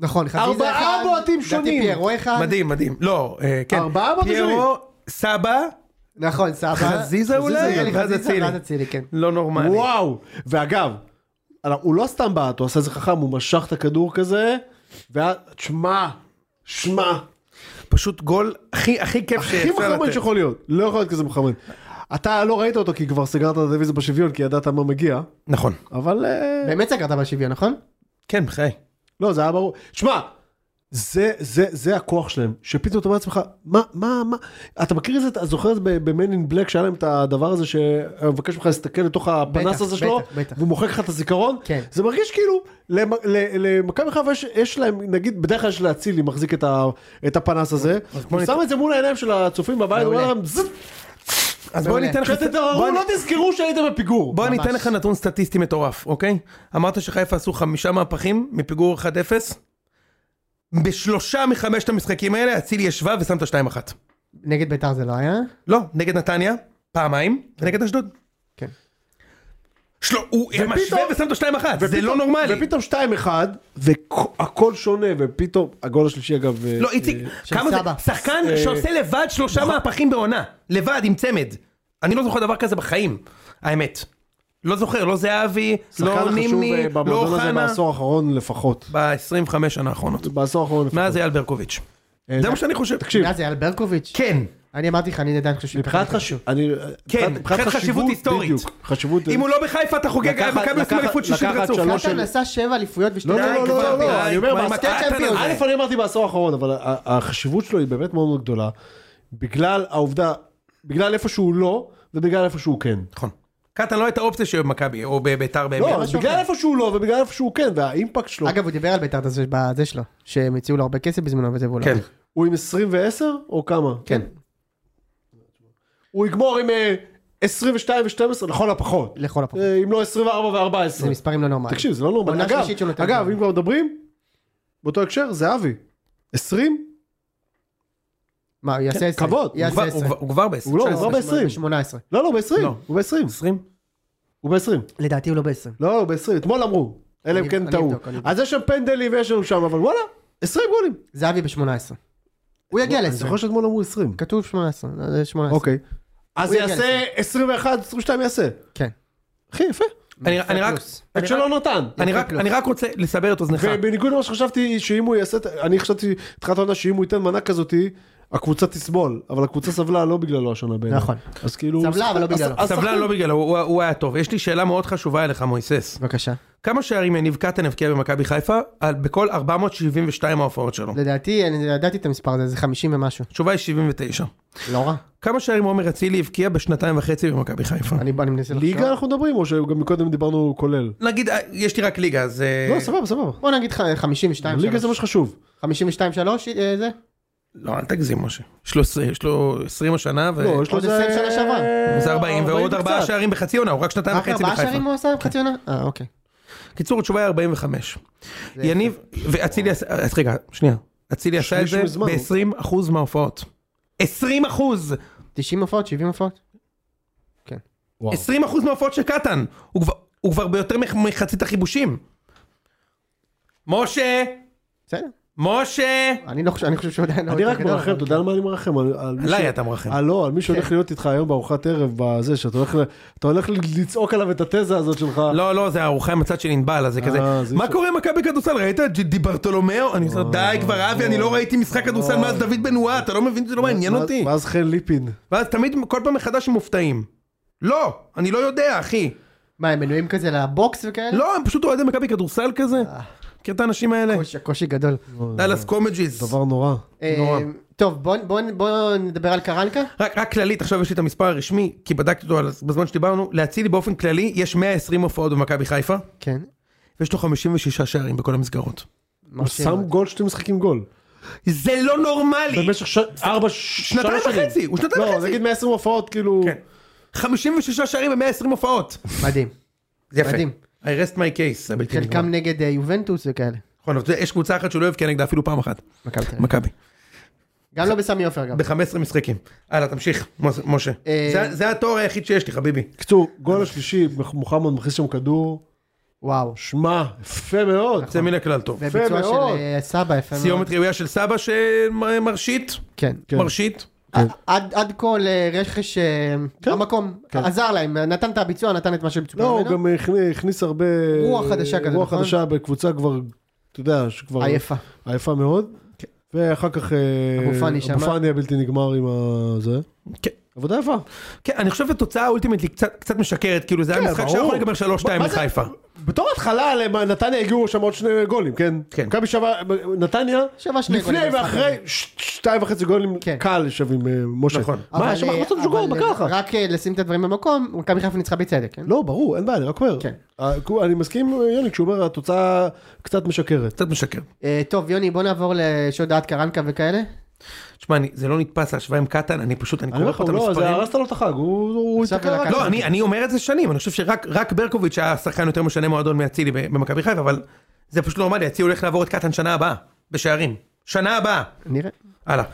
S1: נכון חזיזה
S2: ארבעה
S1: אחד,
S2: בועטים
S1: לדעתי
S2: שונים.
S1: פיירו אחד.
S3: מדהים, מדהים. לא, אה, כן.
S2: ארבעה בבית
S3: פיירו, סבא,
S1: נכון סבא.
S3: חזיזה
S1: נראה לי
S3: אולי, ואז
S1: חזיזה,
S3: אצילי.
S1: ואז אצילי כן.
S3: לא נורמלי.
S2: וואו. ואגב, על- הוא לא סתם בעט, הוא עשה איזה חכם, הוא משך את הכדור כזה, ואז, שמע, שמע,
S3: פשוט גול הכי הכי כיף
S2: הכי
S3: שאפשר
S2: מחמד
S3: לתת.
S2: שיכול להיות. לא יכול להיות כזה מחמד. אתה לא ראית אותו כי כבר סגרת את הטלוויזיה בשוויון, כי ידעת מה מגיע,
S3: נכון.
S2: אבל... אה,
S1: באמת סגרת בשוויון נכון?
S3: כן, בחיי.
S2: לא, זה היה ברור. שמע, זה, זה, זה הכוח שלהם, שפתאום אתה אומר לעצמך, מה, מה, מה, אתה מכיר את זה, אתה זוכר את זה ב-Man in Black, שהיה להם את הדבר הזה שמבקש ממך להסתכל לתוך הפנס
S1: בטח,
S2: הזה שלו,
S1: בטח, בטח.
S2: והוא מוחק לך את הזיכרון?
S1: כן.
S2: זה מרגיש כאילו, למ- ל- למכבי חיפה יש, יש להם, נגיד, בדרך כלל יש לאצילי מחזיק את, ה, את הפנס הזה, הוא
S3: נת-
S2: שם את זה מול העיניים של הצופים בבית, הוא אומר
S1: מעולה.
S2: להם, "זז,
S3: אז בוא ניתן לך...
S2: כשתתעוררו,
S3: בוא נ-
S2: לא תזכרו שהייתם בפיגור.
S3: בוא
S1: ממש.
S3: ניתן לך נתון סטטיסטי מטורף, אוקיי? אמרת שחיפה עשו חמישה מהפכים מפיגור 1-0. בשלושה מחמשת המשחקים האלה אצילי ישבה ושם את השתיים אחת.
S1: נגד ביתר זה לא היה.
S3: לא, נגד נתניה, פעמיים, ונגד אשדוד.
S1: כן.
S3: שלו, הוא משווה ושם את השתיים אחת, זה לא נורמלי.
S2: ופתאום 2-1, והכל שונה, ופתאום, הגול השלישי אגב...
S3: לא,
S2: אה,
S3: איציק,
S1: של
S3: כמה
S1: סבא.
S3: זה, שחקן
S2: אה, נכון.
S3: שעושה לבד שלושה מהפכים בעונה, לבד עם צמד. אני לא זוכר דבר כזה בחיים, האמת. לא זוכר, לא זהבי, לא
S2: השחקן
S3: נימני,
S2: החשוב אה,
S3: לא
S2: במועדון הזה
S3: אוחנה.
S2: בעשור האחרון לפחות.
S3: ב-25 שנה האחרונות.
S2: בעשור האחרון לפחות.
S3: מאז אייל ברקוביץ'.
S2: אה,
S3: זה מה שאני חושב.
S2: תקשיב,
S1: מה זה על ברקוביץ'.
S3: כן.
S1: אני אמרתי לך אני עדיין חושב שהוא
S2: מבחינת
S1: פחות
S2: חשיבות, אני... אה,
S3: כן, מבחינת חשיבות היסטורית.
S2: בדיוק, חשיבות...
S3: אם הוא לא בחיפה אתה חוגג,
S2: לקחת-
S3: מכבי עושים
S2: לקחת-
S3: אליפות שישית
S2: לקחת
S3: רצוף.
S2: שלוש-
S1: חשיבות. קטן עשה שבע אליפויות ושתי...
S2: לא,
S1: די,
S2: לא, לא, לא,
S1: כבר,
S2: לא,
S1: די.
S2: לא, אני אומר,
S3: אה, כבר עם
S2: בעשור
S3: הקטן
S1: הזה.
S2: א', אני אמרתי בעשור האחרון, אבל ה- ה- החשיבות שלו היא באמת מאוד מאוד גדולה, בגלל העובדה, בגלל איפה שהוא לא, ובגלל איפה שהוא כן.
S3: נכון. קטן לא הייתה אופציה שיהיה במכבי, או בביתר באמת.
S2: לא,
S1: משהו
S2: בגלל
S1: אחר.
S2: איפה שהוא לא, ובגלל איפה שהוא כן, והאימפקט שלו.
S1: אגב הוא דיבר על ביתר זה- בזה שלו שהם הציעו לו הרבה כסף בזמנו וזה והוא לא.
S3: כן.
S2: הוא עם 20 ו-10 או כמה?
S1: כן.
S2: הוא יגמור עם אה, 22 ו-12 לכל הפחות.
S1: לכל הפחות.
S2: אה, אם לא 24 ו-14.
S1: זה מספרים לא נורמליים.
S2: תקשיב, זה לא נורמלי.
S1: עונה
S2: אגב,
S1: שלישית שהוא נותן
S2: אגב,
S1: גול.
S2: אם כבר מדברים, באותו הקשר, זהבי. 20?
S1: מה, הוא יעשה עשרה?
S2: כן, כבוד.
S1: יעשה
S3: הוא כבר-
S1: עשרה.
S3: הוא כבר- הוא כבר ב-20.
S2: הוא לא, הוא כבר ב-20.
S1: שמונה עשרה.
S2: לא, לא, ב-20.
S3: לא.
S2: הוא ב-20.
S3: 20?
S2: הוא ב-20.
S1: לדעתי הוא לא בעשרים.
S2: לא, הוא ב-20. אתמול אמרו. אלא אם
S1: אני-
S2: כן
S1: אני
S2: טעו.
S1: אבדוק, אני אבדוק.
S2: אז יש שם פנדלים ויש לנו שם, אבל וואלה, 20 גולים.
S1: זהבי בשמונה עשרה. הוא יגיע
S2: אני
S1: לעשרה.
S2: זוכר שאתמול אמרו 20.
S1: כתוב שמונה עשרה, אה, זה שמונה עשרה.
S2: אוקיי. אז
S1: הוא יגיע
S2: יעשה 21, 22 יעשה.
S1: כן.
S2: אחי, יפה.
S3: אני אני רק...
S1: פלוס.
S3: אני
S2: את
S3: רק-
S2: שלא נתן.
S3: אני רק- אני רק רוצה לסבר את אוזנך.
S2: ובניגוד למה שחשבתי שאם הוא יעשה, את- אני חשבתי, התחילת העונה שאם הוא ייתן מנה כזאתי, הקבוצה תסבול, אבל הקבוצה סבלה לא בגללו השנה בעיניי.
S1: נכון.
S2: אז כאילו...
S1: סבלה, אבל לא
S2: אז-
S1: בגללו.
S2: אז
S3: סבלן
S2: שחקן-
S3: לא בגללו, הוא- הוא היה טוב. יש לי שאלה מאוד חשובה אליך, מויסס.
S1: בבקשה.
S3: כמה שערים יניב קטן הבקיע במכבי חיפה על- בכל 472 ההופעות שלו?
S1: לדעתי, אני ידעתי את המספר הזה, זה 50 ומשהו.
S3: התשובה היא 79.
S1: לא רע.
S3: כמה שערים עומר אצילי הבקיע בשנתיים וחצי במכבי חיפה?
S1: אני אני מנסה לחשוב.
S2: ליגה אנחנו מדברים, או שגם מקודם דיברנו כולל?
S3: נגיד, אה, יש לי רק ליגה, אז... אה,
S2: לא, סבבה, סבבה.
S1: בוא נגיד ח- 52
S2: ליגה זה מה
S1: 3.
S2: שחשוב.
S1: 52 3 אה, זה?
S3: לא, אל תגזים, משה. יש לו עשרים- יש לו 20 השנה, ו...
S2: לא, יש לו
S1: עוד 20 שנה שעברה.
S3: זה 40, ועוד 4
S2: וקצת.
S3: שערים בחצי עונה, הוא רק שנתיים
S1: רק
S3: וחצי
S1: ארבעה
S3: בחיפה.
S1: שערים הוא עשה בחצי עונה? אה, אוקיי.
S3: קיצור, התשובה היא 45. יניב, ואצילי עשה, אה, אז רגע, שנייה. אצילי עשה את
S2: שליש
S3: זה
S2: מזמן, הוא-
S3: ב-20% מההופעות. 20 אחוז!
S1: 90 הופעות? 70 הופעות?
S3: 20 אחוז מההופעות של קטן! הוא כבר- הוא כבר ביותר מח- מחצית החיבושים. משה!
S1: בסדר.
S3: משה!
S1: אני לא חושב, אני חושב שהוא עדיין...
S2: אני
S1: לא
S2: רק
S1: גדול,
S2: מרחם,
S1: אבל-
S2: אתה יודע על מה אני מרחם? על- על מי ש-
S3: עליי אתה מרחם.
S2: אה, לא, על מי
S1: כן.
S2: שהולך להיות איתך היום בארוחת ערב, בזה, שאתה הולך ל- אתה הולך ל- לצעוק עליו את התזה הזאת שלך.
S3: לא, לא, זה הארוחה עם הצד של ענבל, אז זה כזה.
S2: אה, זה
S3: מה
S2: איש-
S3: קורה עם מכבי כדורסל? ראית את דיברטולומיאו? אני אומר, די כבר, אבי, אני לא ראיתי משחק כדורסל מאז דוד בנועה, אתה לא מבין, זה לא מעניין
S2: ואז-
S3: אותי.
S2: ואז חן ליפין.
S3: ואז תמיד, כל פעם מחדש הם מופתעים. לא, אני לא יודע, אחי.
S1: מה, הם מנויים כזה לבוקס וכאלה?
S3: לא, הם פשוט אוהדי מכבי כדורסל כזה. מכיר את האנשים האלה?
S1: קושי- קושי גדול.
S3: דאלאס קומג'יס.
S2: דבר נורא.
S3: נורא.
S1: אה, טוב, בוא- בוא בוא נדבר על קרנקה.
S3: רק, רק כללית, עכשיו יש לי את המספר הרשמי, כי בדקתי אותו על- בזמן שדיברנו, להצילי באופן כללי, יש 120 הופעות במכבי חיפה,
S1: כן.
S3: ויש לו 56 שערים בכל המסגרות.
S2: הוא שם גול שתי משחקים גול.
S3: זה לא נורמלי!
S2: במשך ש- ארבע, ש-
S3: שנתיים
S2: שלוש שנים.
S3: וחצי, הוא שנתיים וחצי.
S2: לא, נגיד 120 הופעות, כאילו...
S3: כן. 56 שערים ב-120 הופעות.
S1: מדהים.
S3: זה יפה.
S1: מדהים.
S3: I rest my case, זה בלתי נגמר.
S1: חלקם נגד אה, יובנטוס וכאלה.
S3: נכון, אבל אתה יודע, יש קבוצה אחת שהוא לא הבקיע נגדה אפילו פעם אחת.
S1: מכבי
S2: כן.
S1: תל אביב.
S3: מכבי.
S1: גם לא בסמי עופר גם.
S3: ב-15 משחקים. הלאה, תמשיך, מוס- משה.
S1: אה,
S3: זה- זה התואר היחיד שיש לי, חביבי.
S2: קצור, גול השלישי, מוחמד מכניס שם כדור.
S1: וואו.
S2: שמע, יפה מאוד.
S3: זה מן הכלל טוב.
S1: וביצוע
S2: מאוד.
S1: של אה, סבא יפה מאוד.
S3: סיומת ראויה של סבא שמרשית.
S1: כן.
S2: כן.
S3: מרשית.
S1: עד עד כה לרכש אה,
S2: כן.
S1: המקום
S2: כן.
S1: עזר להם, נתן את הביצוע, נתן את מה שהם
S2: לא,
S1: מצופים
S2: הוא
S1: ממנו.
S2: גם הכני- הכניס הרבה...
S1: רוח חדשה כזה,
S2: רוח
S1: נכון?
S2: חדשה בקבוצה כבר, אתה יודע, שכבר...
S1: עייפה.
S2: עייפה מאוד. ואחר כך... אה,
S1: אבו פאני שם.
S2: אבו פאני הבלתי נגמר עם ה... זה.
S3: כן.
S2: עבודה יפה.
S3: כן, אני חושב שהתוצאה האולטימטלי קצת קצת משקרת, כאילו זה היה משחק
S2: כן, ברור.
S3: שהיה יכול להיגמר 3-2
S2: מה זה-
S3: לחיפה.
S2: בתור התחלה לנתניה הגיעו שם עוד שני גולים, כן?
S3: כן.
S2: מכבי שווה, נתניה,
S1: שווה שני גולים
S2: לפני
S1: במשחק
S2: ואחרי ש- שתיים וחצי גולים
S1: כן.
S2: קל שווים אה, משה.
S3: נכון.
S2: מה,
S1: אבל,
S2: יש שם
S1: אה,
S2: החמצות שוגעות,
S1: אבל,
S2: בקר
S1: אה,
S2: לך.
S1: רק אה, לשים את הדברים במקום, מכבי חיפה ניצחה בצדק, כן?
S2: לא, ברור, אין בעיה, אני רק אומר.
S1: כן.
S2: אה, כאילו, אני מסכים עם יוני כשהוא אומר התוצאה קצת משקרת.
S3: קצת משקר.
S1: אה, טוב, יוני, בוא נעבור לשודעת קרנקה וכאלה.
S3: תשמע, אני- זה לא נתפס ההשוואה עם קטן, אני פשוט, אני
S2: אני אומר
S3: קורא
S2: לך,
S3: פה את
S2: הוא לא, זה
S3: המספרים.
S2: הרסת לו את החג, הוא הוא
S1: עכשיו
S2: הסתכל רק...
S1: ולקח.
S3: לא, אני, אני אומר את זה שנים, אני חושב שרק רק ברקוביץ' היה שחקן יותר משנה מועדון מאצילי ב- במכבי חיפה, אבל זה פשוט לא נורמלי, אצילי הולך לעבור את קטן שנה הבאה, בשערים. שנה הבאה.
S1: נראה.
S3: הלאה.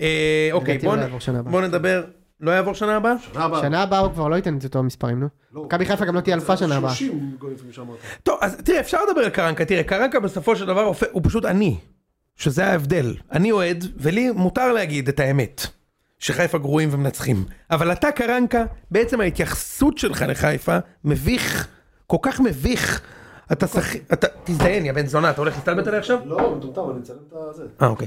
S3: אה, אוקיי,
S1: לדעתי הוא
S3: בוא,
S1: לא
S3: נ-
S1: יעבור שנה הבאה.
S3: בוא נדבר, לא יעבור שנה הבאה?
S2: אה.
S1: שנה הבאה הוא כבר לא ייתן את אותו המספרים, נו. מכבי חיפה גם לא תהיה אלופה שנה הבאה.
S2: 30 גולים כפי שאמרת.
S3: טוב, אז תראה, אפשר לדבר על קרנקה, תראה, קרנקה בסופו של דבר הופ- הוא פשוט אני, שזה ההבדל. אני אוהד, ולי מותר להגיד את האמת, שחיפה גרועים ומנצחים. אבל אתה, קרנקה, בעצם ההתייחסות שלך לחיפה, מביך, כל כך מביך. אתה שח... אתה... תזדיין, יא בן זונה, אתה הולך להסתלבט עליי עכשיו?
S2: לא, מטומטם, אני אצלם את זה.
S3: אה, אוקיי.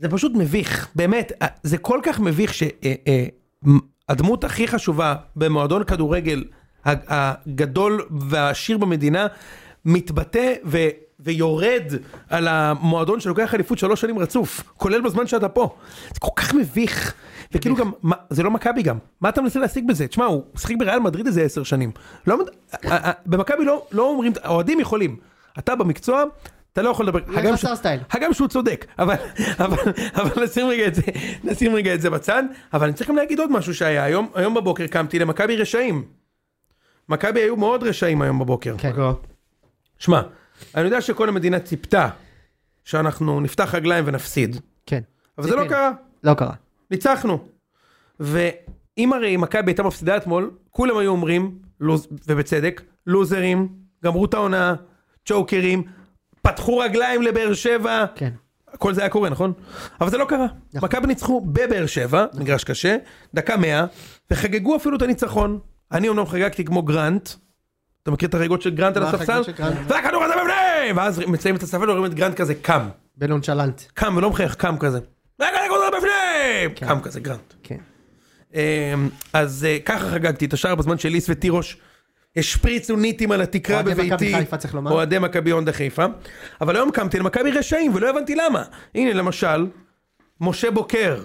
S3: זה פשוט מביך, באמת, אה, זה כל כך מביך אה, שהדמות הכי חשובה במועדון כדורגל ה- הגדול והעשיר במדינה מתבטא ו... ויורד על המועדון שלוקח אליפות שלוש שנים רצוף, כולל בזמן שאתה פה. זה כל כך מביך. וכאילו גם, מה, זה לא מכבי גם, מה אתה מנסה להשיג בזה? תשמע, הוא שיחק בריאל מדריד איזה אה, עשר שנים. לא, מד- א- א- א- במכבי לא, לא אומרים, האוהדים יכולים. אתה במקצוע, אתה לא יכול לדבר,
S1: זה
S3: הגם
S1: חסר סטייל.
S3: הגם שהוא צודק, אבל, אבל, אבל נשים רגע את זה, נשים רגע את זה בצד, אבל אני צריך גם להגיד עוד משהו שהיה, היום, היום בבוקר קמתי למכבי רשעים. מכבי היו מאוד רשעים היום בבוקר.
S1: כן.
S3: שמע, אני יודע שכל המדינה ציפתה שאנחנו נפתח רגליים ונפסיד,
S1: כן.
S3: אבל זה לא
S1: ציפינו.
S3: קרה,
S1: לא קרה.
S3: ניצחנו. ואם הרי מכבי הייתה מפסידה אתמול, כולם היו אומרים, לוז, ובצדק, לוזרים, גמרו את העונה, צ'וקרים, פתחו רגליים לבאר שבע,
S1: כן.
S3: הכל זה היה קורה, נכון? אבל זה לא קרה.
S1: נכון.
S3: מכבי ניצחו בבאר שבע, מגרש קשה, דקה מאה, וחגגו אפילו את הניצחון. אני אומנם חגגתי כמו גרנט, אתה מכיר את החגיגות של גרנט על
S1: מה החגיגות
S3: הספסל?
S1: של גרנט?
S3: והכדור הזה בפנים! ואז מציינים את הספסל ורואים את גרנט כזה קם.
S1: בנונשלנט.
S3: קם ולא מחייך, קם כזה. והכדור הזה בפנים! קם כזה, גרנט.
S1: כן.
S3: אמ, אז אה, ככה חגגתי את השער בזמן שליס וטירוש השפריצו ניטים על התקרה
S1: אוהדי מכבי
S3: בביתי,
S1: חיפה, צריך לומר.
S3: אוהדי מכבי הונדה חיפה, אבל היום קמתי למכבי רשעים ולא הבנתי למה. הנה למשל, משה בוקר,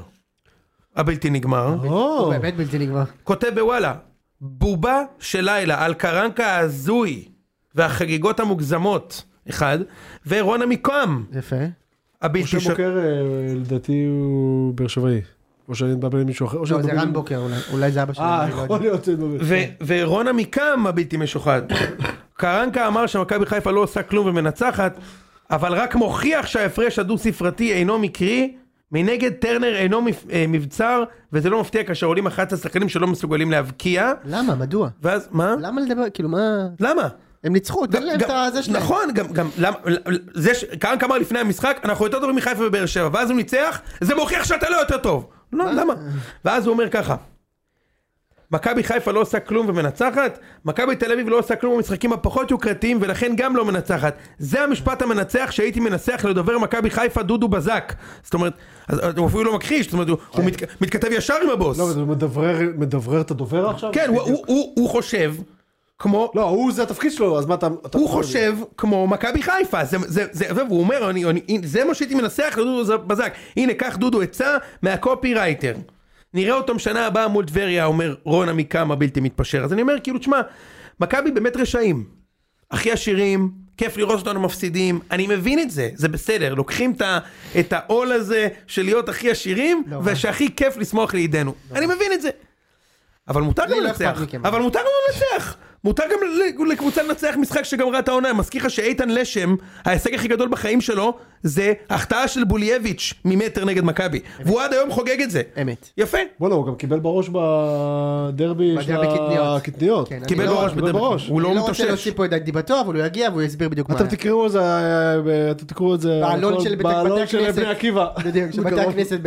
S3: הבלתי נגמר,
S1: הוא באמת בלתי נגמר.
S3: כותב בוואלה, בובה של לילה על קרנקה ההזוי והחגיגות המוגזמות, אחד, ורון עמיקם,
S1: יפה.
S3: הבלתי
S2: משה
S3: ש...
S2: בוקר אה, לדעתי הוא באר שבעי. או שאני מדבר עם מישהו אחר. או
S1: לא,
S2: שאני
S1: זה
S2: מדבר עם-
S1: רן בוקר אולי. אולי זה אבא שלי.
S2: אה,
S1: אני לא יודע.
S2: יכול להיות. שאני מדבר.
S3: ו- ורון עמיקם הבלתי משוחד. קרנקה אמר שמכבי חיפה לא עושה כלום ומנצחת, אבל רק מוכיח שההפרש הדו-ספרתי אינו מקרי. מנגד טרנר אינו מפ... אה, מבצר, וזה לא מפתיע כאשר עולים 11 שחקנים שלא מסוגלים להבקיע,
S1: למה? מדוע?
S3: ואז מה?
S1: למה לדבר? כאילו מה...
S3: למה?
S1: הם ניצחו, תן להם את הזה שלהם.
S3: נכון, גם, גם, למה, זה ש... קרנקה אמר לפני המשחק, אנחנו יותר טובים מחיפה ובאר שבע, ואז הוא ניצח, זה מוכיח שאתה לא יותר טוב. לא, למה? ואז הוא אומר ככה, מכבי חיפה לא עושה כלום ומנצחת, מכבי תל אביב לא עושה כלום במשחקים הפחות יוקרתיים ולכן גם לא מנצחת. זה המשפט המנצח שהייתי מנסח לדובר מכבי חיפה דודו בזק. זאת אומרת, אז, הוא אפילו לא מכחיש, זאת אומרת, הוא,
S1: אה.
S3: הוא מת, מתכתב ישר עם הבוס.
S2: לא, אבל זה מדברר- מדברר את הדובר
S1: לא
S2: עכשיו?
S3: כן, הוא, הוא, הוא, הוא חושב, כמו
S2: לא, הוא זה התפקיד שלו, אז מה אתה... אתה-
S3: הוא חושב כמו מכבי חיפה, זה, זה, זה, והוא אומר, אני, אני, זה מה שהייתי מנסח לדודו ז- בזק, הנה קח דודו עצה מהקופי רייטר. נראה אותו בשנה הבאה מול טבריה, אומר רון עמיקם הבלתי מתפשר. אז אני אומר, כאילו, תשמע, מכבי באמת רשעים. הכי עשירים, כיף לראות אותנו מפסידים, אני מבין את זה, זה בסדר, לוקחים את ה- את העול הזה של להיות הכי עשירים,
S1: נורא.
S3: ושהכי כיף לשמוח לידינו. אני מבין את זה. אבל מותר
S1: לא לי
S3: גם
S1: לא
S3: לנצח,
S1: אכפת מכם.
S3: אבל מותר גם לנצח, מותר גם ל- לקבוצה לנצח משחק שגמרה את העונה, אני מזכיר לך שאיתן לשם, ההישג הכי גדול בחיים שלו, זה החטאה של בולייביץ' ממטר נגד מכבי, והוא עד היום חוגג את זה,
S1: אמת.
S3: יפה,
S2: בואנה, הוא גם קיבל בראש בדרבי של
S1: בדרבי קטניות.
S2: הקטניות.
S1: כן,
S3: קיבל
S1: אני לא-
S3: בראש
S1: אני
S2: קיבל
S3: בדבר,
S2: בראש.
S3: הוא
S1: אני
S3: לא
S1: לא רוצה
S3: מתאושש,
S1: להוציא פה את דיבתו, אבל הוא יגיע והוא יסביר בדיוק מה
S2: אתם
S1: היה.
S2: תקראו את זה, אה, אתם תקראו את זה,
S1: בעלון
S2: הכל-
S1: של בית- בתי
S2: בעלון של
S1: הכנסת.
S2: בני עקיבא.
S1: בדיוק, של בתי
S2: בקרוב.
S1: הכנסת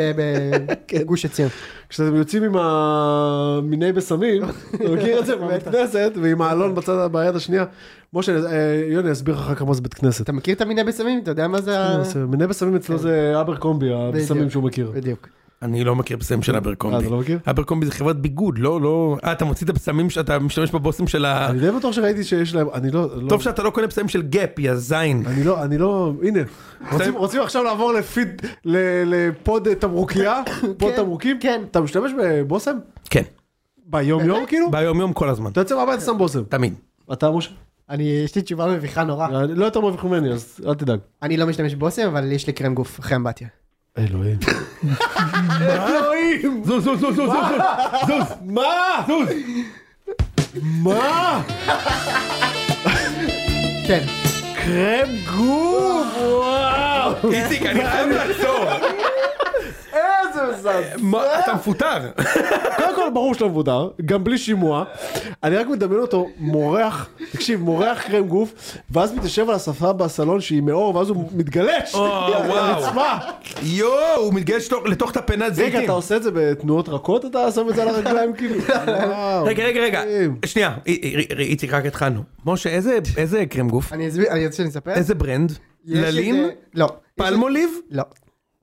S1: בגוש עציון.
S2: כשאתם יוצאים עם המיני בסמים, אתה מכיר את זה בבית כנסת, ועם האלון בצד ביד השנייה. משה, אה, יוני, אסביר לך אחר כך מה זה בית כנסת.
S1: אתה מכיר את המיני בסמים? אתה יודע מה זה ה...
S2: מיני בסמים אצלו זה אבר קומבי, הבסמים
S1: בדיוק.
S2: שהוא מכיר.
S1: בדיוק.
S3: אני לא מכיר בסמים של
S2: אה,
S3: אברקומבי,
S2: אתה לא מכיר?
S3: אברקומבי זה חברת ביגוד, לא, לא, אה אתה מוציא את הבסמים שאתה משתמש בבוסים של ה...
S2: אני לא די בטוח שראיתי שיש להם, אני לא, לא-
S3: טוב שאתה לא קונה בסמים של גאפ, יא זין,
S2: אני לא, אני לא, הנה, רוצים- רוצים עכשיו לעבור לפיד, ל- לפוד אה, תמרוקייה, פוד
S1: כן,
S2: תמרוקים,
S1: כן.
S2: אתה משתמש בבושם?
S3: כן,
S2: ביום יום כאילו?
S3: ביום יום כל הזמן,
S2: אתה יוצא מהבית שם בושם.
S3: תמיד,
S2: אתה משה?
S1: אני, יש לי תשובה מביכה נורא.
S2: אני לא יותר מרוויח ממני אז אל תדאג.
S1: אני לא משתמש בבושם, אבל יש לי קרם גוף אחרי אמבטיה.
S2: אלוהים. אלוהים!
S3: זוז זוז זוז זוז זוז, זוז,
S2: מה?
S3: זוז,
S2: מה?
S1: כן.
S2: קרם גוף! וואו!
S3: איציק אני חייב
S2: אה,
S3: לעצור.
S2: איזה זז!
S3: מה, אתה מפוטר.
S2: קודם כל ברור שלא מבודר, גם בלי שימוע. אני רק מדמיין אותו מורח, תקשיב, מורח קרם גוף, ואז מתיישב על השפה בסלון שהיא מאור, ואז הוא מתגלש! על
S3: וואו.
S2: הרצפה.
S3: יואו, הוא מתגייס לתוך- לתוך את הפנת זיתים.
S2: רגע, אתה עושה את זה בתנועות רכות? אתה שם את זה על הרגליים כאילו? וואו.
S3: רגע, רגע, רגע,
S2: מדהים.
S1: אוקיי.
S3: שנייה, אי- אי- אי- איציק רק התחלנו. משה, איזה- איזה קרם גוף?
S1: אני אסביר, אני רוצה שאני אספר.
S3: איזה ברנד?
S1: יש איזה-
S3: ללים?
S1: לא. יש איזה-
S3: פלמוליב?
S1: לא.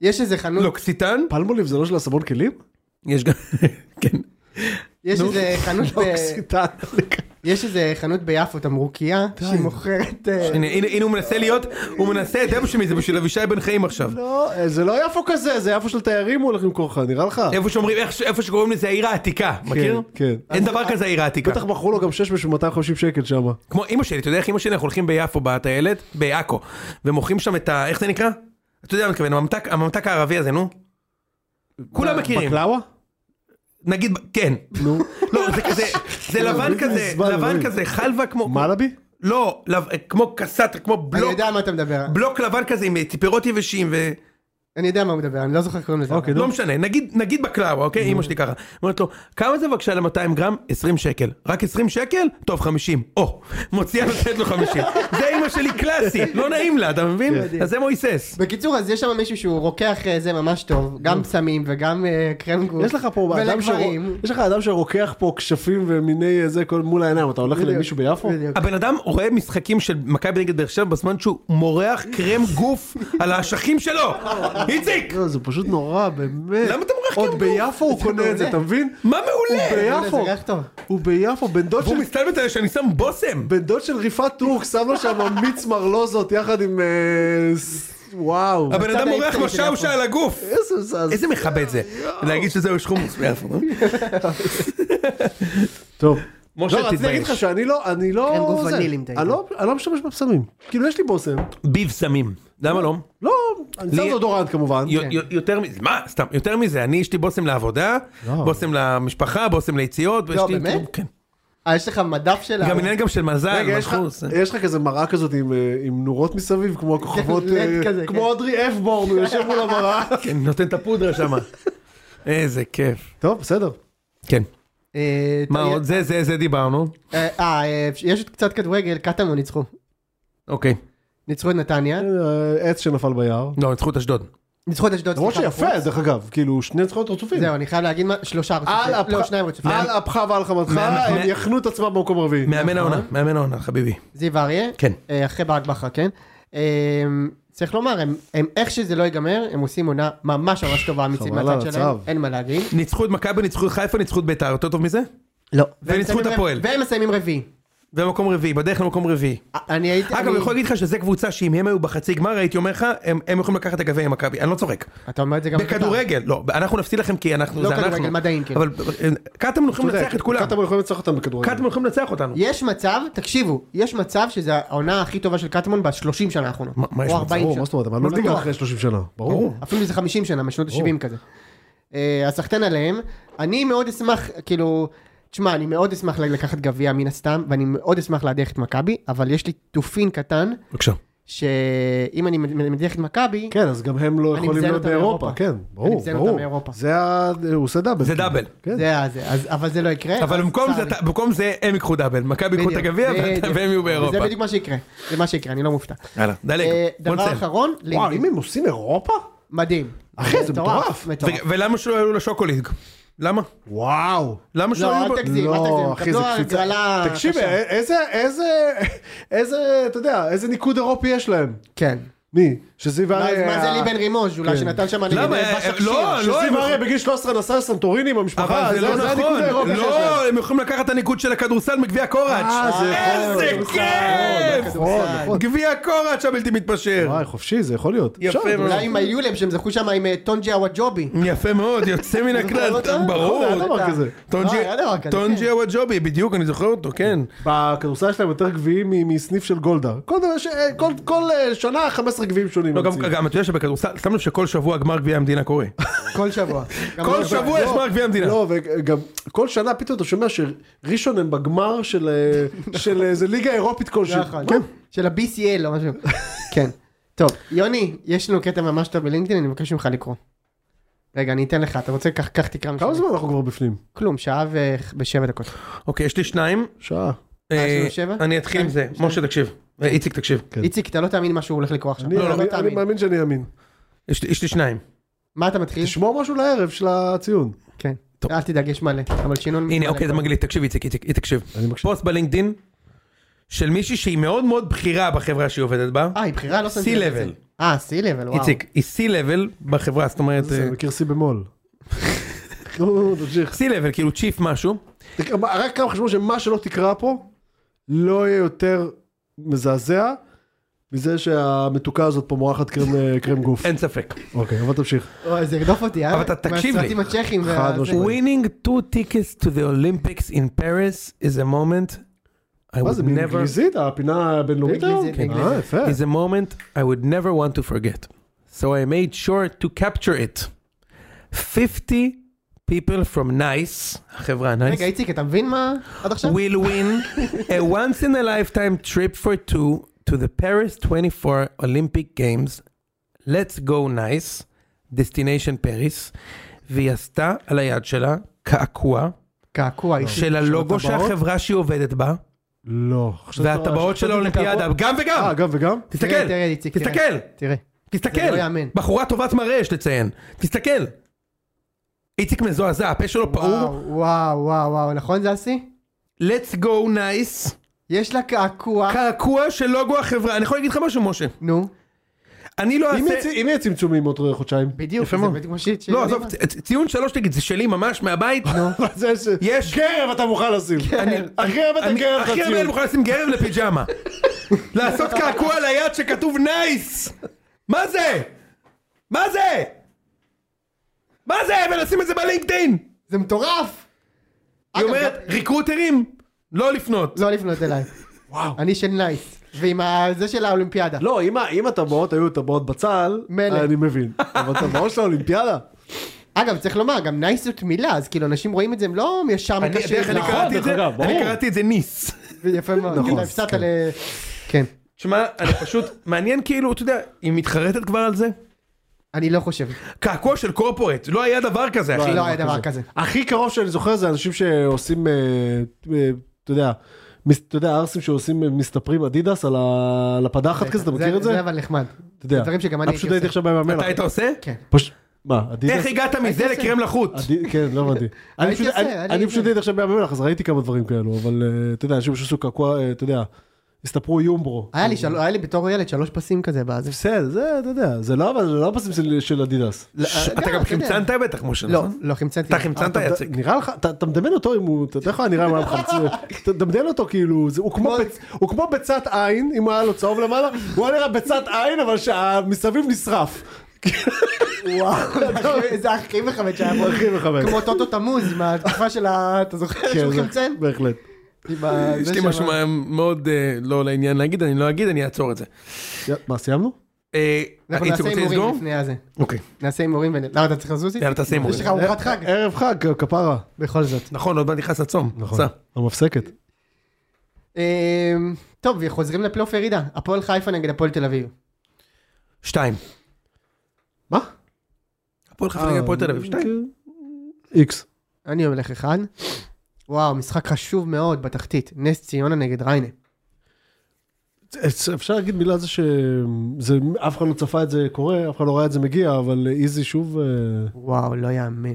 S1: יש איזה חנות,
S2: לא,
S3: לוקסיטן?
S2: פלמוליב זה לא של הסבון כלים?
S3: יש גם... כן.
S1: יש
S3: נו.
S2: לא.
S1: איזה חנות ב...
S2: אוקיי. אוקסיטן.
S1: יש איזה חנות ביפו, תמרוקייה, שהיא מוכרת... אה,
S3: הנה, הנה, הנה הוא מנסה להיות, הוא מנסה את אבא שלי, זה בשביל אבישי בן חיים עכשיו.
S2: לא, אה, זה לא יפו כזה, זה יפו של תיירים הוא הולך למכור לך, נראה לך?
S3: איפה שאומרים, איך- איפה שקוראים לזה העיר העתיקה, אה, מכיר?
S2: כן.
S3: אין דבר
S1: אה,
S3: כזה העיר העתיקה.
S2: בטח מכרו לו גם 6 בשביל 250 שקל שם.
S3: כמו אימא שלי, אתה יודע איך אימא שלי, אנחנו הולכים ביפו, בטיילת, בעכו, ומוכרים שם את ה... איך זה נקרא? אתה יודע מה אני מתכוון, הממתק, הממתק הערבי הזה, נו. כולם מכירים.
S2: בקלאווה?
S3: נגיד, כן.
S2: נו.
S3: לא, זה כזה, זה לבן
S2: בלתי
S3: כזה,
S2: נסבל,
S3: לבן
S1: לא.
S2: אלוהים.
S3: כזה, חלבה כמו...
S2: מלאבי?
S3: לא, לב- כמו קסט, כמו
S2: לא.
S1: אני
S3: בלוק,
S1: יודע על מה אתה מדבר.
S3: בלוק לבן כזה עם פירות יבשים ו...
S1: אני יודע על מה הוא מדבר, אני לא זוכר איך קוראים לזה.
S2: אוקיי,
S1: אבל-
S3: לא משנה, נגיד, נגיד בקלאווה, אוקיי? אמא שלי ככה. אומרת לו, כמה זה בבקשה ל-200 גרם? 20 שקל. רק 20 שקל? טוב, 50. או, מוציאה נותנת לו 50. זה אמא שלי קלאסי, לא נעים לה, אתה מבין?
S1: כן.
S3: אז זה מויסס.
S1: בקיצור, אז יש שם מישהו שהוא רוקח אה, זה ממש טוב, גם סמים וגם אה, קרם גוף.
S2: לא. יש לך פה אדם
S1: ולגברים.
S2: שרוק- יש לך אדם שרוקח פה כשפים ומיני אה, זה כל מול העיניים, אתה הולך
S1: בדיוק,
S2: למישהו אוקיי, ביפו? אה,
S1: בדיוק.
S3: הבן אדם רואה משחקים של מכבי נגד באר שבע בזמן שהוא מורח קרם גוף על האשכים שלו! איציק!
S2: לא, זה פשוט נורא, באמת.
S3: למה אתה מורח
S2: עוד
S3: קרם גוף?
S2: ביפו הוא קונה את זה,
S1: מעולה.
S2: אתה מבין?
S3: מה
S2: הוא
S3: מעולה!
S1: מעולה,
S2: ביפו,
S1: זה ריח טוב.
S2: הוא ביפו, בן דוד של
S3: והוא מסתלבט עליי שאני שם בושם!
S2: בן דוד של ריפת טורק שם לו שם מיץ מרלוזות יחד עם... אה, ס- וואו.
S3: הבן אדם מורח
S1: האיפטרי של
S3: משאושה על הגוף!
S2: איזה זז.
S3: איזה מכבד זה! להגיד שזהו שחומוס ביפו. אה?
S2: טוב.
S3: משה,
S2: לא, רציתי להגיד
S3: תתבייש.
S2: לך שאני לא, אני
S1: קרם
S2: לא,
S1: גוף
S2: זה,
S1: וניל, אם אתה
S2: אני לא, אני לא משתמש בבשמים, כאילו יש לי בושם,
S3: ביב סמים. למה לא?
S2: לא, אני שם
S3: לי-
S2: דודורנט כמובן,
S3: יו- יו- יותר מזה, מה? סתם, יותר מזה, אני יש לי בושם לעבודה, בושם למשפחה, בושם ליציאות, ויש לי-
S1: באמת?
S3: כן.
S1: אה, יש לך מדף של...
S3: גם עניין גם של מזל, אה,
S2: רגע, יש לך-
S3: מנחוס.
S2: יש לך כזה מראה כזאת עם, אה, עם נורות מסביב, כמו הכוכבות,
S1: כן, לד
S2: אה,
S1: כזה,
S2: כמו
S1: כן.
S2: אודרי אפבורן, הוא יושב מול המראה,
S3: כן, נותן את הפודרה שמה. איזה כיף.
S2: טוב, בסדר,
S3: כן.
S1: אה,
S3: מה
S1: טוב,
S3: עוד? זה, זה, זה דיברנו.
S1: אה, אה, יש עוד קצת כדורגל, קטמון ניצחו.
S3: אוקיי.
S1: ניצחו את נתניה,
S2: אה, עץ שנפל ביער,
S3: לא, ניצחו את אשדוד.
S1: ניצחו את אשדוד,
S2: למרות
S1: סליחה, בחוץ.
S2: שיפה, דרך אגב, כאילו, שני ניצחונות רצופים,
S1: זהו, אני חייב להגיד מה, שלושה
S2: על
S1: רצופים, לא, שניים
S2: אפך-
S1: רצופים.
S2: על אפך ועל חמתך,
S3: מה- מה-
S2: הם יחנו את עצמם במקום רביעי,
S3: מאמן העונה, מאמן העונה, חביבי.
S1: זיו אריה,
S3: כן.
S1: אה, אחרי ברק בכר, כן? אה, צריך לומר, הם- הם איך שזה לא ייגמר, הם עושים עונה ממש ממש טובה מצד
S2: חבל על
S1: מהצד שלהם,
S2: הצו.
S1: אין מה להגיד.
S3: ניצחו את מכבי, ניצחו את חיפה, ניצחו את ביתר, יותר טוב מזה?
S1: לא.
S3: וניצחו את הפועל.
S1: והם מסיימים רביעי.
S3: במקום רביעי, בדרך למקום רביעי.
S1: אני הייתי...
S3: אגב,
S1: כן, אני-
S3: אני יכול להגיד לך שזו קבוצה שאם הם היו בחצי גמר, הייתי אומר לך, הם הם יכולים לקחת את הגביע עם מכבי, אני לא צוחק.
S1: אתה אומר את זה גם...
S3: בכדורגל, לא, אנחנו נפסיד לכם כי אנחנו,
S1: לא
S3: זה
S1: כדורגל,
S3: אנחנו.
S1: מדעים, כן.
S3: אבל קטמון יכולים לנצח את כולם.
S2: קטמון יכולים לנצח אותם בכדורגל,
S3: קטמון יכולים לנצח אותנו.
S1: יש מצב, תקשיבו, יש מצב שזו העונה הכי טובה של קטמון ב-30 שנה האחרונות.
S3: מה- מה יש
S1: או
S3: מצב?
S1: 40
S2: ברור,
S1: שנה.
S2: מה זאת אומרת, הם
S1: לא
S2: עלו ליגה
S1: בטוח.
S2: אחרי 30 שנה, ברור,
S3: ברור.
S1: אפילו זה 50 שנה, משנות ה-70 כזה. אה, אז סחטיין עליהם. אני מאוד אשמח, כאילו, תשמע, אני מאוד אשמח ל- לקחת גביע מן הסתם, ואני מאוד אשמח להדיח את מכבי, אבל יש לי תופין קטן,
S3: בבקשה.
S1: אה, שאם אני מד- מדיח את מכבי,
S2: כן, אז גם הם לא
S1: אני
S2: יכולים
S1: מזהה
S2: להיות
S1: אותם
S2: באירופה,
S1: מאירופה.
S2: כן,
S1: אני
S2: ברור,
S1: מזהה אותם
S2: ברור.
S1: מאירופה.
S2: זה ה... הוא עושה דאבל.
S3: זה דאבל.
S2: כן.
S1: זה היה זה, אז- אבל זה לא יקרה.
S3: אבל
S1: אז
S3: במקום
S1: צר
S3: זה,
S1: לי.
S3: אתה- במקום זה הם ייקחו דאבל, מכבי ייקחו את
S1: בדיוק,
S3: הגביע ואתה-
S1: בדיוק.
S3: והם יהיו באירופה.
S1: זה בדיוק מה שיקרה, זה מה שיקרה, אני לא מופתע.
S3: יאללה, דלג.
S1: אה,
S3: בוא
S1: דבר
S3: נסיים.
S1: אחרון,
S2: וואו,
S1: לינקדאין.
S2: אם הם עושים אירופה?
S1: מדהים.
S2: אחי, זה מטורף.
S1: מטורף. לא,
S3: ו- ולמה שלא יעלו לשוקוליג? למה?
S2: וואו.
S3: למה שלא
S1: לא,
S3: יעלו?
S1: אל
S3: ב-
S1: תגזים, אל תגזים.
S2: לא, אחי, זה
S1: קבלו
S2: קפיצה.
S1: הגרלה
S2: תקשיב,
S1: קשה.
S2: אה, איזה, איזה, איזה, אתה יודע, איזה ניקוד אירופי יש להם?
S1: כן.
S2: מי? שזיו
S1: מה
S2: אריה...
S1: מה זה לי בן רימוז' אולי
S2: אה, כן.
S1: שנתן שם... נגד
S3: למה? אה,
S1: בשקשיר.
S3: לא, לא, הם
S2: שזיו אריה
S3: יכולים-
S2: בגיל 13 נסע לסנטוריני עם המשפחה,
S3: אבל זה לא
S2: הניקוד
S3: נכון.
S2: האירופי שיש להם.
S3: לא, הם יכולים לקחת את הניקוד של הכדורסל מגביע
S2: אה,
S3: קוראץ'.
S2: זה יכול,
S3: איזה
S2: נכון,
S3: כיף!
S2: נכון, נכון.
S3: גביע קוראץ' הבלתי מתפשר.
S2: וואי, חופשי, זה יכול להיות.
S3: יפה
S2: אפשר,
S3: מאוד.
S1: אולי עם היולב שהם זכו שם עם אה, טונג'י הוואג'ובי.
S3: יפה מאוד, יוצא מן הכלל,
S1: זוכר אותו?
S3: ברור.
S2: היה דבר כזה.
S3: טונג'י-
S1: לא, היה דבר כזה,
S3: טונג'י
S1: כן.
S3: הוואג'ובי, בדיוק, אני זוכר אותו, כן.
S2: בכדורסל שלהם יותר גביעים מ- מסניף של גולדהר. כל דבר ש- כל- כל אה, שנה 15 גביעים שונים.
S3: לא, גם,
S2: ממציאים.
S3: גם אתה יודע שבכדורסל, שם לב שכל שבוע גמר גביע המדינה קורה.
S1: כל שבוע. גם לא
S3: כל
S1: אני-
S3: שבוע יש גמר גביע המדינה.
S2: לא, וגם כל שנה פתאום אתה שומע שראשון הם בגמר של אה, של איזה ליגה אירופית כלשהי.
S1: נכון.
S2: כן.
S1: של ה-BCL או משהו. כן. טוב, יוני, יש לנו קטע ממש טוב בלינקדאין, אני מבקש ממך לקרוא. רגע, אני אתן לך, אתה רוצה, קח קח תקרא משם.
S2: כמה זמן כן. אנחנו כבר בפנים?
S1: כלום, שעה ו- ושבע דקות.
S3: אוקיי, יש לי שניים.
S2: שעה.
S1: יש לנו
S3: אה,
S1: שבע?
S3: אני אתחיל עם זה. משה, תקשיב. אה, איציק, תקשיב.
S2: כן.
S1: איציק, אתה לא תאמין מה שהוא הולך לקרוא עכשיו.
S2: אני-
S1: לא, לא, לא
S2: אני- אני
S1: תאמין.
S2: מאמין שאני אמין.
S3: יש לי- יש לי שניים.
S1: מה אתה מתחיל?
S2: תשמור משהו לערב של הציון.
S1: כן.
S3: טוב.
S1: אל תדאג, יש מלא. אבל שינון...
S3: הנה,
S1: מלא.
S3: אוקיי, זה מגליד. תקשיב, איציק, איציק, איציק, אה, תקשיב.
S2: אני מקשיב.
S3: פוסט בלינקדין של מישהי שהיא מאוד מאוד בכירה בחברה שהיא עובדת בה.
S1: אה, היא בחירה? לא שמתי
S3: Sea
S1: לב לזה.
S3: level.
S1: אה, סי לבל, וואו.
S3: איציק, היא C-Level בחברה, זאת אומרת... אה,
S2: אני מכיר סי במול. נו, תמשיך.
S3: C-Level, כאילו צ'יף משהו.
S2: רק כמה חשבו שמה שלא תקרא פה, לא יהיה יותר מזעזע מזה שהמתוקה הזאת פה מורחת קרם- אה, קרם גוף.
S3: אין ספק.
S2: אוקיי, אבל תמשיך.
S1: אוי, זה ירדוף אותי, אה?
S3: אבל אתה תקשיב לי.
S1: מהסרטים הצ'כים.
S2: חד
S1: וה-
S2: משמעית.
S3: Winning two tickets to the Olympics in Paris is a moment I
S2: מה
S3: would
S2: זה,
S3: never
S2: באנגליזית? הפינה הבינלאומית היום?
S1: באנגליזית, באנגליזית.
S2: אה, יפה.
S3: is a moment I would never want to forget. So I made sure to capture it. 50 people from NICE, החברה NICE,
S1: רגע, איציק, אתה מבין מה עד עכשיו?
S3: will win a once in a lifetime trip for two to the Paris 24 Olympic Games. Let's go nice, destination Paris. והיא עשתה על היד שלה קעקוע
S1: קעקוע איציק.
S3: של הלוגו של
S2: הטבעות?
S3: החברה שהיא עובדת בה,
S2: לא. חשבתי-
S3: והטבעות
S2: חשבתי
S3: של האולימפיאדה,
S2: קעקוע.
S3: גם
S2: אה,
S3: וגם!
S2: גם וגם?
S1: תראה,
S3: תסתכל,
S1: תראה, איציק, תראה.
S3: תסתכל,
S1: תראה. כן, זה
S3: תסתכל,
S1: לא יאמן.
S3: בחורה טובת מראה יש לציין, תסתכל. איציק מזועזע, הפה שלו פעור,
S1: וואו, וואו, וואו, וואו, נכון זסי?
S3: let's go nice,
S1: יש לה קעקוע.
S3: קעקוע של לוגו החברה, אני יכול להגיד לך משהו משה,
S1: נו,
S3: אני לא
S2: אם
S3: אעשה...
S2: יצא- אם יהיה צמצומים עוד חודשיים.
S1: בדיוק,
S3: יפה
S1: זה
S3: מאוד.
S1: בדיוק מה שהיא...
S3: לא, עזוב, צ- צ- ציון שלוש תגיד, זה שלי ממש מהבית?
S2: זה יש...
S3: יש. כן.
S2: גרב אתה מוכן לשים.
S3: אני-
S2: הכי הרבה אתה
S3: אני
S2: גרב
S3: הכי הרבה אני
S2: לציון.
S3: מוכן לשים גרב לפיג'מה. לעשות קעקוע על היד שכתוב נייס! מה זה? מה זה? מה זה? ולשים את זה בלינקדאין!
S1: זה מטורף!
S3: היא
S1: אגב,
S3: אומרת,
S1: גם-
S3: ריקרוטרים, לא לפנות.
S1: לא לפנות אליי.
S2: וואו.
S1: אני של נייס. ועם ה- זה של האולימפיאדה.
S2: לא, אם ה- אם הטבעות היו טבעות בצל,
S1: מילא.
S2: אני מבין. אבל טבעות של האולימפיאדה?
S1: אגב, צריך לומר, גם נייס זאת מילה, אז כאילו אנשים רואים את זה, הם לא ישר
S3: אני,
S1: מקשרים.
S3: דרך אגב, אני
S1: נכון,
S3: קראתי את זה,
S2: דרך אגב,
S3: אני
S2: ברור.
S3: קראתי את זה ניס.
S1: יפה מאוד.
S2: נכון,
S1: אתה הפסדת ל... כן.
S3: שמע, אני פשוט, מעניין כאילו, אתה יודע, היא מתחרטת כבר על זה?
S1: אני לא חושב.
S3: קעקוע של קורפורט, לא היה דבר כזה, אחי.
S1: לא היה דבר כזה.
S2: הכי קרוב שאני זוכר זה אנשים שעושים, אה, אה, אתה יודע, מס- אתה יודע, ערסים שעושים, אה, מסתפרים אדידס על ה- על הפדחת כזה, אתה מכיר את זה?
S1: זה אבל נחמד.
S2: אתה יודע.
S1: זה דברים שגם אני
S2: אני פשוט הייתי עכשיו בים המלח.
S3: אתה היית עושה?
S1: כן.
S2: פשוט- מה, אדידס?
S3: איך הגעת מזה
S1: הייתי עושה.
S3: לקרם לחוט?
S2: עדי- כן, לא הבנתי. אני
S1: הייתי
S2: פשוט-
S1: עושה,
S2: אני-
S1: אני
S2: אני
S1: הייתי-
S2: פשוט הייתי עכשיו בים המלח, אז ראיתי כמה דברים כאלו, אבל אה, אתה יודע, אנשים שעשו קעקוע, אה, אתה יודע, הסתפרו יומברו.
S1: היה לי של- היה לי בתור ילד שלוש פסים כזה, ואז...
S2: בסדר, זה, אתה יודע, זה לא אבל, זה לא הפסים של- של אדידס.
S3: ש-
S1: אה,
S3: אתה
S1: לא,
S3: גם
S1: אתה יודע.
S3: חמצנת בטח, משה,
S1: לא,
S3: נכון?
S1: לא חמצנתי.
S3: אתה חמצנת
S2: אה, אתה-
S3: יציג.
S2: נראה לך, אתה אתה מדמיין אותו אם הוא, אתה יודע איך הוא היה נראה אם הוא היה מחמצן, אתה מדמיין אותו כאילו, זה- הוא כמו
S1: כמו-
S2: בצ- הוא כמו בצת עין, אם היה לו צהוב למעלה, הוא היה נראה בצת עין, אבל שמסביב נשרף.
S1: וואו, איזה הכי מחמד שהיה פה.
S2: הכי מחמד.
S1: כמו טוטו תמוז, מהתקופה של ה... אתה זוכר שהוא
S2: כן, זה-
S1: חמצן?
S2: בהחלט.
S1: עם ה-
S3: יש
S1: זה
S3: לי
S1: שם-
S3: משהו מאוד אה, לא לעניין להגיד, אני לא אגיד, אני אעצור את זה.
S2: יא, מה, סיימנו?
S3: אה,
S1: אנחנו
S3: איציק,
S1: נעשה
S3: רוצה
S1: הימורים
S3: לסגור?
S1: לפני הזה.
S3: אוקיי.
S1: נעשה הימורים ו... למה אתה צריך לזוז? איתי?
S3: יאללה, תעשה הימורים.
S1: יש לך ארוחת חג.
S2: ערב חג, כפרה.
S1: בכל זאת.
S3: נכון, עוד מעט נכנס לצום.
S2: נכון.
S3: סע.
S2: המפסקת.
S1: אמ, טוב, חוזרים לפלייאוף ירידה. הפועל חיפה נגד הפועל תל אביב.
S3: שתיים.
S2: מה? אה,
S3: הפועל
S1: אה,
S3: חיפה נגד הפועל תל אביב.
S1: אוקיי.
S3: שתיים.
S2: אוקיי. איקס.
S1: אני הולך אחד. וואו, משחק חשוב מאוד בתחתית. נס ציונה נגד ריינה.
S2: אפשר להגיד מילה על זה שאף אחד לא צפה את זה קורה, אף אחד לא ראה את זה מגיע, אבל איזי שוב... אה,
S1: וואו, לא יאמן.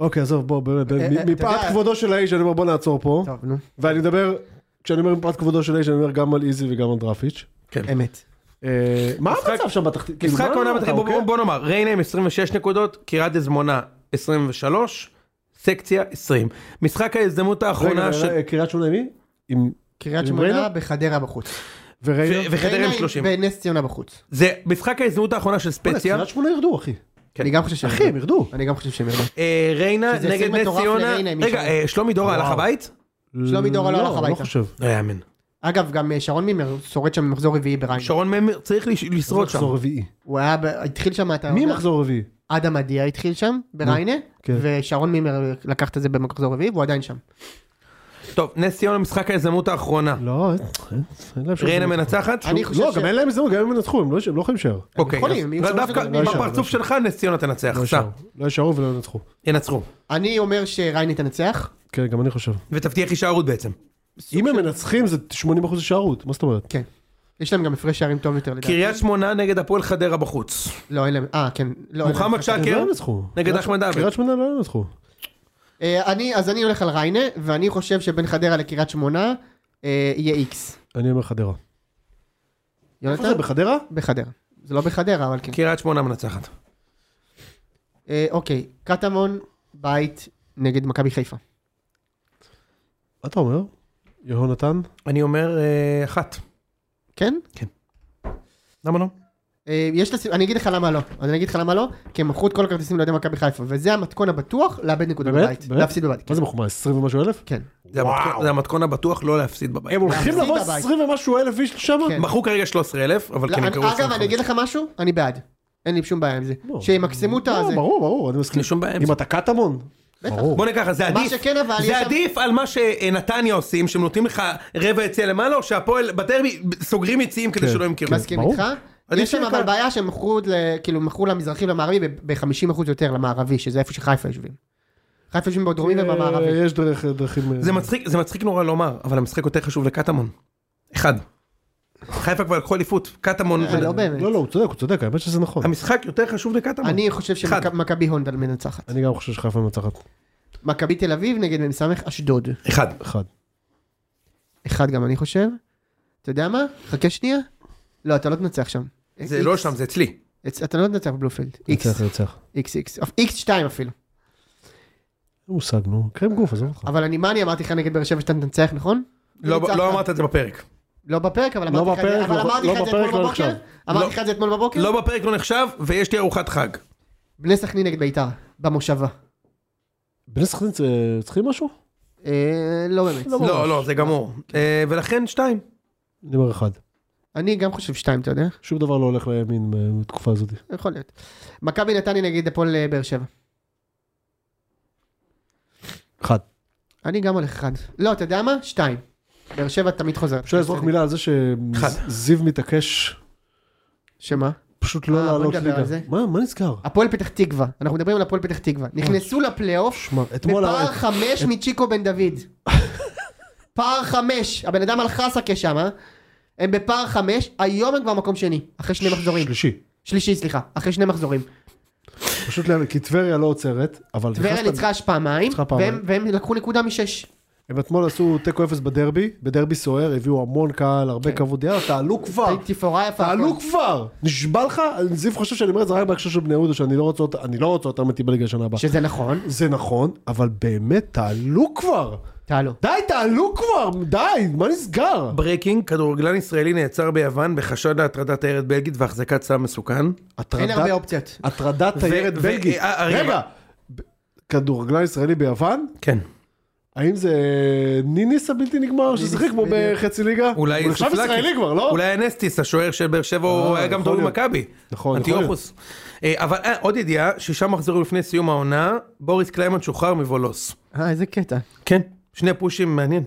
S2: אוקיי, עזוב, בוא, באמת,
S1: אה, אה, אתה
S2: מפאת
S1: יודע-
S2: כבודו של האיש, אני אומר בוא נעצור פה,
S1: טוב, נו,
S2: ואני מדבר, כשאני אומר מפאת כבודו של האיש, אני אומר גם על איזי וגם על דרפיץ'.
S1: אמת.
S2: אה, מה
S3: משחק-
S2: המצב שם בתחתית? כאילו,
S3: כן.
S1: לא,
S3: משחק
S2: מה-
S3: העונה
S2: אתה
S3: מתחיל, בוא-
S1: אוקיי.
S2: עוקב?
S3: בוא- בוא נאמר, ריינה עם 26 נקודות, קריית דזמונה 23, סקציה 20. משחק ההזדמנות
S2: רגע,
S3: האחרונה של...
S2: רגע, קריית שמונה מי? עם...
S1: קריית
S2: עם
S1: שמונה
S2: ריינה?
S1: בחדרה בחוץ.
S2: וריינה?
S3: ו- וחדרה עם
S1: ריינה
S3: 30.
S1: ונס ציונה בחוץ.
S3: זה משחק ההזדמנות האחרונה של
S2: בוא'נה,
S3: ספציה.
S2: קריית שמונה ירדו, אחי.
S3: כן.
S1: אני גם חושב שהם...
S2: אחי, הם ירדו.
S1: אני גם חושב שהם ירדו.
S3: אה, ריינה
S1: שזה
S3: נגד
S1: הישג
S3: נס
S1: מטורף
S3: ציונה.
S1: לריינה, אם
S3: רגע,
S1: מישהו-
S3: אה, שלומי דורה הלך הבית?
S1: שלומי דורה לא הלך
S2: לא
S1: הביתה.
S2: חושב.
S3: לא יאמן.
S1: אגב, גם אה, שרון מימר שורד שם במחזור רביעי בריינה.
S3: שרון ממר צריך לש- לשרוד שם.
S2: מחזור רביעי.
S1: הוא היה... ב- התחיל שם את
S2: מי
S1: העונה.
S2: מחזור רביעי?
S1: אדם אדיה התחיל שם, בריינה,
S2: כן.
S1: ושרון מימר לקח את זה במחזור רביעי, והוא עדיין שם.
S3: טוב, נס ציונה משחק ההזדמנות האחרונה.
S1: אה,
S2: לא, אין- אין להם אפשרות.
S3: ריינה מנצחת?
S1: אני
S3: שוב?
S1: חושב
S2: לא,
S1: ש-
S2: גם אין להם הזדמנות, גם אם הם ינצחו, הם לא- הם לא יכולים להישאר.
S3: אוקיי,
S1: יכולים,
S3: אז-
S1: אם
S3: אבל
S1: יצאו
S3: דווקא
S1: משהו,
S2: לא יישאר, לא
S3: בפרצוף שלך נס ציונה תנצח.
S2: לא
S3: סע,
S2: יישארו. לא יישארו ולא ינצחו.
S3: ינצחו.
S1: אני אומר שריינה תנצח.
S2: כן, גם אני חושב.
S3: ותבטיח הישארות בעצם.
S2: אם הם מנצחים זה 80% הישארות, מה זאת אומרת?
S1: כן. יש להם גם הפרש שערים טוב יותר לדעתי.
S3: קריית שמונה נגד הפועל חדרה בחוץ.
S1: לא, אין להם... אה, כן. לא, אין להם.
S3: מוחמד
S2: הם לא
S3: שקר
S2: ינצחו.
S3: נגד אחמד עבד.
S2: קריית שמונה לא ינצחו.
S1: אה, אני, אז אני הולך על ריינה, ואני חושב שבין חדרה לקריית שמונה אה, יהיה איקס.
S2: אני אומר חדרה. איפה זה,
S1: יונתן?
S2: בחדרה?
S1: בחדרה. זה לא בחדרה, אבל כן.
S3: קריית שמונה מנצחת.
S1: אה, אוקיי, קטמון, בית, נגד מכבי חיפה.
S2: מה אתה אומר? יהונתן?
S3: אני אומר אה, אחת.
S1: כן?
S3: למה לא?
S1: אה, יש לס... אני אגיד לך למה לא. אז אני אגיד לך למה לא, כי הם מכרו את כל הכרטיסים לאוהדי מכבי חיפה, וזה המתכון הבטוח לאבד נקודה
S2: באמת?
S1: בבית.
S2: באמת?
S1: להפסיד בבית. כן.
S2: מה זה בחומה? 20 ומשהו אלף?
S1: כן.
S3: זה המתכון- זה המתכון הבטוח לא להפסיד בבית.
S2: הם הולכים
S1: להפסיד
S2: לבוא
S1: בבית.
S2: 20 ומשהו אלף איש לשם?
S1: כן.
S3: מכרו כרגע 13,000, אבל
S1: לא,
S3: כן
S1: אני-
S3: יקראו
S1: אגב, אני אגיד לך משהו, אני בעד. אין לי שום בעיה עם זה.
S2: לא.
S1: שימקסמו את
S2: לא,
S1: הזה.
S2: ברור, ברור, אני מסכים.
S3: אין שום בעיה עם
S2: אם
S3: זה.
S2: אתה קטמון?
S1: בטח.
S2: ברור.
S3: בוא נגיד ככה, זה
S1: מה
S3: עדיף,
S1: שכן, אבל יש
S3: זה
S1: שם-
S3: עדיף על מה שנתניה עושים, שהם נותנים לך רבע יציאה למעלה, או שהפועל בדרבי סוגרים יציאים כדי
S2: כן,
S3: שלא ימכרו.
S1: מסכים
S2: ברור.
S1: איתך.
S3: עדיף
S1: יש שם
S3: שיהיה
S1: אבל
S3: קל.
S1: בעיה שהם מכרו, ל- כאילו מכרו למזרחי ולמערבי ב-50% יותר למערבי, שזה איפה שחיפה יושבים. חיפה יושבים בדרומי ובמערבי.
S2: אה, יש דרך- דרכים... אה,
S3: זה מצחיק, זה מצחיק נורא לומר, אבל המשחק יותר חשוב לקטמון. אחד. חיפה כבר לקחו אליפות, קטמון.
S1: אה, לא באמת.
S2: לא, לא, הוא צודק, הוא צודק, האמת שזה נכון.
S3: המשחק יותר חשוב לקטמון.
S1: אני חושב
S3: אחד.
S1: שמכבי הונדה מנצחת.
S2: אני גם חושב שחיפה מנצחת.
S1: מכבי תל אביב נגד מ"ס אשדוד.
S3: אחד.
S2: אחד.
S1: אחד גם אני חושב. אתה יודע מה? חכה שנייה. לא, אתה לא תנצח שם.
S3: זה
S1: איקס.
S3: לא שם, זה אצלי.
S1: אצ- אתה לא תנצח בבלופילד. איקס,
S2: ניצח, ניצח.
S1: איקס, איקס. איקס שתיים אפילו.
S2: אין מושג, נו. קרם גוף, עזוב אותך.
S1: אבל אני, מה אני אמרתי לך נגד באר שבע שאתה תנצח, נכון?
S3: לא
S1: ניצחת.
S3: לא אמרת את זה בפרק.
S1: לא בפרק, אבל
S2: לא
S1: אמרתי לך את זה-
S2: בפרק,
S1: אבל
S2: לא-
S1: אמרתי
S2: לא
S1: לך את זה
S2: בפרק,
S1: אתמול
S2: לא
S1: בבוקר.
S2: נחשב.
S1: אמרתי
S3: לא-
S1: לך את זה אתמול בבוקר.
S3: לא בפרק לא נחשב, ויש לי ארוחת חג.
S1: בני סכנין נגד ביתר, במושבה.
S2: בני סכנין אה, צריכים משהו?
S1: אה, לא באמת.
S2: לא.
S3: לא, לא, זה גמור. אה, ולכן שתיים.
S2: אני אומר אחד.
S1: אני גם חושב שתיים, אתה יודע?
S2: שום דבר לא הולך לימין אה, בתקופה הזאת.
S1: יכול להיות. מכבי נתניה נגד הפועל אה, באר שבע.
S2: אחד.
S1: אני גם הולך אחד. לא, אתה יודע מה? שתיים. באר שבע תמיד חוזרת.
S2: אפשר לזרוק מילה על זה
S3: אחד.
S2: שזיו מתעקש
S1: שמה?
S2: פשוט
S1: אה,
S2: לא
S1: בוא
S2: לעלות
S1: נדבר על זה.
S2: ליגה. מה, מה נזכר?
S1: הפועל פתח תקווה, אנחנו מדברים על הפועל פתח תקווה, נכנסו לפלייאוף
S2: שמע, אתמול...
S1: בפער
S2: הר-
S1: חמש מצ'יקו בן דוד. פער חמש, הבן אדם על חסקה שמה, הם בפער חמש, היום הם כבר מקום שני, אחרי שני מחזורים,
S2: שלישי.
S1: שלישי סליחה, אחרי שני מחזורים.
S2: פשוט לאן, כי טבריה לא עוצרת, אבל...
S1: טבריה
S2: נכנסת-
S1: ניצחה פעמיים,
S2: ניצחה פעמיים.
S1: והם- והם לקחו נקודה משש.
S2: הם אתמול עשו תיקו אפס בדרבי, בדרבי סוער, הביאו המון קהל, הרבה
S1: כן.
S2: כבוד, יאללה, תעלו כבר,
S1: תפאורה יפה.
S2: תעלו
S1: הכל.
S2: כבר, נשבע לך, זיו חושב שאני אומר את זה רק בהקשר של בני יהודה, שאני לא רוצה אותם, אני לא רוצה אותם איתי בליגה השנה הבאה.
S1: שזה נכון,
S2: זה נכון, אבל באמת, תעלו כבר,
S1: תעלו.
S2: די, תעלו כבר, די, מה נסגר?
S3: ברייקינג, כדורגלן ישראלי נעצר ביוון בחשד להטרדת תיירת בלגית והחזקת סם מסוכן.
S1: אין
S2: הטרדה-
S1: הרבה אופציות.
S2: הטרדת תיירת
S3: ו-
S2: בלגית.
S3: אה, אה,
S2: רגע,
S3: רגע.
S2: ב- כדורגלן ישראלי ביוון?
S3: כן.
S2: האם זה ניניס הבלתי נגמר ששיחק בו
S1: בדיוק.
S2: בחצי ליגה?
S3: אולי
S2: הוא נחשב
S3: סופלקיס.
S2: ישראלי כבר, לא?
S3: אולי אנסטיס, השוער של באר שבע, הוא
S2: אה,
S3: היה גם
S2: יכול
S3: טוב
S2: להיות.
S3: במכבי.
S2: נכון, יכול
S3: אנטיוכוס. אה, אבל אה, עוד ידיעה, שישה מחזורים לפני סיום העונה, בוריס קליימן שוחרר מבולוס.
S1: אה, איזה קטע.
S3: כן. שני פושים מעניין.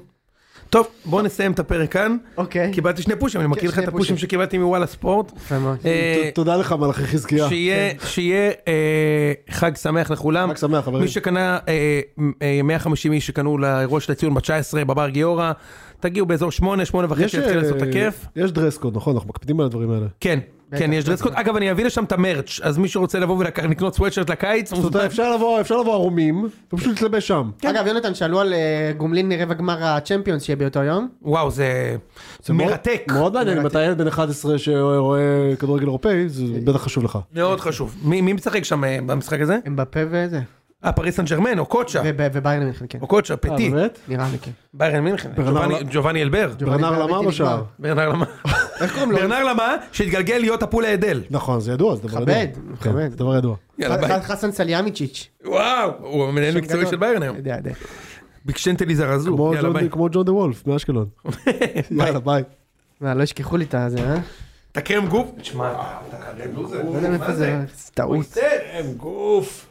S3: טוב, בואו נסיים את הפרק כאן.
S1: אוקיי.
S3: קיבלתי שני פושים, אני
S1: כן,
S3: מקריא לך
S1: שני
S3: את הפושים
S1: פושים.
S3: שקיבלתי מוואלה ספורט.
S1: יפה מאוד.
S3: אה,
S2: ת- תודה לך מלאכי חזקיה.
S3: שיהיה, שיהיה אה, חג שמח לכולם.
S2: כן. חג שמח, חברים.
S3: מי שקנה, אה, אה, 150 איש שקנו לאירוע של הציון ב-19 בבר גיורא, תגיעו באזור 8, 8 וחצי, נתחיל לעשות את
S2: אה,
S3: הכיף.
S2: יש דרס קוד, נכון? אנחנו מקפידים על הדברים האלה.
S3: כן, כן, יש דרסקוד. אגב, אני אביא לשם את המרץ', אז מי שרוצה לבוא ולקנות סוואטשרט לקיץ,
S2: זאת אומרת, אפשר לבוא, אפשר לבוא ערומים, ופשוט להתלבש שם.
S3: כן,
S1: אגב, יונתן, שאלו על אה, גומלין רבע גמר הצ'מפיונס שיהיה באותו יום.
S3: וואו, זה
S2: זה מאוד-
S3: מרתק.
S2: מאוד מעניין אם
S1: מרתק. כן.
S2: אתה ילד בן 11 שרואה כדורגל אירופאי, זה בטח חשוב לך.
S3: מאוד חשוב. מי מי משחק שם אה, במשחק הזה?
S1: הם בפה וזה.
S3: אה, פריס סן ג'רמן, או קוצ'ה.
S1: וב- וביירן מינכן, כן.
S3: או קוצ'ה,
S2: אה,
S3: פטי.
S2: באמת?
S1: נראה לי כן.
S3: ביירן מינכן. ג'ובאני- ג'ובאני אלבר.
S2: ברנר
S1: ג'ובאני
S2: למה
S1: נגמר.
S2: בשער.
S3: ברנר למה?
S1: איך קוראים לו?
S3: ברנר למה? שהתגלגל להיות הפול האדל.
S2: נכון, זה ידוע, זה דבר ידוע.
S1: מכבד,
S2: כן,
S1: מכבד.
S2: זה דבר ידוע.
S3: יאללה ביי.
S1: ח- חסן סליאמיצ'יץ'.
S3: וואו, הוא המנהל מקצועי
S1: אה, גדול.
S3: של ביירן היום.
S1: יודע, יודע.
S3: ביקשנטלי זרזו.
S2: כמו
S3: יאללה
S2: ג'ון-
S3: ביי.
S2: כמו ג'ון דה וולף מאשקלון. יאללה, ביי.
S1: מה, לא ישכחו לי את הזה, אה?
S3: אתה קרם גוף? תשמע, אתה קרם גוף?
S1: לא יודע מאיפה זה, זה טעות.
S3: קרם גוף.